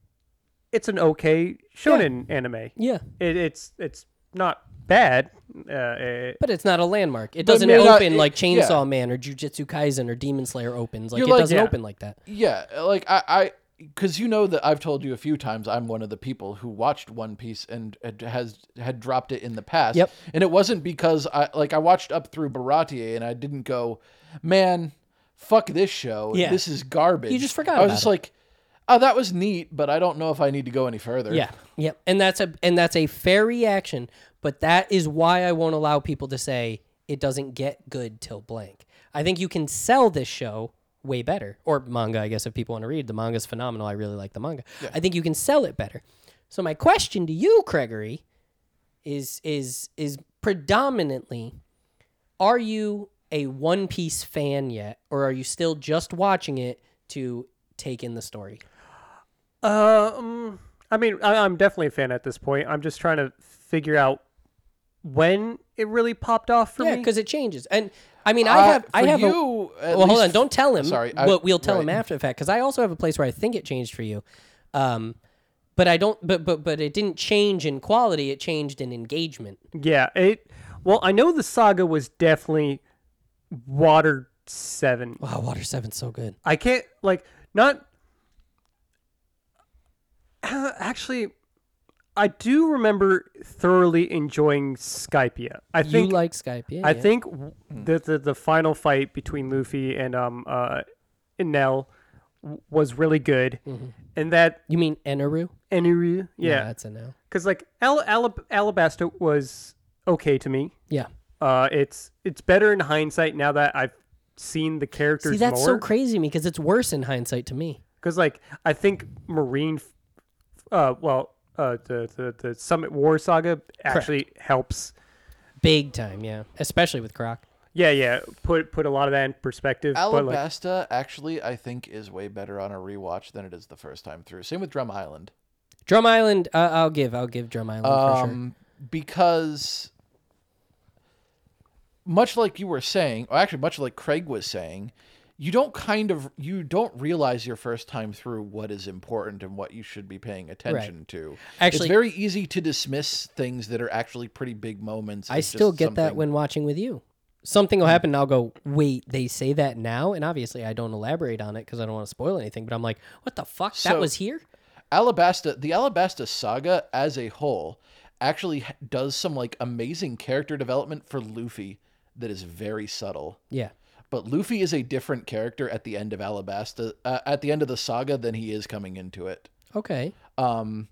S2: it's an okay shonen anime.
S3: Yeah.
S2: It, it's it's not bad. Uh, eh,
S3: But it's not a landmark. It doesn't
S1: maybe
S3: open
S1: not- it-
S3: like
S1: yeah.
S3: Chainsaw Man or Jujutsu Kaisen or Demon Slayer opens. Like,
S1: You're
S3: it
S1: like-
S3: doesn't
S2: Yeah.
S3: open like that.
S1: Yeah, like I, I, because you know that I've told you a few times I'm one of the people who watched One Piece and had- has had dropped it in the past.
S3: Yep.
S1: And it wasn't because I like I watched up through Baratier and I didn't go, man, fuck this show.
S3: Yeah.
S1: This is garbage.
S3: You just forgot
S1: I was
S3: about
S1: just
S3: it.
S1: like, oh, that was neat, but I don't know if I need to go any further.
S3: Yeah. Yep. And that's a and that's a fair reaction, but that is why I won't allow people to say it doesn't get good till blank. I think you can sell this show way better or manga, I guess if people want to read. The manga's phenomenal. I really like the manga. I think you can sell it better. So my question to you, Gregory, is is is predominantly are you a One Piece fan yet or are you still just watching it to take in the story?
S2: Um, I mean, I, I'm definitely a fan at this point. I'm just trying to figure out when it really popped off for
S3: Yeah,
S2: me.
S3: because it changes. And I mean, I
S1: Uh,
S3: have, I
S1: for
S3: have. a,
S1: you, at
S3: well, hold
S1: least-
S3: on. Don't tell him.
S1: Sorry, I-
S3: but we'll tell him
S1: right.
S3: after the fact because I also have a place where I think it changed for you. Um, but I don't. But but but it didn't change in quality. It changed in engagement.
S2: Yeah, it. Well, I know the saga was definitely watered seven.
S3: Wow, Water Seven's so good.
S2: I can't like not. Uh, Actually, I do remember thoroughly enjoying Skypia. I
S3: You
S2: think
S3: like Skype? Yeah.
S2: I
S3: yeah.
S2: think w- the, the the final fight between Luffy and um uh Enel w- was really good, and that
S3: you mean Eneru.
S2: Eniru yeah
S3: Mm-hmm. that's a no.
S2: because like Al- Alab- Alabasta was okay to me.
S3: Yeah.
S2: Uh, it's it's better in hindsight now that I've seen the characters
S3: See, that's so
S2: more.
S3: crazy to me because it's worse in hindsight to me.
S2: Because like I think Marine, f- uh, well, uh, the, the the Summit War saga actually helps.
S3: Big time, yeah. Especially with Croc.
S2: Yeah, yeah. Put put a lot of that in perspective. but, like,
S1: Alabasta actually, I think, is way better on a rewatch than it is the first time through. Same with Drum Island.
S3: Drum Island. Uh, I'll give. I'll give Drum Island for sure.
S1: um, because much like you were saying, or actually much like Craig was saying, you don't kind of you don't realize your first time through what is important and what you should be paying attention to.
S3: Actually-
S1: it's very easy to dismiss things that are actually pretty big moments.
S3: I
S1: as
S3: still
S1: just
S3: get that
S1: something- Hmm.
S3: when watching with you. Something will happen, and I'll go, wait, they say that now? And obviously, I don't elaborate on it because I don't want to spoil anything, but I'm like, what the fuck? that
S1: So-
S3: was here?
S1: Alabasta, the Alabasta saga as a whole, actually h- does some like amazing character development for Luffy that is very subtle.
S3: Yeah.
S1: But Luffy is a different character at the end of Alabasta, uh, at the end of the saga, than he is coming into it.
S3: Okay.
S1: Um,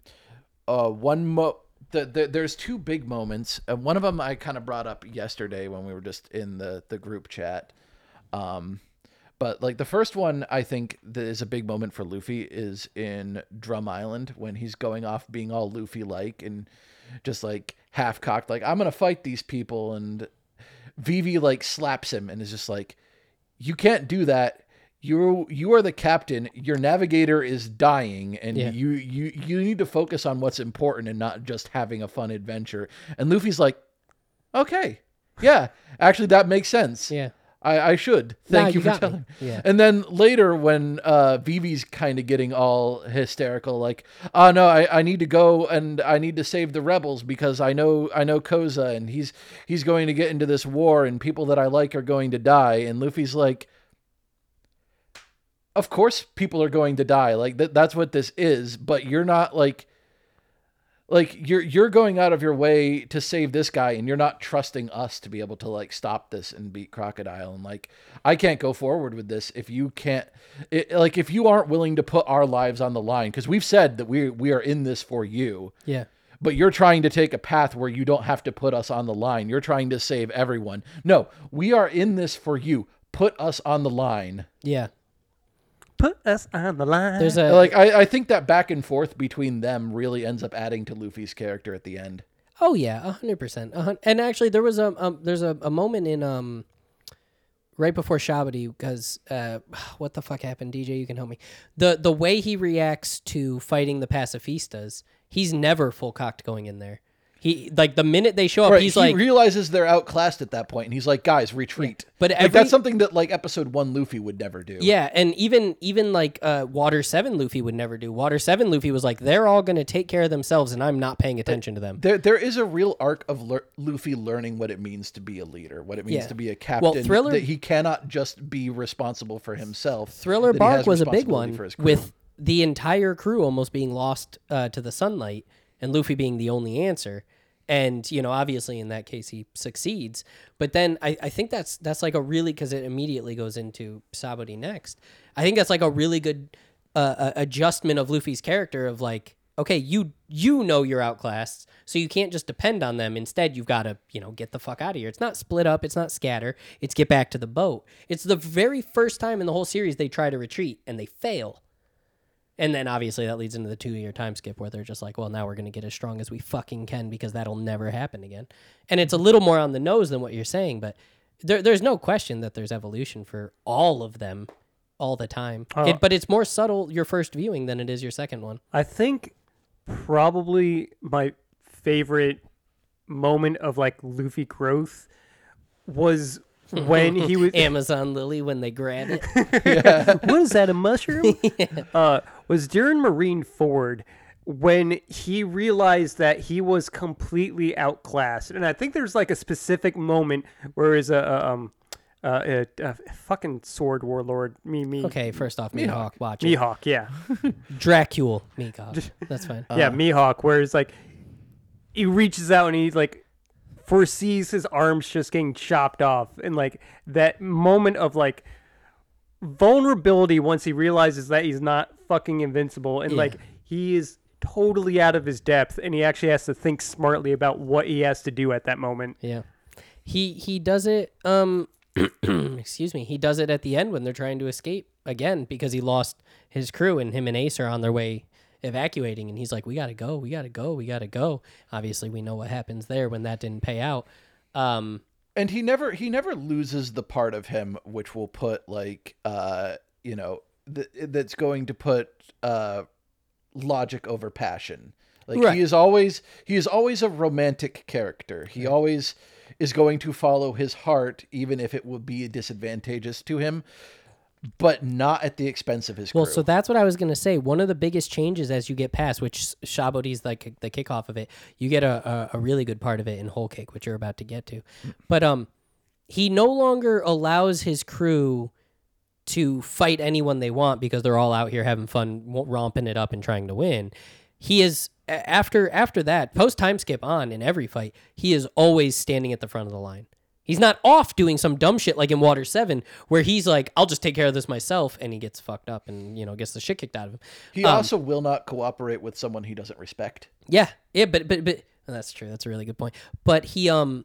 S1: uh, one mo, the, the, there's two big moments, and one of them I kind of brought up yesterday when we were just in the the group chat. Um, but like the first one, I think that is a big moment for Luffy is in Drum Island when he's going off being all Luffy like and just like half cocked, like I'm gonna fight these people, and Vivi like slaps him and is just like, you can't do that. You you are the captain. Your navigator is dying, and
S3: Yeah.
S1: you you you need to focus on what's important and not just having a fun adventure. And Luffy's like, okay, yeah, actually that makes sense.
S3: Yeah.
S1: I, I should. Thank
S3: Nah, you
S1: you
S3: got
S1: for
S3: me.
S1: telling. me.
S3: Yeah.
S1: And then later, when uh, Vivi's kind of getting all hysterical, like, "Oh no, I, I need to go and I need to save the rebels because I know I know Koza and he's he's going to get into this war and people that I like are going to die." And Luffy's like, of course people are going to die like that that's what this is but you're not like like you're you're going out of your way to save this guy and you're not trusting us to be able to like stop this and beat crocodile and like i can't go forward with this if you can't it, like if you aren't willing to put our lives on the line because we've said that we we are in this for you
S3: Yeah.
S1: but you're trying to take a path where you don't have to put us on the line you're trying to save everyone no we are in this for you put us on the line
S3: Yeah.
S2: Put us on the line.
S3: There's a
S1: like I, I think that back and forth between them really ends up adding to luffy's character at the end
S3: Oh yeah, a hundred percent. A hun- And actually, there was a um, there's a, a moment in um, right before Shabadi because uh, what the fuck happened? DJ, you can help me. The the way he reacts to fighting the pacifistas, he's never full cocked going in there. He like the minute they show up,
S1: right
S3: he's
S1: he
S3: like,
S1: realizes they're outclassed at that point and he's like guys retreat
S3: but
S1: like,
S3: every-
S1: that's something that like episode one luffy would never do
S3: yeah. And even even like uh, Water Seven Luffy would never do. Water Seven Luffy was like, they're all gonna take care of themselves, and I'm not paying attention to them.
S1: there, there is a real arc of lear- Luffy learning what it means to be a leader, what it means
S3: Yeah.
S1: to be a captain.
S3: Well, Thriller-
S1: that he cannot just be responsible for himself.
S3: Thriller
S1: that he
S3: Bark
S1: has
S3: was a big
S1: responsibility
S3: one
S1: for his crew.
S3: with the entire crew almost being lost uh, to the sunlight and Luffy being the only answer. And you know, obviously, in that case, he succeeds. But then I, I think that's that's like a really because it immediately goes into Sabaody next. I think that's like a really good uh, uh, adjustment of Luffy's character of like, okay, you you know you're outclassed, so you can't just depend on them. Instead, you've got to you know get the fuck out of here. It's not split up, it's not scatter, it's get back to the boat. It's the very first time in the whole series they try to retreat and they fail. And then obviously that leads into the two year time skip where they're just like, well, now we're going to get as strong as we fucking can because that'll never happen again. And it's a little more on the nose than what you're saying, but there, there's no question that there's evolution for all of them all the time.
S2: Oh.
S3: It, but it's more subtle your first viewing than it is your second one.
S2: I think probably my favorite moment of like Luffy growth was when he was.
S3: Amazon Lily, when they grab it.
S2: what is that a mushroom uh, was during marine ford when he realized that he was completely outclassed and i think there's like a specific moment where is a, a um uh, a, a fucking sword warlord me me
S3: Okay, first off, Mihawk, watch it.
S2: Mihawk, yeah,
S3: Dracul, Mihawk. That's fine.
S2: yeah, Mihawk. Where it's like he reaches out and he like foresees his arms just getting chopped off, and like that moment of like vulnerability once he realizes that he's not fucking invincible and like he is totally out of his depth and he actually has to think smartly about what he has to do at that moment.
S3: Yeah. He he does it um excuse me, he does it at the end when they're trying to escape again because he lost his crew and him and Ace are on their way evacuating and he's like we got to go, we got to go, we got to go. Obviously, we know what happens there when that didn't pay out. Um
S1: and he never he never loses the part of him which will put like uh you know th- that's going to put uh logic over passion like
S3: Right.
S1: he is always he is always a romantic character he always is going to follow his heart even if it would be disadvantageous to him but not at the expense of his crew.
S3: Well, so that's what I was gonna say. One of the biggest changes as you get past, which Shabodi's like the kickoff of it, you get a, a, a really good part of it in Whole Cake, which you're about to get to. But um, he no longer allows his crew to fight anyone they want because they're all out here having fun, w- romping it up and trying to win. He is a- after after that post time skip on in every fight. He is always standing at the front of the line. He's not off doing some dumb shit like in Water Seven, where he's like, "I'll just take care of this myself," and he gets fucked up and you know gets the shit kicked out of him.
S1: he
S3: um,
S1: also will not cooperate with someone he doesn't respect
S3: Yeah, yeah, but but but that's true. That's a really good point. But he um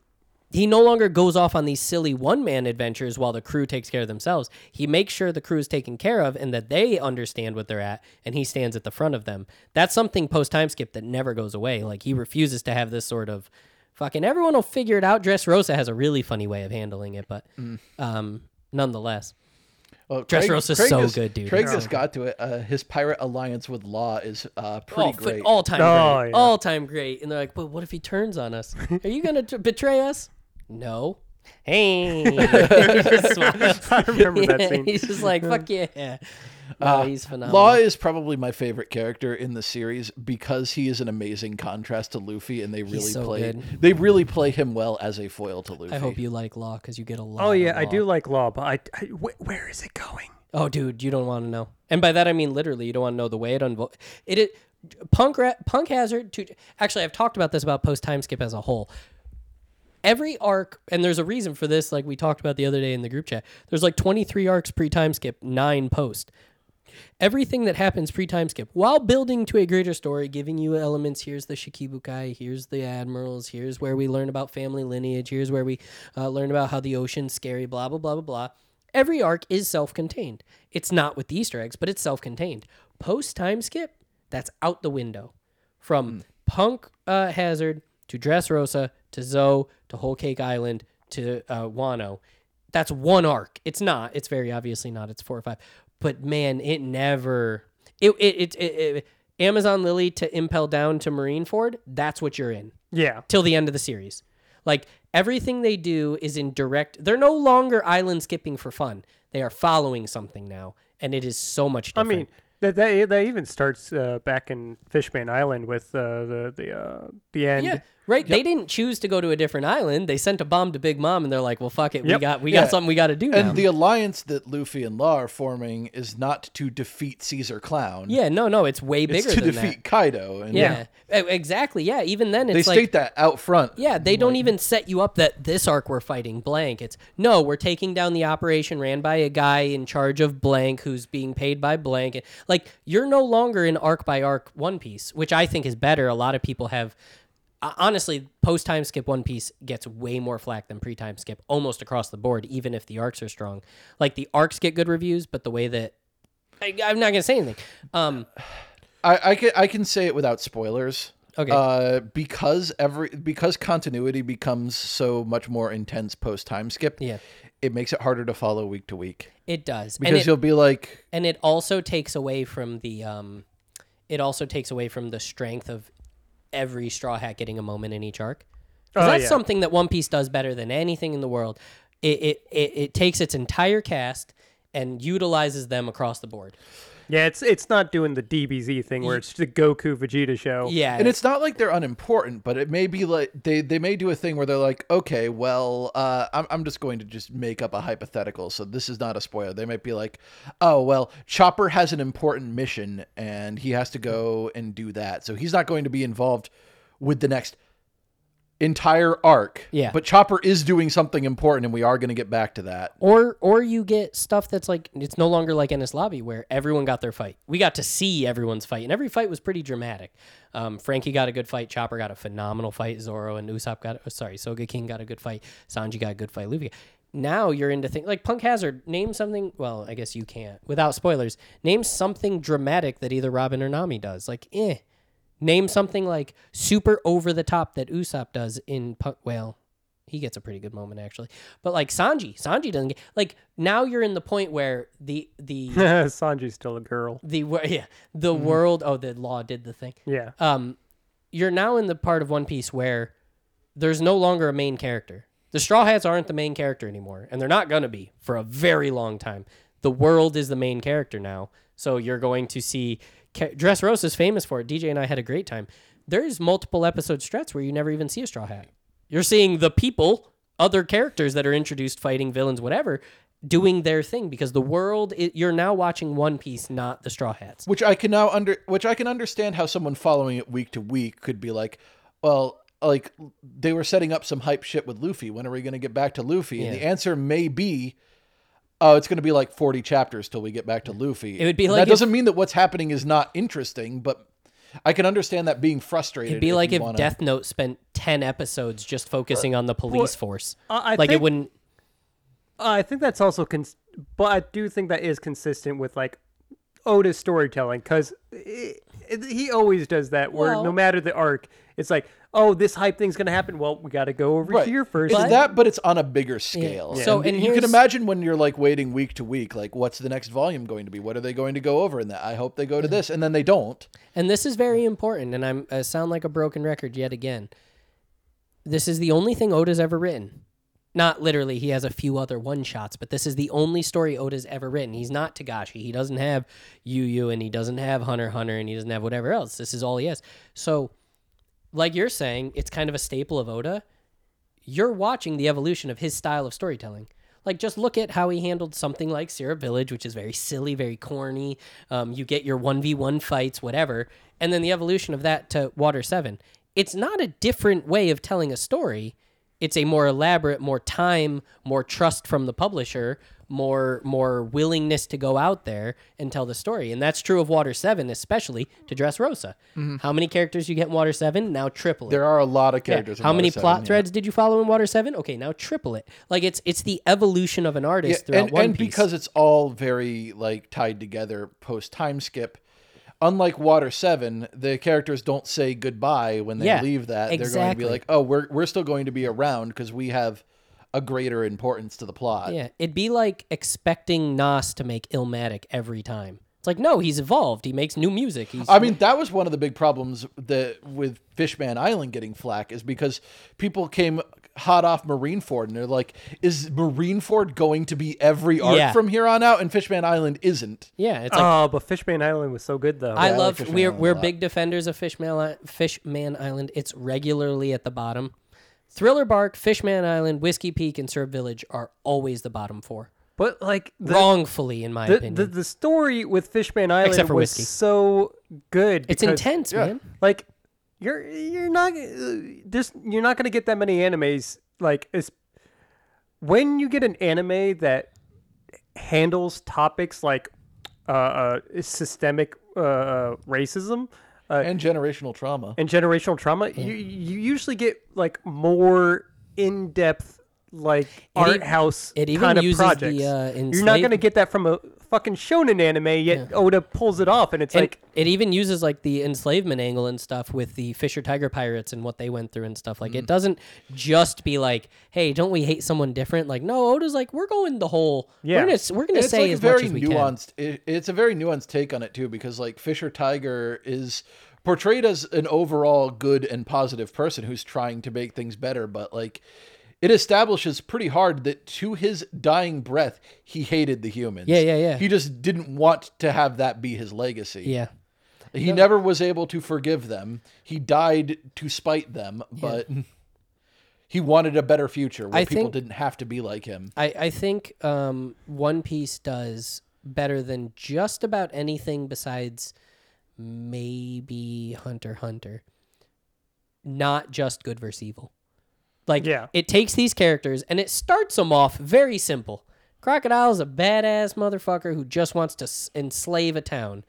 S3: he no longer goes off on these silly one man adventures while the crew takes care of themselves. He makes sure the crew is taken care of and that they understand what they're at, and he stands at the front of them. That's something post time skip that never goes away. Like he refuses to have this sort of fucking everyone will figure it out. Dress Rosa has a really funny way of handling it, but um nonetheless.
S1: Well,
S3: Dressrosa's so
S1: just-
S3: good, dude.
S1: Craig
S3: It's
S1: just
S3: so
S1: got to it. Uh, his pirate alliance with Law is uh, pretty
S3: Oh,
S1: great.
S3: all time
S2: Oh,
S3: great.
S2: yeah.
S3: All time great. And they're like, but what if he turns on us? Are you going to betray us? No. Hey. He just smiles.
S2: I remember that scene. Uh,
S3: he's just like, fuck yeah. No, he's phenomenal.
S1: Law is probably my favorite character in the series because he is an amazing contrast to Luffy, and they really
S3: so
S1: play
S3: good.
S1: they really play him well as a foil to Luffy.
S3: I hope you like Law because you get a lot.
S2: Oh yeah,
S3: of
S2: I
S3: Law.
S2: do like law, but I, I- wh- where is it going?
S3: Oh, dude, you don't want to know. And by that I mean literally, you don't want to know the way it unfolds. It, it punk ra- punk hazard to actually I've talked about this about post time skip as a whole. Every arc, and there's a reason for this, like we talked about the other day in the group chat. There's like 23 arcs pre time skip, nine post. Everything that happens pre time skip, while building to a greater story, giving you elements. Here's the Shikibukai. Here's the admirals. Here's where we learn about family lineage. Here's where we uh, learn about how the ocean's scary. Blah blah blah blah blah. Every arc is self contained. It's not with the Easter eggs, but it's self contained. Post time skip, that's out the window. From
S2: Hmm.
S3: Punk uh, Hazard to Dressrosa to Zoe to Whole Cake Island to uh, Wano, that's one arc. It's not. It's very obviously not. It's four or five. But man, it never. It it it, it, it Amazon Lily to Impel Down to Marineford. That's what you're in
S2: Yeah.
S3: till the end of the series. Like everything they do is in direct. They're no longer island skipping for fun. They are following something now, and it is so much
S2: I
S3: different.
S2: mean, that that, that even starts uh, back in Fishman Island with uh, the the uh, the end.
S3: yeah, right. They didn't choose to go to a different island. They sent a bomb to Big Mom, and they're like, "Well, fuck it. We
S2: Yep.
S3: got we
S1: Yeah.
S3: got something we got to do
S1: And
S3: now."
S1: the alliance that Luffy and Law are forming is not to defeat Caesar Clown.
S3: yeah, no, no, it's way bigger
S1: it's to
S3: than
S1: defeat Kaido. And
S3: that. Yeah. E- exactly. Yeah, even then, it's
S1: they
S3: like
S1: state that out front.
S3: Yeah, they don't even set you up that this arc we're fighting blank. It's no, we're taking down the operation ran by a guy in charge of blank who's being paid by blank. And, Like you're no longer in arc by arc One Piece, which I think is better. A lot of people have uh, honestly post time skip One Piece gets way more flack than pre time skip almost across the board, even if the arcs are strong. Like the arcs get good reviews, but the way that I, I'm not gonna say anything. Um,
S1: I, I can I can say it without spoilers.
S3: Okay.
S1: Uh, because every because continuity becomes so much more intense post time skip.
S3: Yeah.
S1: It makes it harder to follow week to week
S3: it does And
S1: because
S3: it-
S1: you'll be like,
S3: and it also takes away from the um it also takes away from the strength of every straw hat getting a moment in each arc 'Cause
S2: Oh,
S3: that's
S2: yeah.
S3: something that one piece does better than anything in the world it, it it it takes its entire cast and utilizes them across the board
S2: Yeah, it's it's not doing the DBZ thing where it's the Goku Vegeta show.
S3: yeah
S1: and it's not like they're unimportant, but it may be like they they may do a thing where they're like, okay, well, uh, I'm I'm just going to just make up a hypothetical, so this is not a spoiler. They might be like, oh well, Chopper has an important mission and he has to go and do that, so he's not going to be involved with the next entire arc.
S3: Yeah.
S1: but Chopper is doing something important, and we are going to get back to that.
S3: or or you get stuff that's like it's no longer like Ennis Lobby where everyone got their fight. We got to see everyone's fight, and every fight was pretty dramatic. Um, Frankie got a good fight. Chopper got a phenomenal fight. Zoro and Usopp got oh, sorry, Soga King got a good fight. Sanji got a good fight. Luffy. Now you're into things like Punk Hazard. Name something. Well, I guess you can't without spoilers. Name something dramatic that either Robin or Nami does. Like eh. Name something like super over the top that Usopp does in Punk. Well, he gets a pretty good moment actually. But like Sanji, Sanji doesn't get like now you're in the point where the the
S2: Sanji's still a girl.
S3: the wor- yeah the world oh the law did the thing.
S2: Yeah.
S3: Um, you're now in the part of One Piece where there's no longer a main character. The Straw Hats aren't the main character anymore, and they're not gonna be for a very long time. The world is the main character now, so you're going to see. Dress Rose is famous for it. DJ and I had a great time. There's multiple episode stretch where you never even see a Straw Hat. You're seeing the people, other characters that are introduced, fighting villains, whatever, doing their thing because the world. i you're now watching One Piece, not the Straw Hats.
S1: which I can now under which I can understand how someone following it week to week could be like, well, like they were setting up some hype shit with Luffy. When are we going to get back to Luffy? And the
S3: Yeah.
S1: answer may be, oh, it's going to be like forty chapters till we get back to Luffy.
S3: It would be
S1: And
S3: like
S1: that
S3: if-
S1: doesn't mean that what's happening is not interesting, but I can understand that being frustrated.
S3: It'd be like
S1: you
S3: if
S1: wanna-
S3: Death Note spent ten episodes just focusing on the police force.
S2: I- I
S3: like it
S2: think-
S3: wouldn't.
S2: Uh, I think that's also cons- but I do think that is consistent with like Oda's storytelling cuz he always does that where
S3: Well-
S2: no matter the arc it's like oh this hype thing's going to happen well we got to go over
S1: Right.
S2: here first.
S1: It's
S2: But-
S1: that, but it's on a bigger scale.
S3: So, and
S1: you can
S3: here's-
S1: imagine when you're like waiting week to week, like what's the next volume going to be? What are they going to go over in that? I hope they go to
S3: Mm-hmm.
S1: this, and then they don't.
S3: And this is very important. And I'm I sound like a broken record yet again. This is the only thing Oda's ever written. Not literally, he has a few other one shots, but this is the only story Oda's ever written. He's not Tagashi. He doesn't have Yu Yu and he doesn't have Hunter x Hunter and he doesn't have whatever else. This is all he has. So, like you're saying, it's kind of a staple of Oda. You're watching the evolution of his style of storytelling. Like, just look at how he handled something like Sierra Village, which is very silly, very corny. Um, you get your 1v1 fights, whatever. And then the evolution of that to Water 7. It's not a different way of telling a story. It's a more elaborate, more time, more trust from the publisher, more more willingness to go out there and tell the story. And that's true of Water 7, especially to Dressrosa. How many characters you get in Water 7? Now triple it.
S1: There are a lot of
S3: Yeah.
S1: characters. in
S3: How many
S1: Water Seven,
S3: plot
S1: yeah.
S3: threads did you follow in Water Seven? Okay, now triple it. Like it's it's the evolution of an artist throughout
S1: and,
S3: One
S1: and
S3: Piece.
S1: because it's all very like tied together post time skip unlike water 7 the characters don't say goodbye when they
S3: Yeah,
S1: leave that they're going to
S3: exactly.
S1: be like oh we're, we're still going to be around because we have a greater importance to the plot
S3: yeah, it'd be like expecting Nas to make Illmatic every time. It's like no, he's evolved. He makes new music. He's
S1: I mean, that was one of the big problems that with Fishman Island getting flack is because people came hot off Marineford and they're like, "Is Marineford going to be every art
S3: Yeah.
S1: from here on out?" And Fishman Island isn't.
S3: yeah, it's like
S2: Oh, but Fishman Island was so good though.
S3: I
S1: Uh, I like
S3: love
S1: Fishman
S3: we're
S1: Island a
S3: we're
S1: lot.
S3: big defenders of Fishman Fishman Island. It's regularly at the bottom. Thriller Bark, Fishman Island, Whiskey Peak, and Sir Village are always the bottom four.
S2: but like the,
S3: Wrongfully, in my
S2: the,
S3: opinion,
S2: the the story with Fishman Island
S3: Except for
S2: was
S3: whiskey.
S2: so good.
S3: it's
S2: because,
S3: intense, man.
S2: Like you're you're not uh, just you're not gonna get that many animes. Like it's, when you get an anime that handles topics like uh, uh systemic uh racism uh,
S1: And generational trauma.
S2: and generational trauma, you you usually get like more in depth like art
S3: e-
S2: house
S3: it even
S2: kind of
S3: uses the,
S2: projects.
S3: uh,
S2: You're not
S3: enslave-
S2: gonna get that from a fucking shonen anime, yet Oda pulls it off, and it's
S3: And
S2: like
S3: it even uses like the enslavement angle and stuff with the Fisher Tiger Pirates and what they went through and stuff. Like
S1: Mm.
S3: it doesn't just be like, "Hey, don't we hate someone different?" Like no, Oda's like, "We're going the whole.
S2: Yeah.
S3: we're gonna s- we're gonna
S1: it's
S3: say
S1: like
S3: as
S1: a very
S3: much as we can."
S1: nuanced. It, it's a very nuanced take on it too, because like Fisher Tiger is portrayed as an overall good and positive person who's trying to make things better, but like it establishes pretty hard that to his dying breath he hated the humans.
S3: Yeah, yeah, yeah.
S1: He just didn't want to have that be his legacy.
S3: Yeah,
S1: He never was able to forgive them. He died to spite them, but he wanted a better future where
S3: I
S1: people
S3: think-
S1: didn't have to be like him.
S3: I I think um, One Piece does better than just about anything besides maybe Hunter x Hunter. Not just good versus evil. Like
S2: Yeah.
S3: it takes these characters and it starts them off very simple. Crocodile's a badass motherfucker who just wants to s- enslave a town.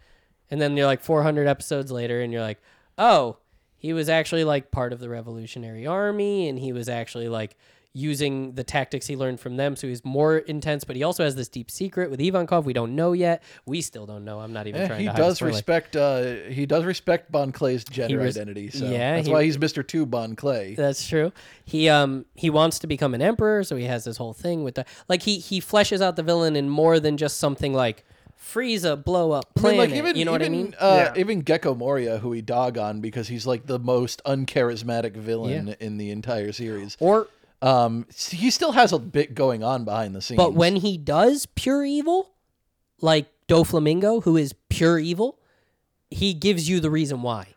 S3: And then you're like 400 episodes later and you're like, "Oh, he was actually like part of the Revolutionary Army and he was actually like using the tactics he learned from them so he's more intense but he also has this deep secret with Ivankov we don't know yet. We still don't know. I'm not even
S1: Eh,
S3: trying
S1: he
S3: to hide
S1: does
S3: the spoiler.
S1: respect. Uh, he does respect Bon Clay's gender
S3: res-
S1: identity. So
S3: yeah,
S1: that's
S3: he-
S1: why he's Mister Two Bon Clay.
S3: That's true. He um he wants to become an emperor, so he has this whole thing with the like he he fleshes out the villain in more than just something like Frieza blow up
S1: I mean,
S3: planet.
S1: like even
S3: you know
S1: even
S3: what I mean?
S1: uh,
S2: Yeah.
S1: even Gecko Moria, who he dog on because he's like the most uncharismatic villain in the entire series.
S3: Or
S1: Um, s- he still has a bit going on behind the scenes.
S3: but when he does pure evil, like Doflamingo, who is pure evil, he gives you the reason why.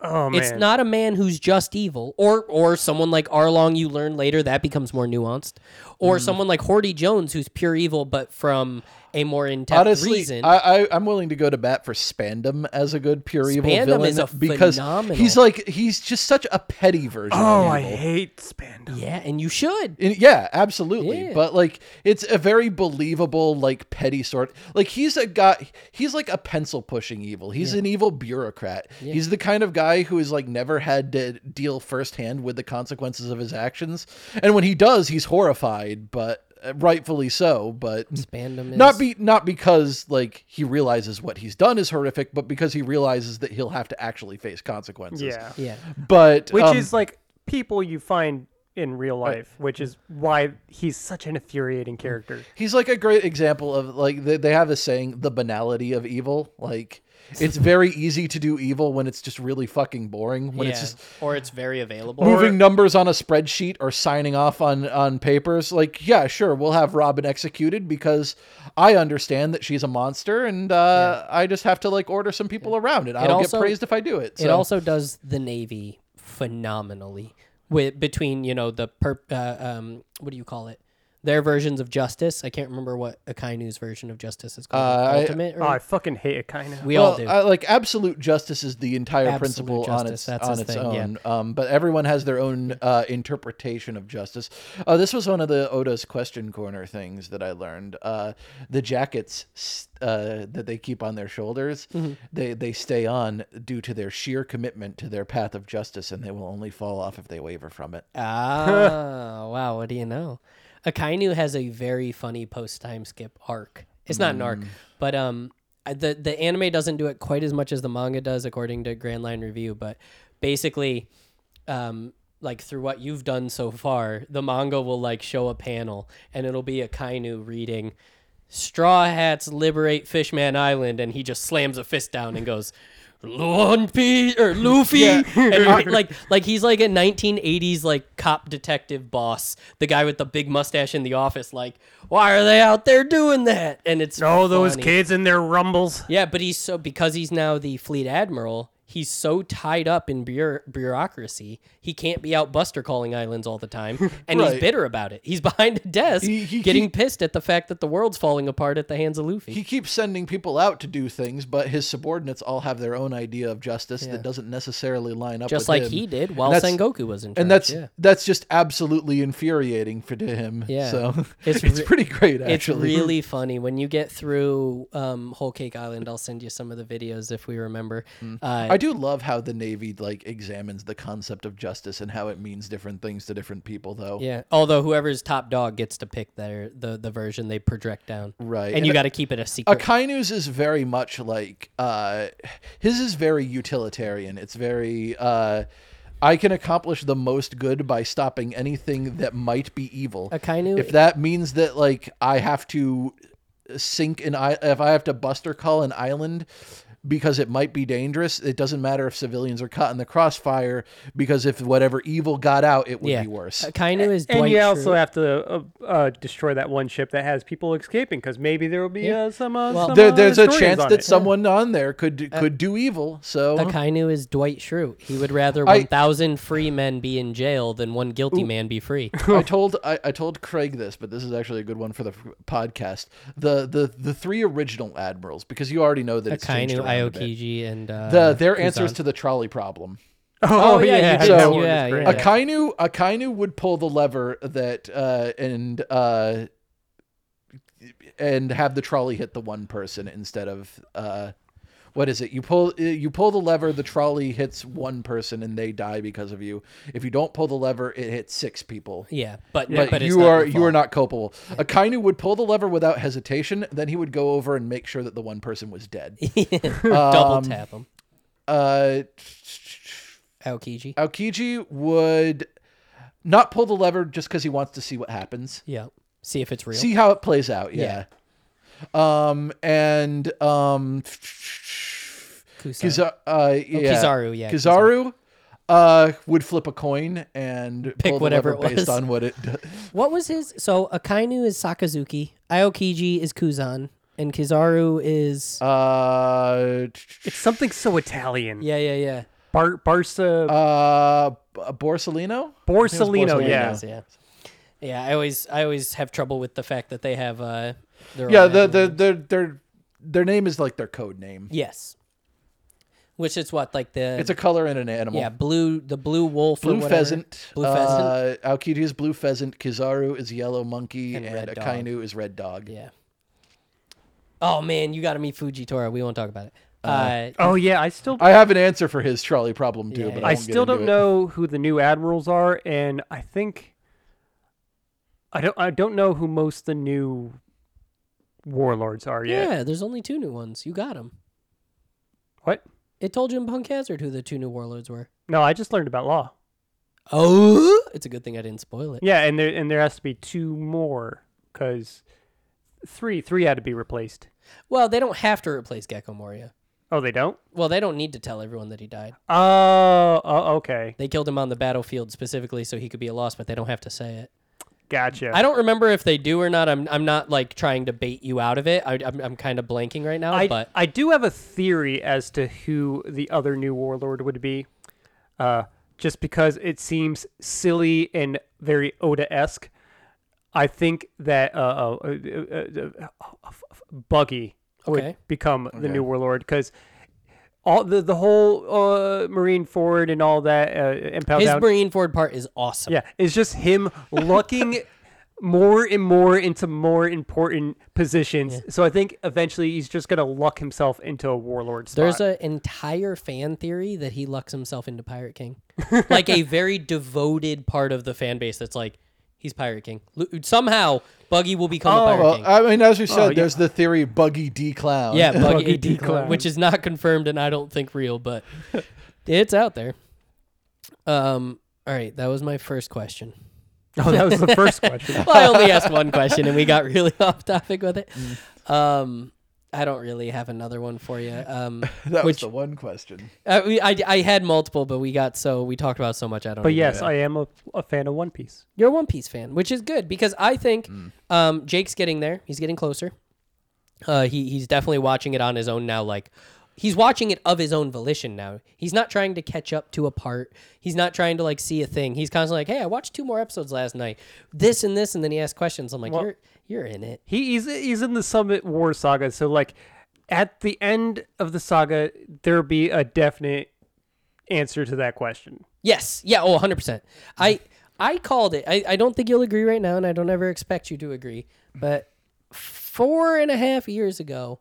S2: oh man,
S3: It's not a man who's just evil, or or someone like Arlong. You learn later that becomes more nuanced, or
S1: Mm.
S3: someone like Horty Jones, who's pure evil, but from a more intense
S1: honestly,
S3: reason.
S1: I, I I'm willing to go to bat for Spandam as a good pure evil
S3: Spandam
S1: villain
S3: is a
S1: because
S3: phenomenal-
S1: he's like he's just such a petty version.
S2: Oh,
S1: of
S2: I
S1: evil.
S2: hate Spandam.
S3: yeah, and you should.
S1: And- yeah, absolutely.
S3: Yeah.
S1: But like, it's a very believable, like petty sort. Like he's a guy. He's like a pencil pushing evil. He's an evil bureaucrat. He's the kind of guy who has like never had to deal firsthand with the consequences of his actions. And when he does, he's horrified, but uh, rightfully so. But
S3: Spandam
S1: not
S3: is-
S1: be not because like he realizes what he's done is horrific, but because he realizes that he'll have to actually face consequences.
S2: Yeah,
S3: Yeah.
S1: But
S2: which
S1: um,
S2: is like people you find in real life, which is why he's such an infuriating
S3: Mm.
S2: character.
S1: He's like a great example of like they, they have this saying, the banality of evil. Like it's very easy to do evil when it's just really fucking boring. When it's just
S3: or it's very available.
S1: moving numbers on a spreadsheet or signing off on on papers. Like yeah, sure, we'll have Robin executed because I understand that she's a monster, and uh, I just have to like order some people around, and I'll
S3: also-
S1: get praised if I do it. So
S3: It also does the Navy phenomenally with between you know the per, uh, um what do you call it their versions of justice. I can't remember what Akainu's version of justice is called.
S1: Uh, I-
S3: Ultimate. Or,
S2: Oh, I fucking hate it, kind of.
S3: we all do.
S1: I, like absolute justice is the entire
S3: Absolute
S1: principle on
S3: justice,
S1: its
S3: that's
S1: on
S3: his
S1: its
S3: thing, yeah.
S1: own. Um, but everyone has their own uh, interpretation of justice. Uh, this was one of the Oda's question corner things that I learned. Uh, the jackets s- uh, that they keep on their shoulders,
S3: Mm-hmm.
S1: they they stay on due to their sheer commitment to their path of justice, and they will only fall off if they waver from it.
S3: Ah, wow. What do you know? Akainu has a very funny post time skip arc. It's not an arc,
S1: Mm.
S3: but um, I- the the anime doesn't do it quite as much as the manga does, according to Grand Line Review. But basically, um, like through what you've done so far, the manga will like show a panel, and it'll be Akainu reading. Straw Hats liberate Fishman Island, and he just slams a fist down and goes, "One Piece or Luffy," and ar- like like he's like a 1980s like cop detective boss, the guy with the big mustache in the office. Like, why are they out there doing that? And it's
S2: Oh, those
S3: funny.
S2: kids and their rumbles.
S3: Yeah, but he's so because he's now the fleet admiral. He's so tied up in bureau- bureaucracy, he can't be out buster calling islands all the time, and
S1: Right.
S3: he's bitter about it. He's behind a desk,
S1: He- he-
S3: getting
S1: he-
S3: pissed at the fact that the world's falling apart at the hands of Luffy.
S1: He keeps sending people out to do things, but his subordinates all have their own idea of justice that doesn't necessarily line up.
S3: just
S1: with
S3: like
S1: him.
S3: he did while
S1: that's-
S3: Sengoku was in charge.
S1: and that's
S3: yeah.
S1: that's just absolutely infuriating for to him.
S3: Yeah.
S1: so
S3: It's
S1: it's,
S3: re-
S1: pretty great actually.
S3: it's really funny when you get through um, Whole Cake Island. I'll send you some of the videos if we remember. Uh,
S1: Hmm. I do love how the Navy like examines the concept of justice and how it means different things to different people, though.
S3: yeah, although whoever's top dog gets to pick their the the version they project down,
S1: Right,
S3: And,
S1: and
S3: you
S1: I-
S3: got to keep it a secret.
S1: Akainu's is very much like uh, his is very utilitarian. It's very uh, I can accomplish the most good by stopping anything that might be evil.
S3: Akainu-
S1: if that means that like I have to sink an i if I have to buster call an island because it might be dangerous, it doesn't matter if civilians are caught in the crossfire because if whatever evil got out, it would
S3: yeah,
S1: be worse.
S3: Akainu is
S2: And
S3: Dwight
S2: you also
S3: Schrute.
S2: have to uh, uh, destroy that one ship that has people escaping because maybe there will be
S3: Yeah.
S2: uh, some. Uh,
S3: Well-
S2: some,
S1: There,
S2: uh,
S1: there's a
S2: historians
S1: chance
S2: on
S1: that
S2: it.
S1: someone on there could could do evil. So
S3: Akainu is Dwight Schrute. He would rather
S1: I-
S3: 1,000 free men be in jail than one guilty man be free.
S1: I told I, I told Craig this, but this is actually a good one for the f- podcast. The the the three original admirals, because you already know that it's
S3: Akainu,
S1: changed around a bit.
S3: Aokiji, and uh,
S1: The their
S3: Kuzan.
S1: answers to the trolley problem.
S2: Oh,
S3: Oh, yeah, you
S2: yeah, yeah,
S1: did.
S2: that
S1: So-
S2: one is
S3: yeah,
S2: great.
S3: yeah.
S1: Akainu Akainu would pull the lever that uh, and uh, and have the trolley hit the one person instead of uh, what is it? You pull you pull the lever, the trolley hits one person and they die because of you. If you don't pull the lever, it hits six people.
S3: Yeah, but,
S1: but,
S3: but it's
S1: you
S3: not
S1: are
S3: your
S1: you
S3: fault.
S1: are not culpable. Akainu would pull the lever without hesitation. Then he would go over and make sure that the one person was dead. Um,
S3: Double tap him.
S1: Uh,
S3: Aokiji.
S1: Aokiji would not pull the lever just because he wants to see what happens,
S3: Yeah. See if it's real.
S1: see how it plays out. Yeah. Um and um,
S3: Kusa.
S1: Kiza- uh, yeah.
S3: Oh, Kizaru, yeah,
S1: Kizaru. Uh, would flip a coin and pull the
S3: whatever
S1: lever
S3: it was.
S1: based on what it.
S3: What was his? So Akainu is Sakazuki, Aokiji is Kuzan, and Kizaru is.
S1: Uh,
S2: It's something so Italian.
S3: yeah, yeah, yeah.
S2: Bar- Barca,
S1: uh, Borsellino.
S2: Borsellino.
S1: Borsellino,
S2: Yeah.
S3: Yeah. Yeah, I always I always have trouble with the fact that they have uh their
S1: Yeah,
S3: own
S1: the,
S3: anime.
S1: the, their their their name is like their code name.
S3: yes. Which is what like the
S1: It's a color and an animal.
S3: yeah, blue the blue wolf or
S1: blue
S3: whatever.
S1: pheasant.
S3: Blue pheasant.
S1: Uh, Aokiji is blue pheasant. Kizaru is yellow monkey,
S3: And
S1: and,
S3: red dog.
S1: Akainu is red dog.
S3: yeah. Oh man, you got to meet Fujitora. We won't talk about it. Uh,
S2: Oh yeah, I still
S1: I have an answer for his trolley problem too,
S3: Yeah.
S1: but I,
S2: I
S1: won't get
S2: still
S1: into
S2: don't
S1: it.
S2: know who the new admirals are, and I think I don't I don't know who most the new warlords are
S3: yeah.
S2: yet.
S3: there's only two new ones. You got them.
S2: What?
S3: It told you in Punk Hazard who the two new warlords were.
S2: No, I just learned about law.
S3: Oh, it's a good thing I didn't spoil it.
S2: Yeah, and there and there has to be two more because three three had to be replaced.
S3: Well, they don't have to replace Gecko Moria.
S2: Oh, they don't.
S3: Well, they don't need to tell everyone that he died.
S2: Oh, oh okay,
S3: They killed him on the battlefield specifically so he could be a loss, but they don't have to say it.
S2: gotcha.
S3: I don't remember if they do or not. I'm I'm not like trying to bait you out of it. I, I'm I'm kind of blanking right now,
S2: I,
S3: but
S2: I do have a theory as to who the other new warlord would be. Uh, just because it seems silly and very Oda esque. I think that uh, uh, uh, uh, uh, Buggy would
S3: Okay.
S2: become the new warlord because all the the whole uh, Marine forward and all that uh, Impel
S3: His
S2: Down.
S3: Marine Ford part is awesome.
S2: yeah, it's just him looking more and more into more important positions. So I think eventually he's just gonna luck himself into a warlord spot.
S3: There's an entire fan theory that he lucks himself into Pirate King. like a very devoted part of the fan base that's like, he's Pirate King. Lu- Somehow, Buggy will become
S2: Oh,
S3: a Pirate
S1: Well,
S3: King.
S1: I mean, as we said, there's the theory Buggy D Clown.
S3: Oh, yeah, Buggy,
S2: oh, Buggy
S3: D. Clown,
S2: Declan.
S3: which is not confirmed and I don't think real, but it's out there. Um. All right, that was my first question.
S2: oh, that was the first question.
S3: Well, I only asked one question and we got really off topic with it. Um, I don't really have another one for you. Um,
S1: that was
S3: which
S1: the one question.
S3: I, we, I, I had multiple, but we got so we talked about so much. I don't.
S2: But
S3: even-
S2: yes, I am a, a fan of One Piece.
S3: you're a One Piece fan, which is good because I think um, Jake's getting there. He's getting closer. Uh, he he's definitely watching it on his own now. Like he's watching it of his own volition now. He's not trying to catch up to a part. He's not trying to like see a thing. He's constantly like, "Hey, I watched two more episodes last night. This and this," and then he asks questions. I'm like, "You're you're in it."
S2: He, he's he's in the Summit War saga, so like at the end of the saga, there'll be a definite answer to that question.
S3: Yes. Yeah. Oh, 100%. I I called it. I, I don't think you'll agree right now, and I don't ever expect you to agree. But four and a half years ago,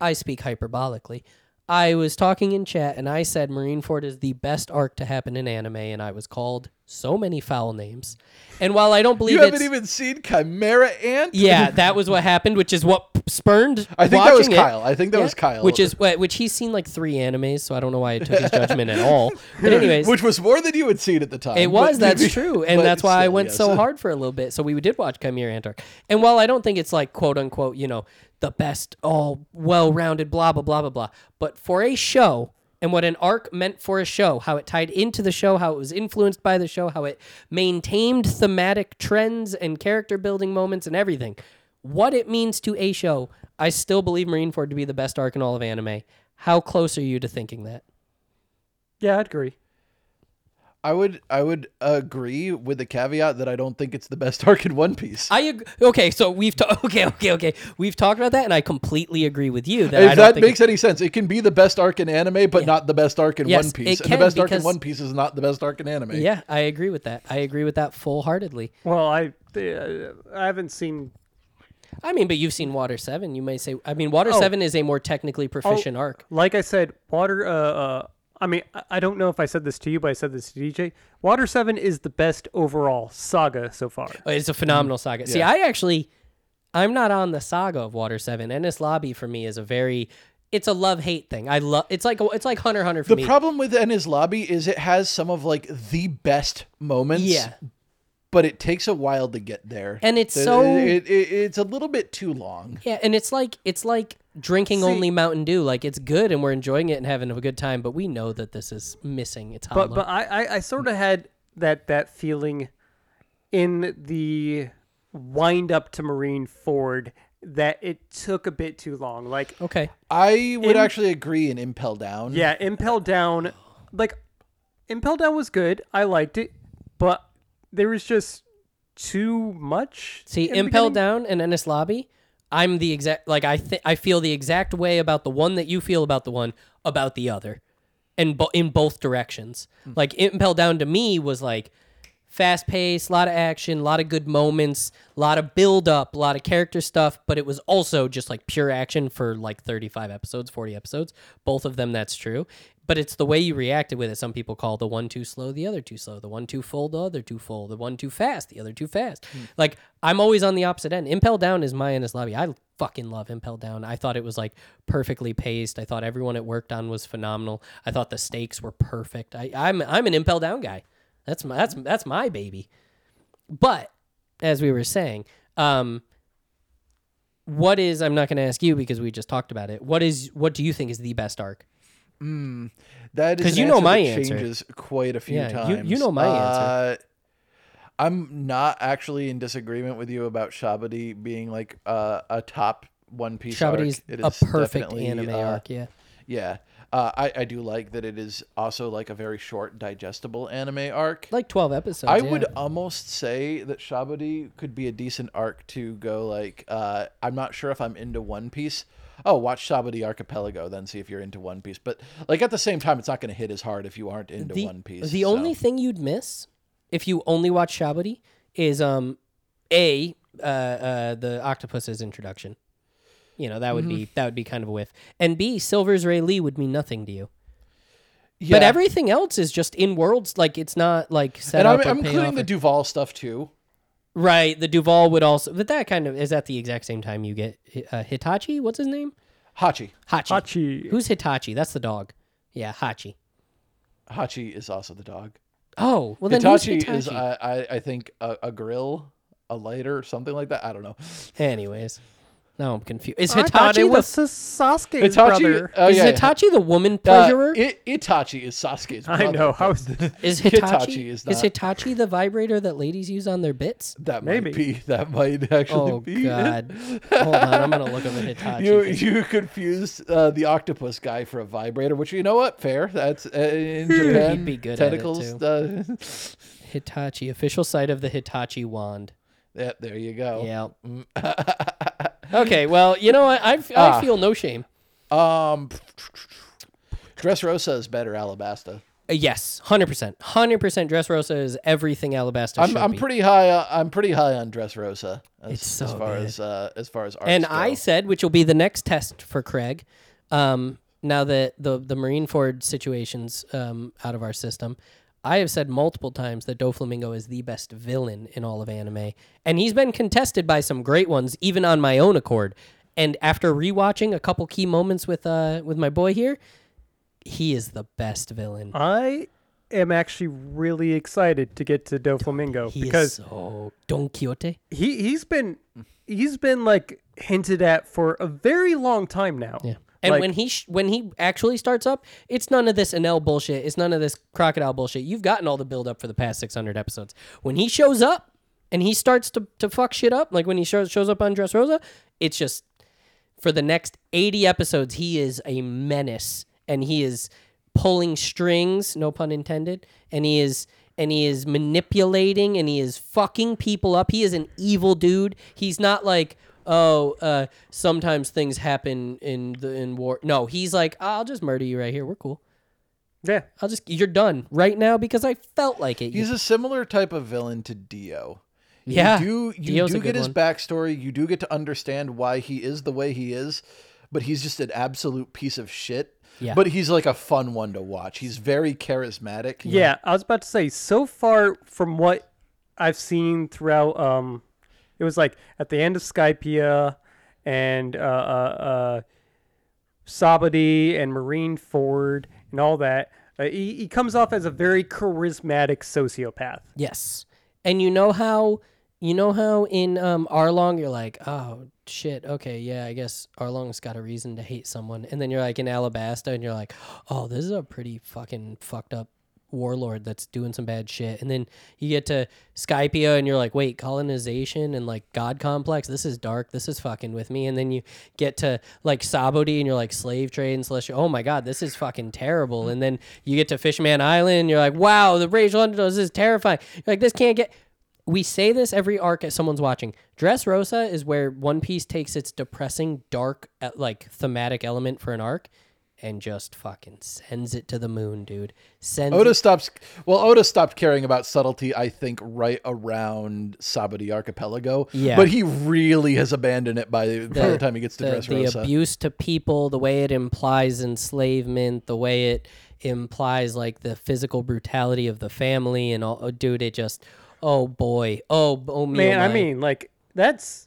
S3: I speak hyperbolically. I was talking in chat, and I said Marineford is the best arc to happen in anime, and I was called so many foul names. And while I don't believe
S1: You
S3: it's
S1: haven't even seen Chimera Ant?
S3: yeah, that was what happened, which is what spurned.
S1: I think that was
S3: watching it.
S1: Kyle. I think that
S3: Yeah,
S1: was Kyle.
S3: Which is which he's seen like three animes, so I don't know why I took his judgment at all. But anyways,
S1: which was more than you had seen at the time.
S3: it was.
S1: but-
S3: That's true, and
S1: but
S3: that's why I
S1: still,
S3: went
S1: yes.
S3: so hard for a little bit. So we did watch Chimera Antark. And while I don't think it's like quote unquote, you know, the best, all well-rounded, blah blah blah blah blah, but for a show and what an arc meant for a show, how it tied into the show, how it was influenced by the show, how it maintained thematic trends and character building moments and everything, what it means to a show, I still believe Marineford to be the best arc in all of anime. How close are you to thinking that?
S2: Yeah, I'd agree.
S1: I would I would agree with the caveat that I don't think it's the best arc in One Piece.
S3: I agree. Okay, so we've ta- okay, okay, okay. We've talked about that, and I completely agree with you that I
S1: if
S3: don't
S1: that
S3: think
S1: makes any sense, it can be the best arc in anime, but not the best arc in
S3: Yes,
S1: One
S3: it
S1: Piece. and
S3: can,
S1: the best arc in
S3: because-
S1: One Piece is not the best arc in anime.
S3: it- yeah, I agree with that. I agree with that full heartedly.
S2: Well, I uh, I haven't seen.
S3: I mean, but you've seen Water Seven. You may say, I mean,
S1: Oh.
S3: Water Seven is a more technically proficient arc.
S2: Like I said, Water. Uh, uh, I mean, I- I don't know if I said this to you, but I said this to DJ. Water Seven is the best overall saga so far.
S3: Uh, It's a
S1: Mm.
S3: phenomenal saga. See, I actually, I'm not on the saga of Water Seven. Ennis Lobby for me is a very, it's a love hate thing. I love. It's like it's like Hunter x Hunter for
S1: The
S3: me.
S1: problem with Ennis Lobby is it has some of like the best moments.
S3: yeah,
S1: But it takes a while to get there.
S3: And it's
S1: It-
S3: so-
S1: it, it- it's a little bit too long.
S3: Yeah, and it's like it's like drinking only Mountain Dew. Like it's good and we're enjoying it and having a good time, but we know that this is missing. It's hollow.
S2: but but I, I, I sort of had that that feeling in the wind up to Marine Ford that it took a bit too long. Like
S3: okay,
S1: I would
S2: In-
S1: actually agree in Impel Down.
S2: yeah, Impel Down, like Impel Down was good. I liked it, but there was just too much.
S3: see,
S2: in the
S3: Impel
S2: beginning.
S3: Down and Ennis Lobby. I'm the exact like I think I feel the exact way about the one that you feel about the one about the other, and bo- in both directions.
S2: Hmm.
S3: Like Impel Down to me was like fast paced, a lot of action, a lot of good moments, a lot of build up, a lot of character stuff, but it was also just like pure action for like 35 episodes, 40 episodes. Both of them, that's true. But it's the way you reacted with it. Some people call the one too slow, the other too slow, the one too full, the other too full, the one too fast, the other too fast. Like, I'm always on the opposite end. Impel Down is my Ennis Lobby. I fucking love Impel Down. I thought it was like perfectly paced. I thought everyone it worked on was phenomenal. I thought the stakes were perfect. I, I'm, I'm an Impel Down guy. That's my that's that's my baby. But as we were saying, um, what is I'm not going to ask you because we just talked about it. What is what do you think is the best arc?
S1: That is
S3: 'Cause
S1: an
S3: you know my
S1: that
S3: answer.
S1: Changes quite a few
S3: Yeah, you- you
S1: times.
S3: know my answer.
S1: Uh, I'm not actually in disagreement with you about Shabadi being like uh, a top One Piece.
S3: Shabadi is
S1: arc. It
S3: a perfect
S1: definitely,
S3: anime
S1: uh,
S3: arc. Yeah,
S1: Yeah. Uh, I, I do like that it is also like a very short, digestible anime arc.
S3: like 12 episodes.
S1: I
S3: yeah.
S1: would almost say that Shabadi could be a decent arc to go like. Uh, I'm not sure if I'm into One Piece. Oh, watch Shabadi Archipelago, then see if you're into One Piece. But like at the same time, it's not going to hit as hard if you aren't into
S3: the,
S1: One Piece.
S3: The
S1: so.
S3: only thing you'd miss if you only watch Shabadi is um a uh, uh the octopus's introduction. You know that would
S1: Mm-hmm.
S3: be that would be kind of a whiff. And B Silver's Ray Lee would mean nothing to you.
S1: yeah.
S3: But everything else is just in worlds like it's not like set
S1: and
S3: up
S1: I'm,
S3: or
S1: I'm
S3: payoff
S1: including
S3: or-
S1: the Duval stuff too.
S3: right. The Duval would also, but that kind of is at the exact same time you get uh, Hitachi. What's his name?
S1: Hachi,
S3: Hachi.
S2: Hachi.
S3: Who's Hitachi? That's the dog. Yeah, Hachi.
S1: Hachi is also the dog.
S3: Oh, well then
S1: Hitachi,
S3: who's Hitachi?
S1: is, uh, I, I, I think, a, a grill, a lighter, something like that. I don't know.
S3: Anyways, now I'm confused. Is
S2: I thought
S3: Hitachi uh,
S2: it
S3: the
S2: was Sasuke's brother.
S1: oh,
S3: is
S1: yeah, yeah.
S3: Hitachi the woman
S1: Uh,
S3: pleasurer?
S1: I- Itachi is Sasuke's brother.
S2: I know. I
S1: but
S2: was
S3: is Hitachi,
S1: Hitachi is
S3: is
S1: not-
S3: Hitachi the vibrator that ladies use on their bits?
S1: That
S2: Maybe.
S1: might be. That might actually
S3: Oh
S1: be. it.
S3: God! Hold on, I'm gonna look up at Hitachi.
S1: You you confused uh, the octopus guy for a vibrator, which you know what? Fair. That's uh, in Japan.
S3: be good at it,
S1: tentacles. uh,
S3: too. Hitachi official site of the Hitachi wand.
S1: Uh, yeah, there you go.
S3: Yeah. Oh. Mm. okay. Well, you know what? I, f- I feel no shame.
S1: Um, Dressrosa is better. Alabasta.
S3: Uh, yes, hundred percent, hundred percent. Dressrosa is everything Alabasta
S1: I'm
S3: should
S1: I'm
S3: be.
S1: pretty high. Uh, I'm pretty high on Dressrosa. As,
S3: It's so
S1: as far
S3: good.
S1: as uh, as far as arcs
S3: And
S1: go.
S3: I said, which will be the next test for Craig, um, now that the the Marine Ford situation's um, out of our system, I have said multiple times that Doflamingo is the best villain in all of anime, and he's been contested by some great ones, even on my own accord. And after rewatching a couple key moments with uh with my boy here, he is the best villain.
S2: Uh, I am actually really excited to get to Doflamingo
S3: he
S2: because
S3: is so Don Quixote.
S2: he he's been he's been like hinted at for a very long time now. Yeah.
S3: And when he sh- when he actually starts up, it's none of this Anel bullshit. It's none of this crocodile bullshit. You've gotten all the build up for the past 600 episodes. When he shows up and he starts to, to fuck shit up, like when he shows shows up on Dressrosa, it's just for the next 80 episodes he is a menace and he is pulling strings, no pun intended, and he is and he is manipulating and he is fucking people up. He is an evil dude. He's not like Oh, uh, sometimes things happen in the in war. No, he's like, "Ah, I'll just murder you right here. We're cool.
S2: yeah.
S3: I'll just you're done right now because I felt like it.
S1: He's a similar type of villain to Dio.
S3: Yeah,
S1: You do you
S3: Dio's a
S1: do
S3: good
S1: get his
S3: one.
S1: backstory, you do get to understand why he is the way he is, but he's just an absolute piece of shit.
S3: Yeah.
S1: But he's like a fun one to watch. He's very charismatic.
S2: Yeah, I was about to say so far from what I've seen throughout um it was like at the end of Skypia and uh uh, uh Sabadi and Marine Ford and all that. Uh, he, he comes off as a very charismatic sociopath.
S3: Yes. And you know how you know how in um Arlong you're like, oh shit, okay, yeah, I guess Arlong's got a reason to hate someone. And then you're like in Alabasta and you're like, oh, this is a pretty fucking fucked up warlord that's doing some bad shit. And then you get to Skypia and you're like, wait, colonization and like God complex, this is dark, this is fucking with me. And then you get to like Sabodi and you're like slave trade and celestial, oh my god, this is fucking terrible. And then you get to Fishman Island and you're like, wow, the racial undertones this is terrifying. You're like, this can't get we say this every arc that someone's watching. Dress Rosa is where One Piece takes its depressing, dark, uh, like thematic element for an arc, and just fucking sends it to the moon, dude. Sends
S1: Oda
S3: it-
S1: stops well, Oda stopped caring about subtlety, I think, right around Sabadi Archipelago.
S3: Yeah.
S1: But he really has abandoned it by the, by the time he gets to
S3: the, the
S1: Dressrosa.
S3: abuse to people, the way it implies enslavement, the way it implies like the physical brutality of the family, and all. Oh, dude, it just, oh boy, oh, b- oh me, oh
S2: Man, I
S3: my.
S2: mean, like that's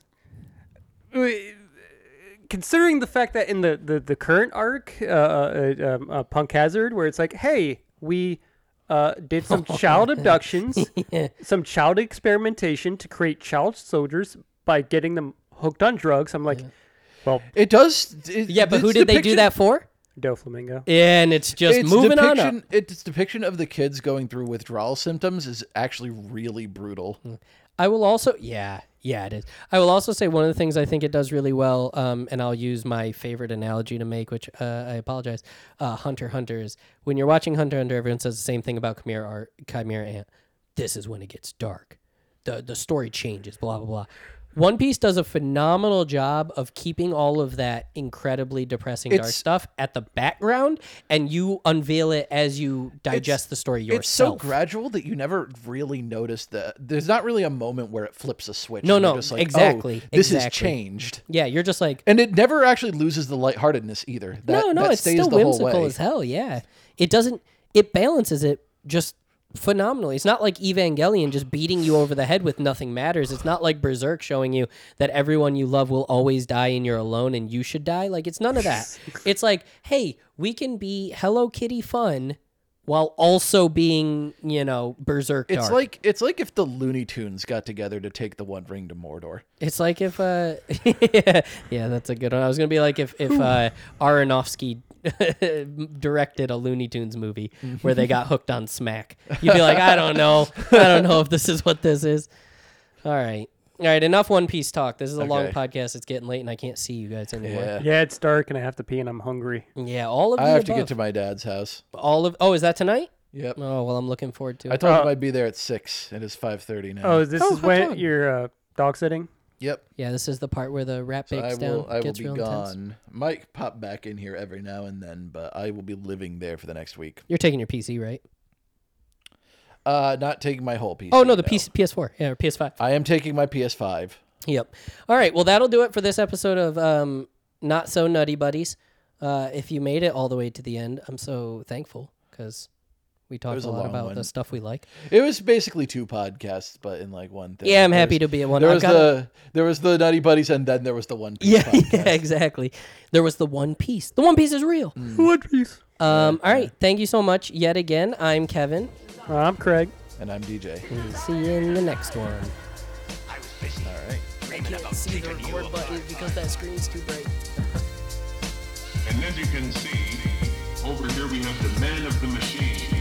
S2: uh, considering the fact that in the the, the current arc, uh, uh, uh, um, uh, Punk Hazard, where it's like, hey, we uh, did some child abductions, some child experimentation to create child soldiers by getting them hooked on drugs. I'm like, well,
S1: It does it,
S3: yeah, but who
S1: its
S3: did they do
S1: depiction-
S3: that for?
S2: Doflamingo.
S3: And it's just
S1: its
S3: moving on.
S1: depiction,
S3: Up.
S1: Its depiction of the kids going through withdrawal symptoms is actually really brutal.
S3: I will also, yeah, yeah, it is. I will also say one of the things I think it does really well, um, and I'll use my favorite analogy to make, which uh, I apologize. Uh, Hunter x Hunter is when you're watching Hunter x Hunter, everyone says the same thing about Chimera Art, Chimera Ant. This is when it gets dark. the The story changes. Blah blah blah. One Piece does a phenomenal job of keeping all of that incredibly depressing dark
S1: It's-
S3: stuff at the background, and you unveil it as you digest the story yourself.
S1: It's so gradual that you never really notice that. There's not really a moment where it flips a switch.
S3: No,
S1: and you're
S3: no,
S1: just like,
S3: exactly,
S1: Oh, this
S3: exactly.
S1: is changed,
S3: Yeah, you're just like,
S1: and it never actually loses the lightheartedness either. That,
S3: no, no,
S1: that
S3: it's
S1: stays
S3: still
S1: the whole
S3: whimsical
S1: way.
S3: as hell. Yeah, it doesn't. It balances it just phenomenally. It's not like Evangelion just beating you over the head with nothing matters. It's not like Berserk showing you that everyone you love will always die and you're alone and you should die. Like it's none of that. it's like, hey, we can be Hello Kitty fun while also being, you know, Berserk.
S1: It's
S3: dark.
S1: like it's like if the Looney Tunes got together to take the One Ring to Mordor.
S3: It's like if uh yeah, that's a good one. I was gonna be like if if uh Aronofsky directed a Looney Tunes movie where they got hooked on smack. You'd be like, I don't know, I don't know if this is what this is. All right, all right, enough One Piece talk. This is a long
S1: Okay.
S3: podcast. It's getting late, and I can't see you guys anymore.
S1: Yeah,
S2: Yeah, it's dark and I have to pee and I'm hungry.
S3: Yeah, all of
S1: I
S3: the
S1: have to
S3: above.
S1: get to my dad's house.
S3: all of. Oh, is that tonight?
S1: Yep.
S3: Oh well, I'm looking forward to
S1: I
S3: it.
S1: told
S2: Uh,
S1: him I'd be there at six. It is five thirty now.
S2: Oh, this
S1: Oh,
S2: is
S1: hot
S2: when
S1: dog.
S2: you're uh, dog sitting.
S1: Yep.
S3: yeah, this is the part where the rap
S1: So
S3: bakes
S1: I
S3: down.
S1: will. I will
S3: gets
S1: be
S3: real
S1: gone.
S3: intense.
S1: Mike pop back in here every now and then, but I will be living there for the next week.
S3: You're taking your PC, right?
S1: Uh, not taking my whole PC.
S3: Oh no, the
S1: though.
S3: PC, PS4, yeah, or PS5.
S1: I am taking my PS5.
S3: Yep. All right. Well, that'll do it for this episode of um, Not So Nutty Buddies. Uh, if you made it all the way to the end, I'm so thankful because we talked
S1: was
S3: a
S1: a
S3: lot
S1: long
S3: about
S1: one.
S3: the stuff we like.
S1: It was basically two podcasts, but in like one thing.
S3: Yeah, I'm happy
S1: There
S3: to be at one.
S1: was, there
S3: I've
S1: was
S3: got a-
S1: the there was the Nutty Buddies, and then there was the One Piece.
S3: yeah,
S1: podcast.
S3: yeah, exactly. There was the One Piece. The One Piece is real.
S1: Mm.
S2: One piece.
S3: Um, all right. Thank you so much yet again. I'm Kevin.
S2: I'm Craig.
S1: And I'm DJ.
S3: and See you in the next one.
S4: I was busy dreaming about
S3: See the
S4: taking you
S3: record button
S4: apart.
S3: because that screen's too bright.
S5: And as you can see, over here we have the man of the machine.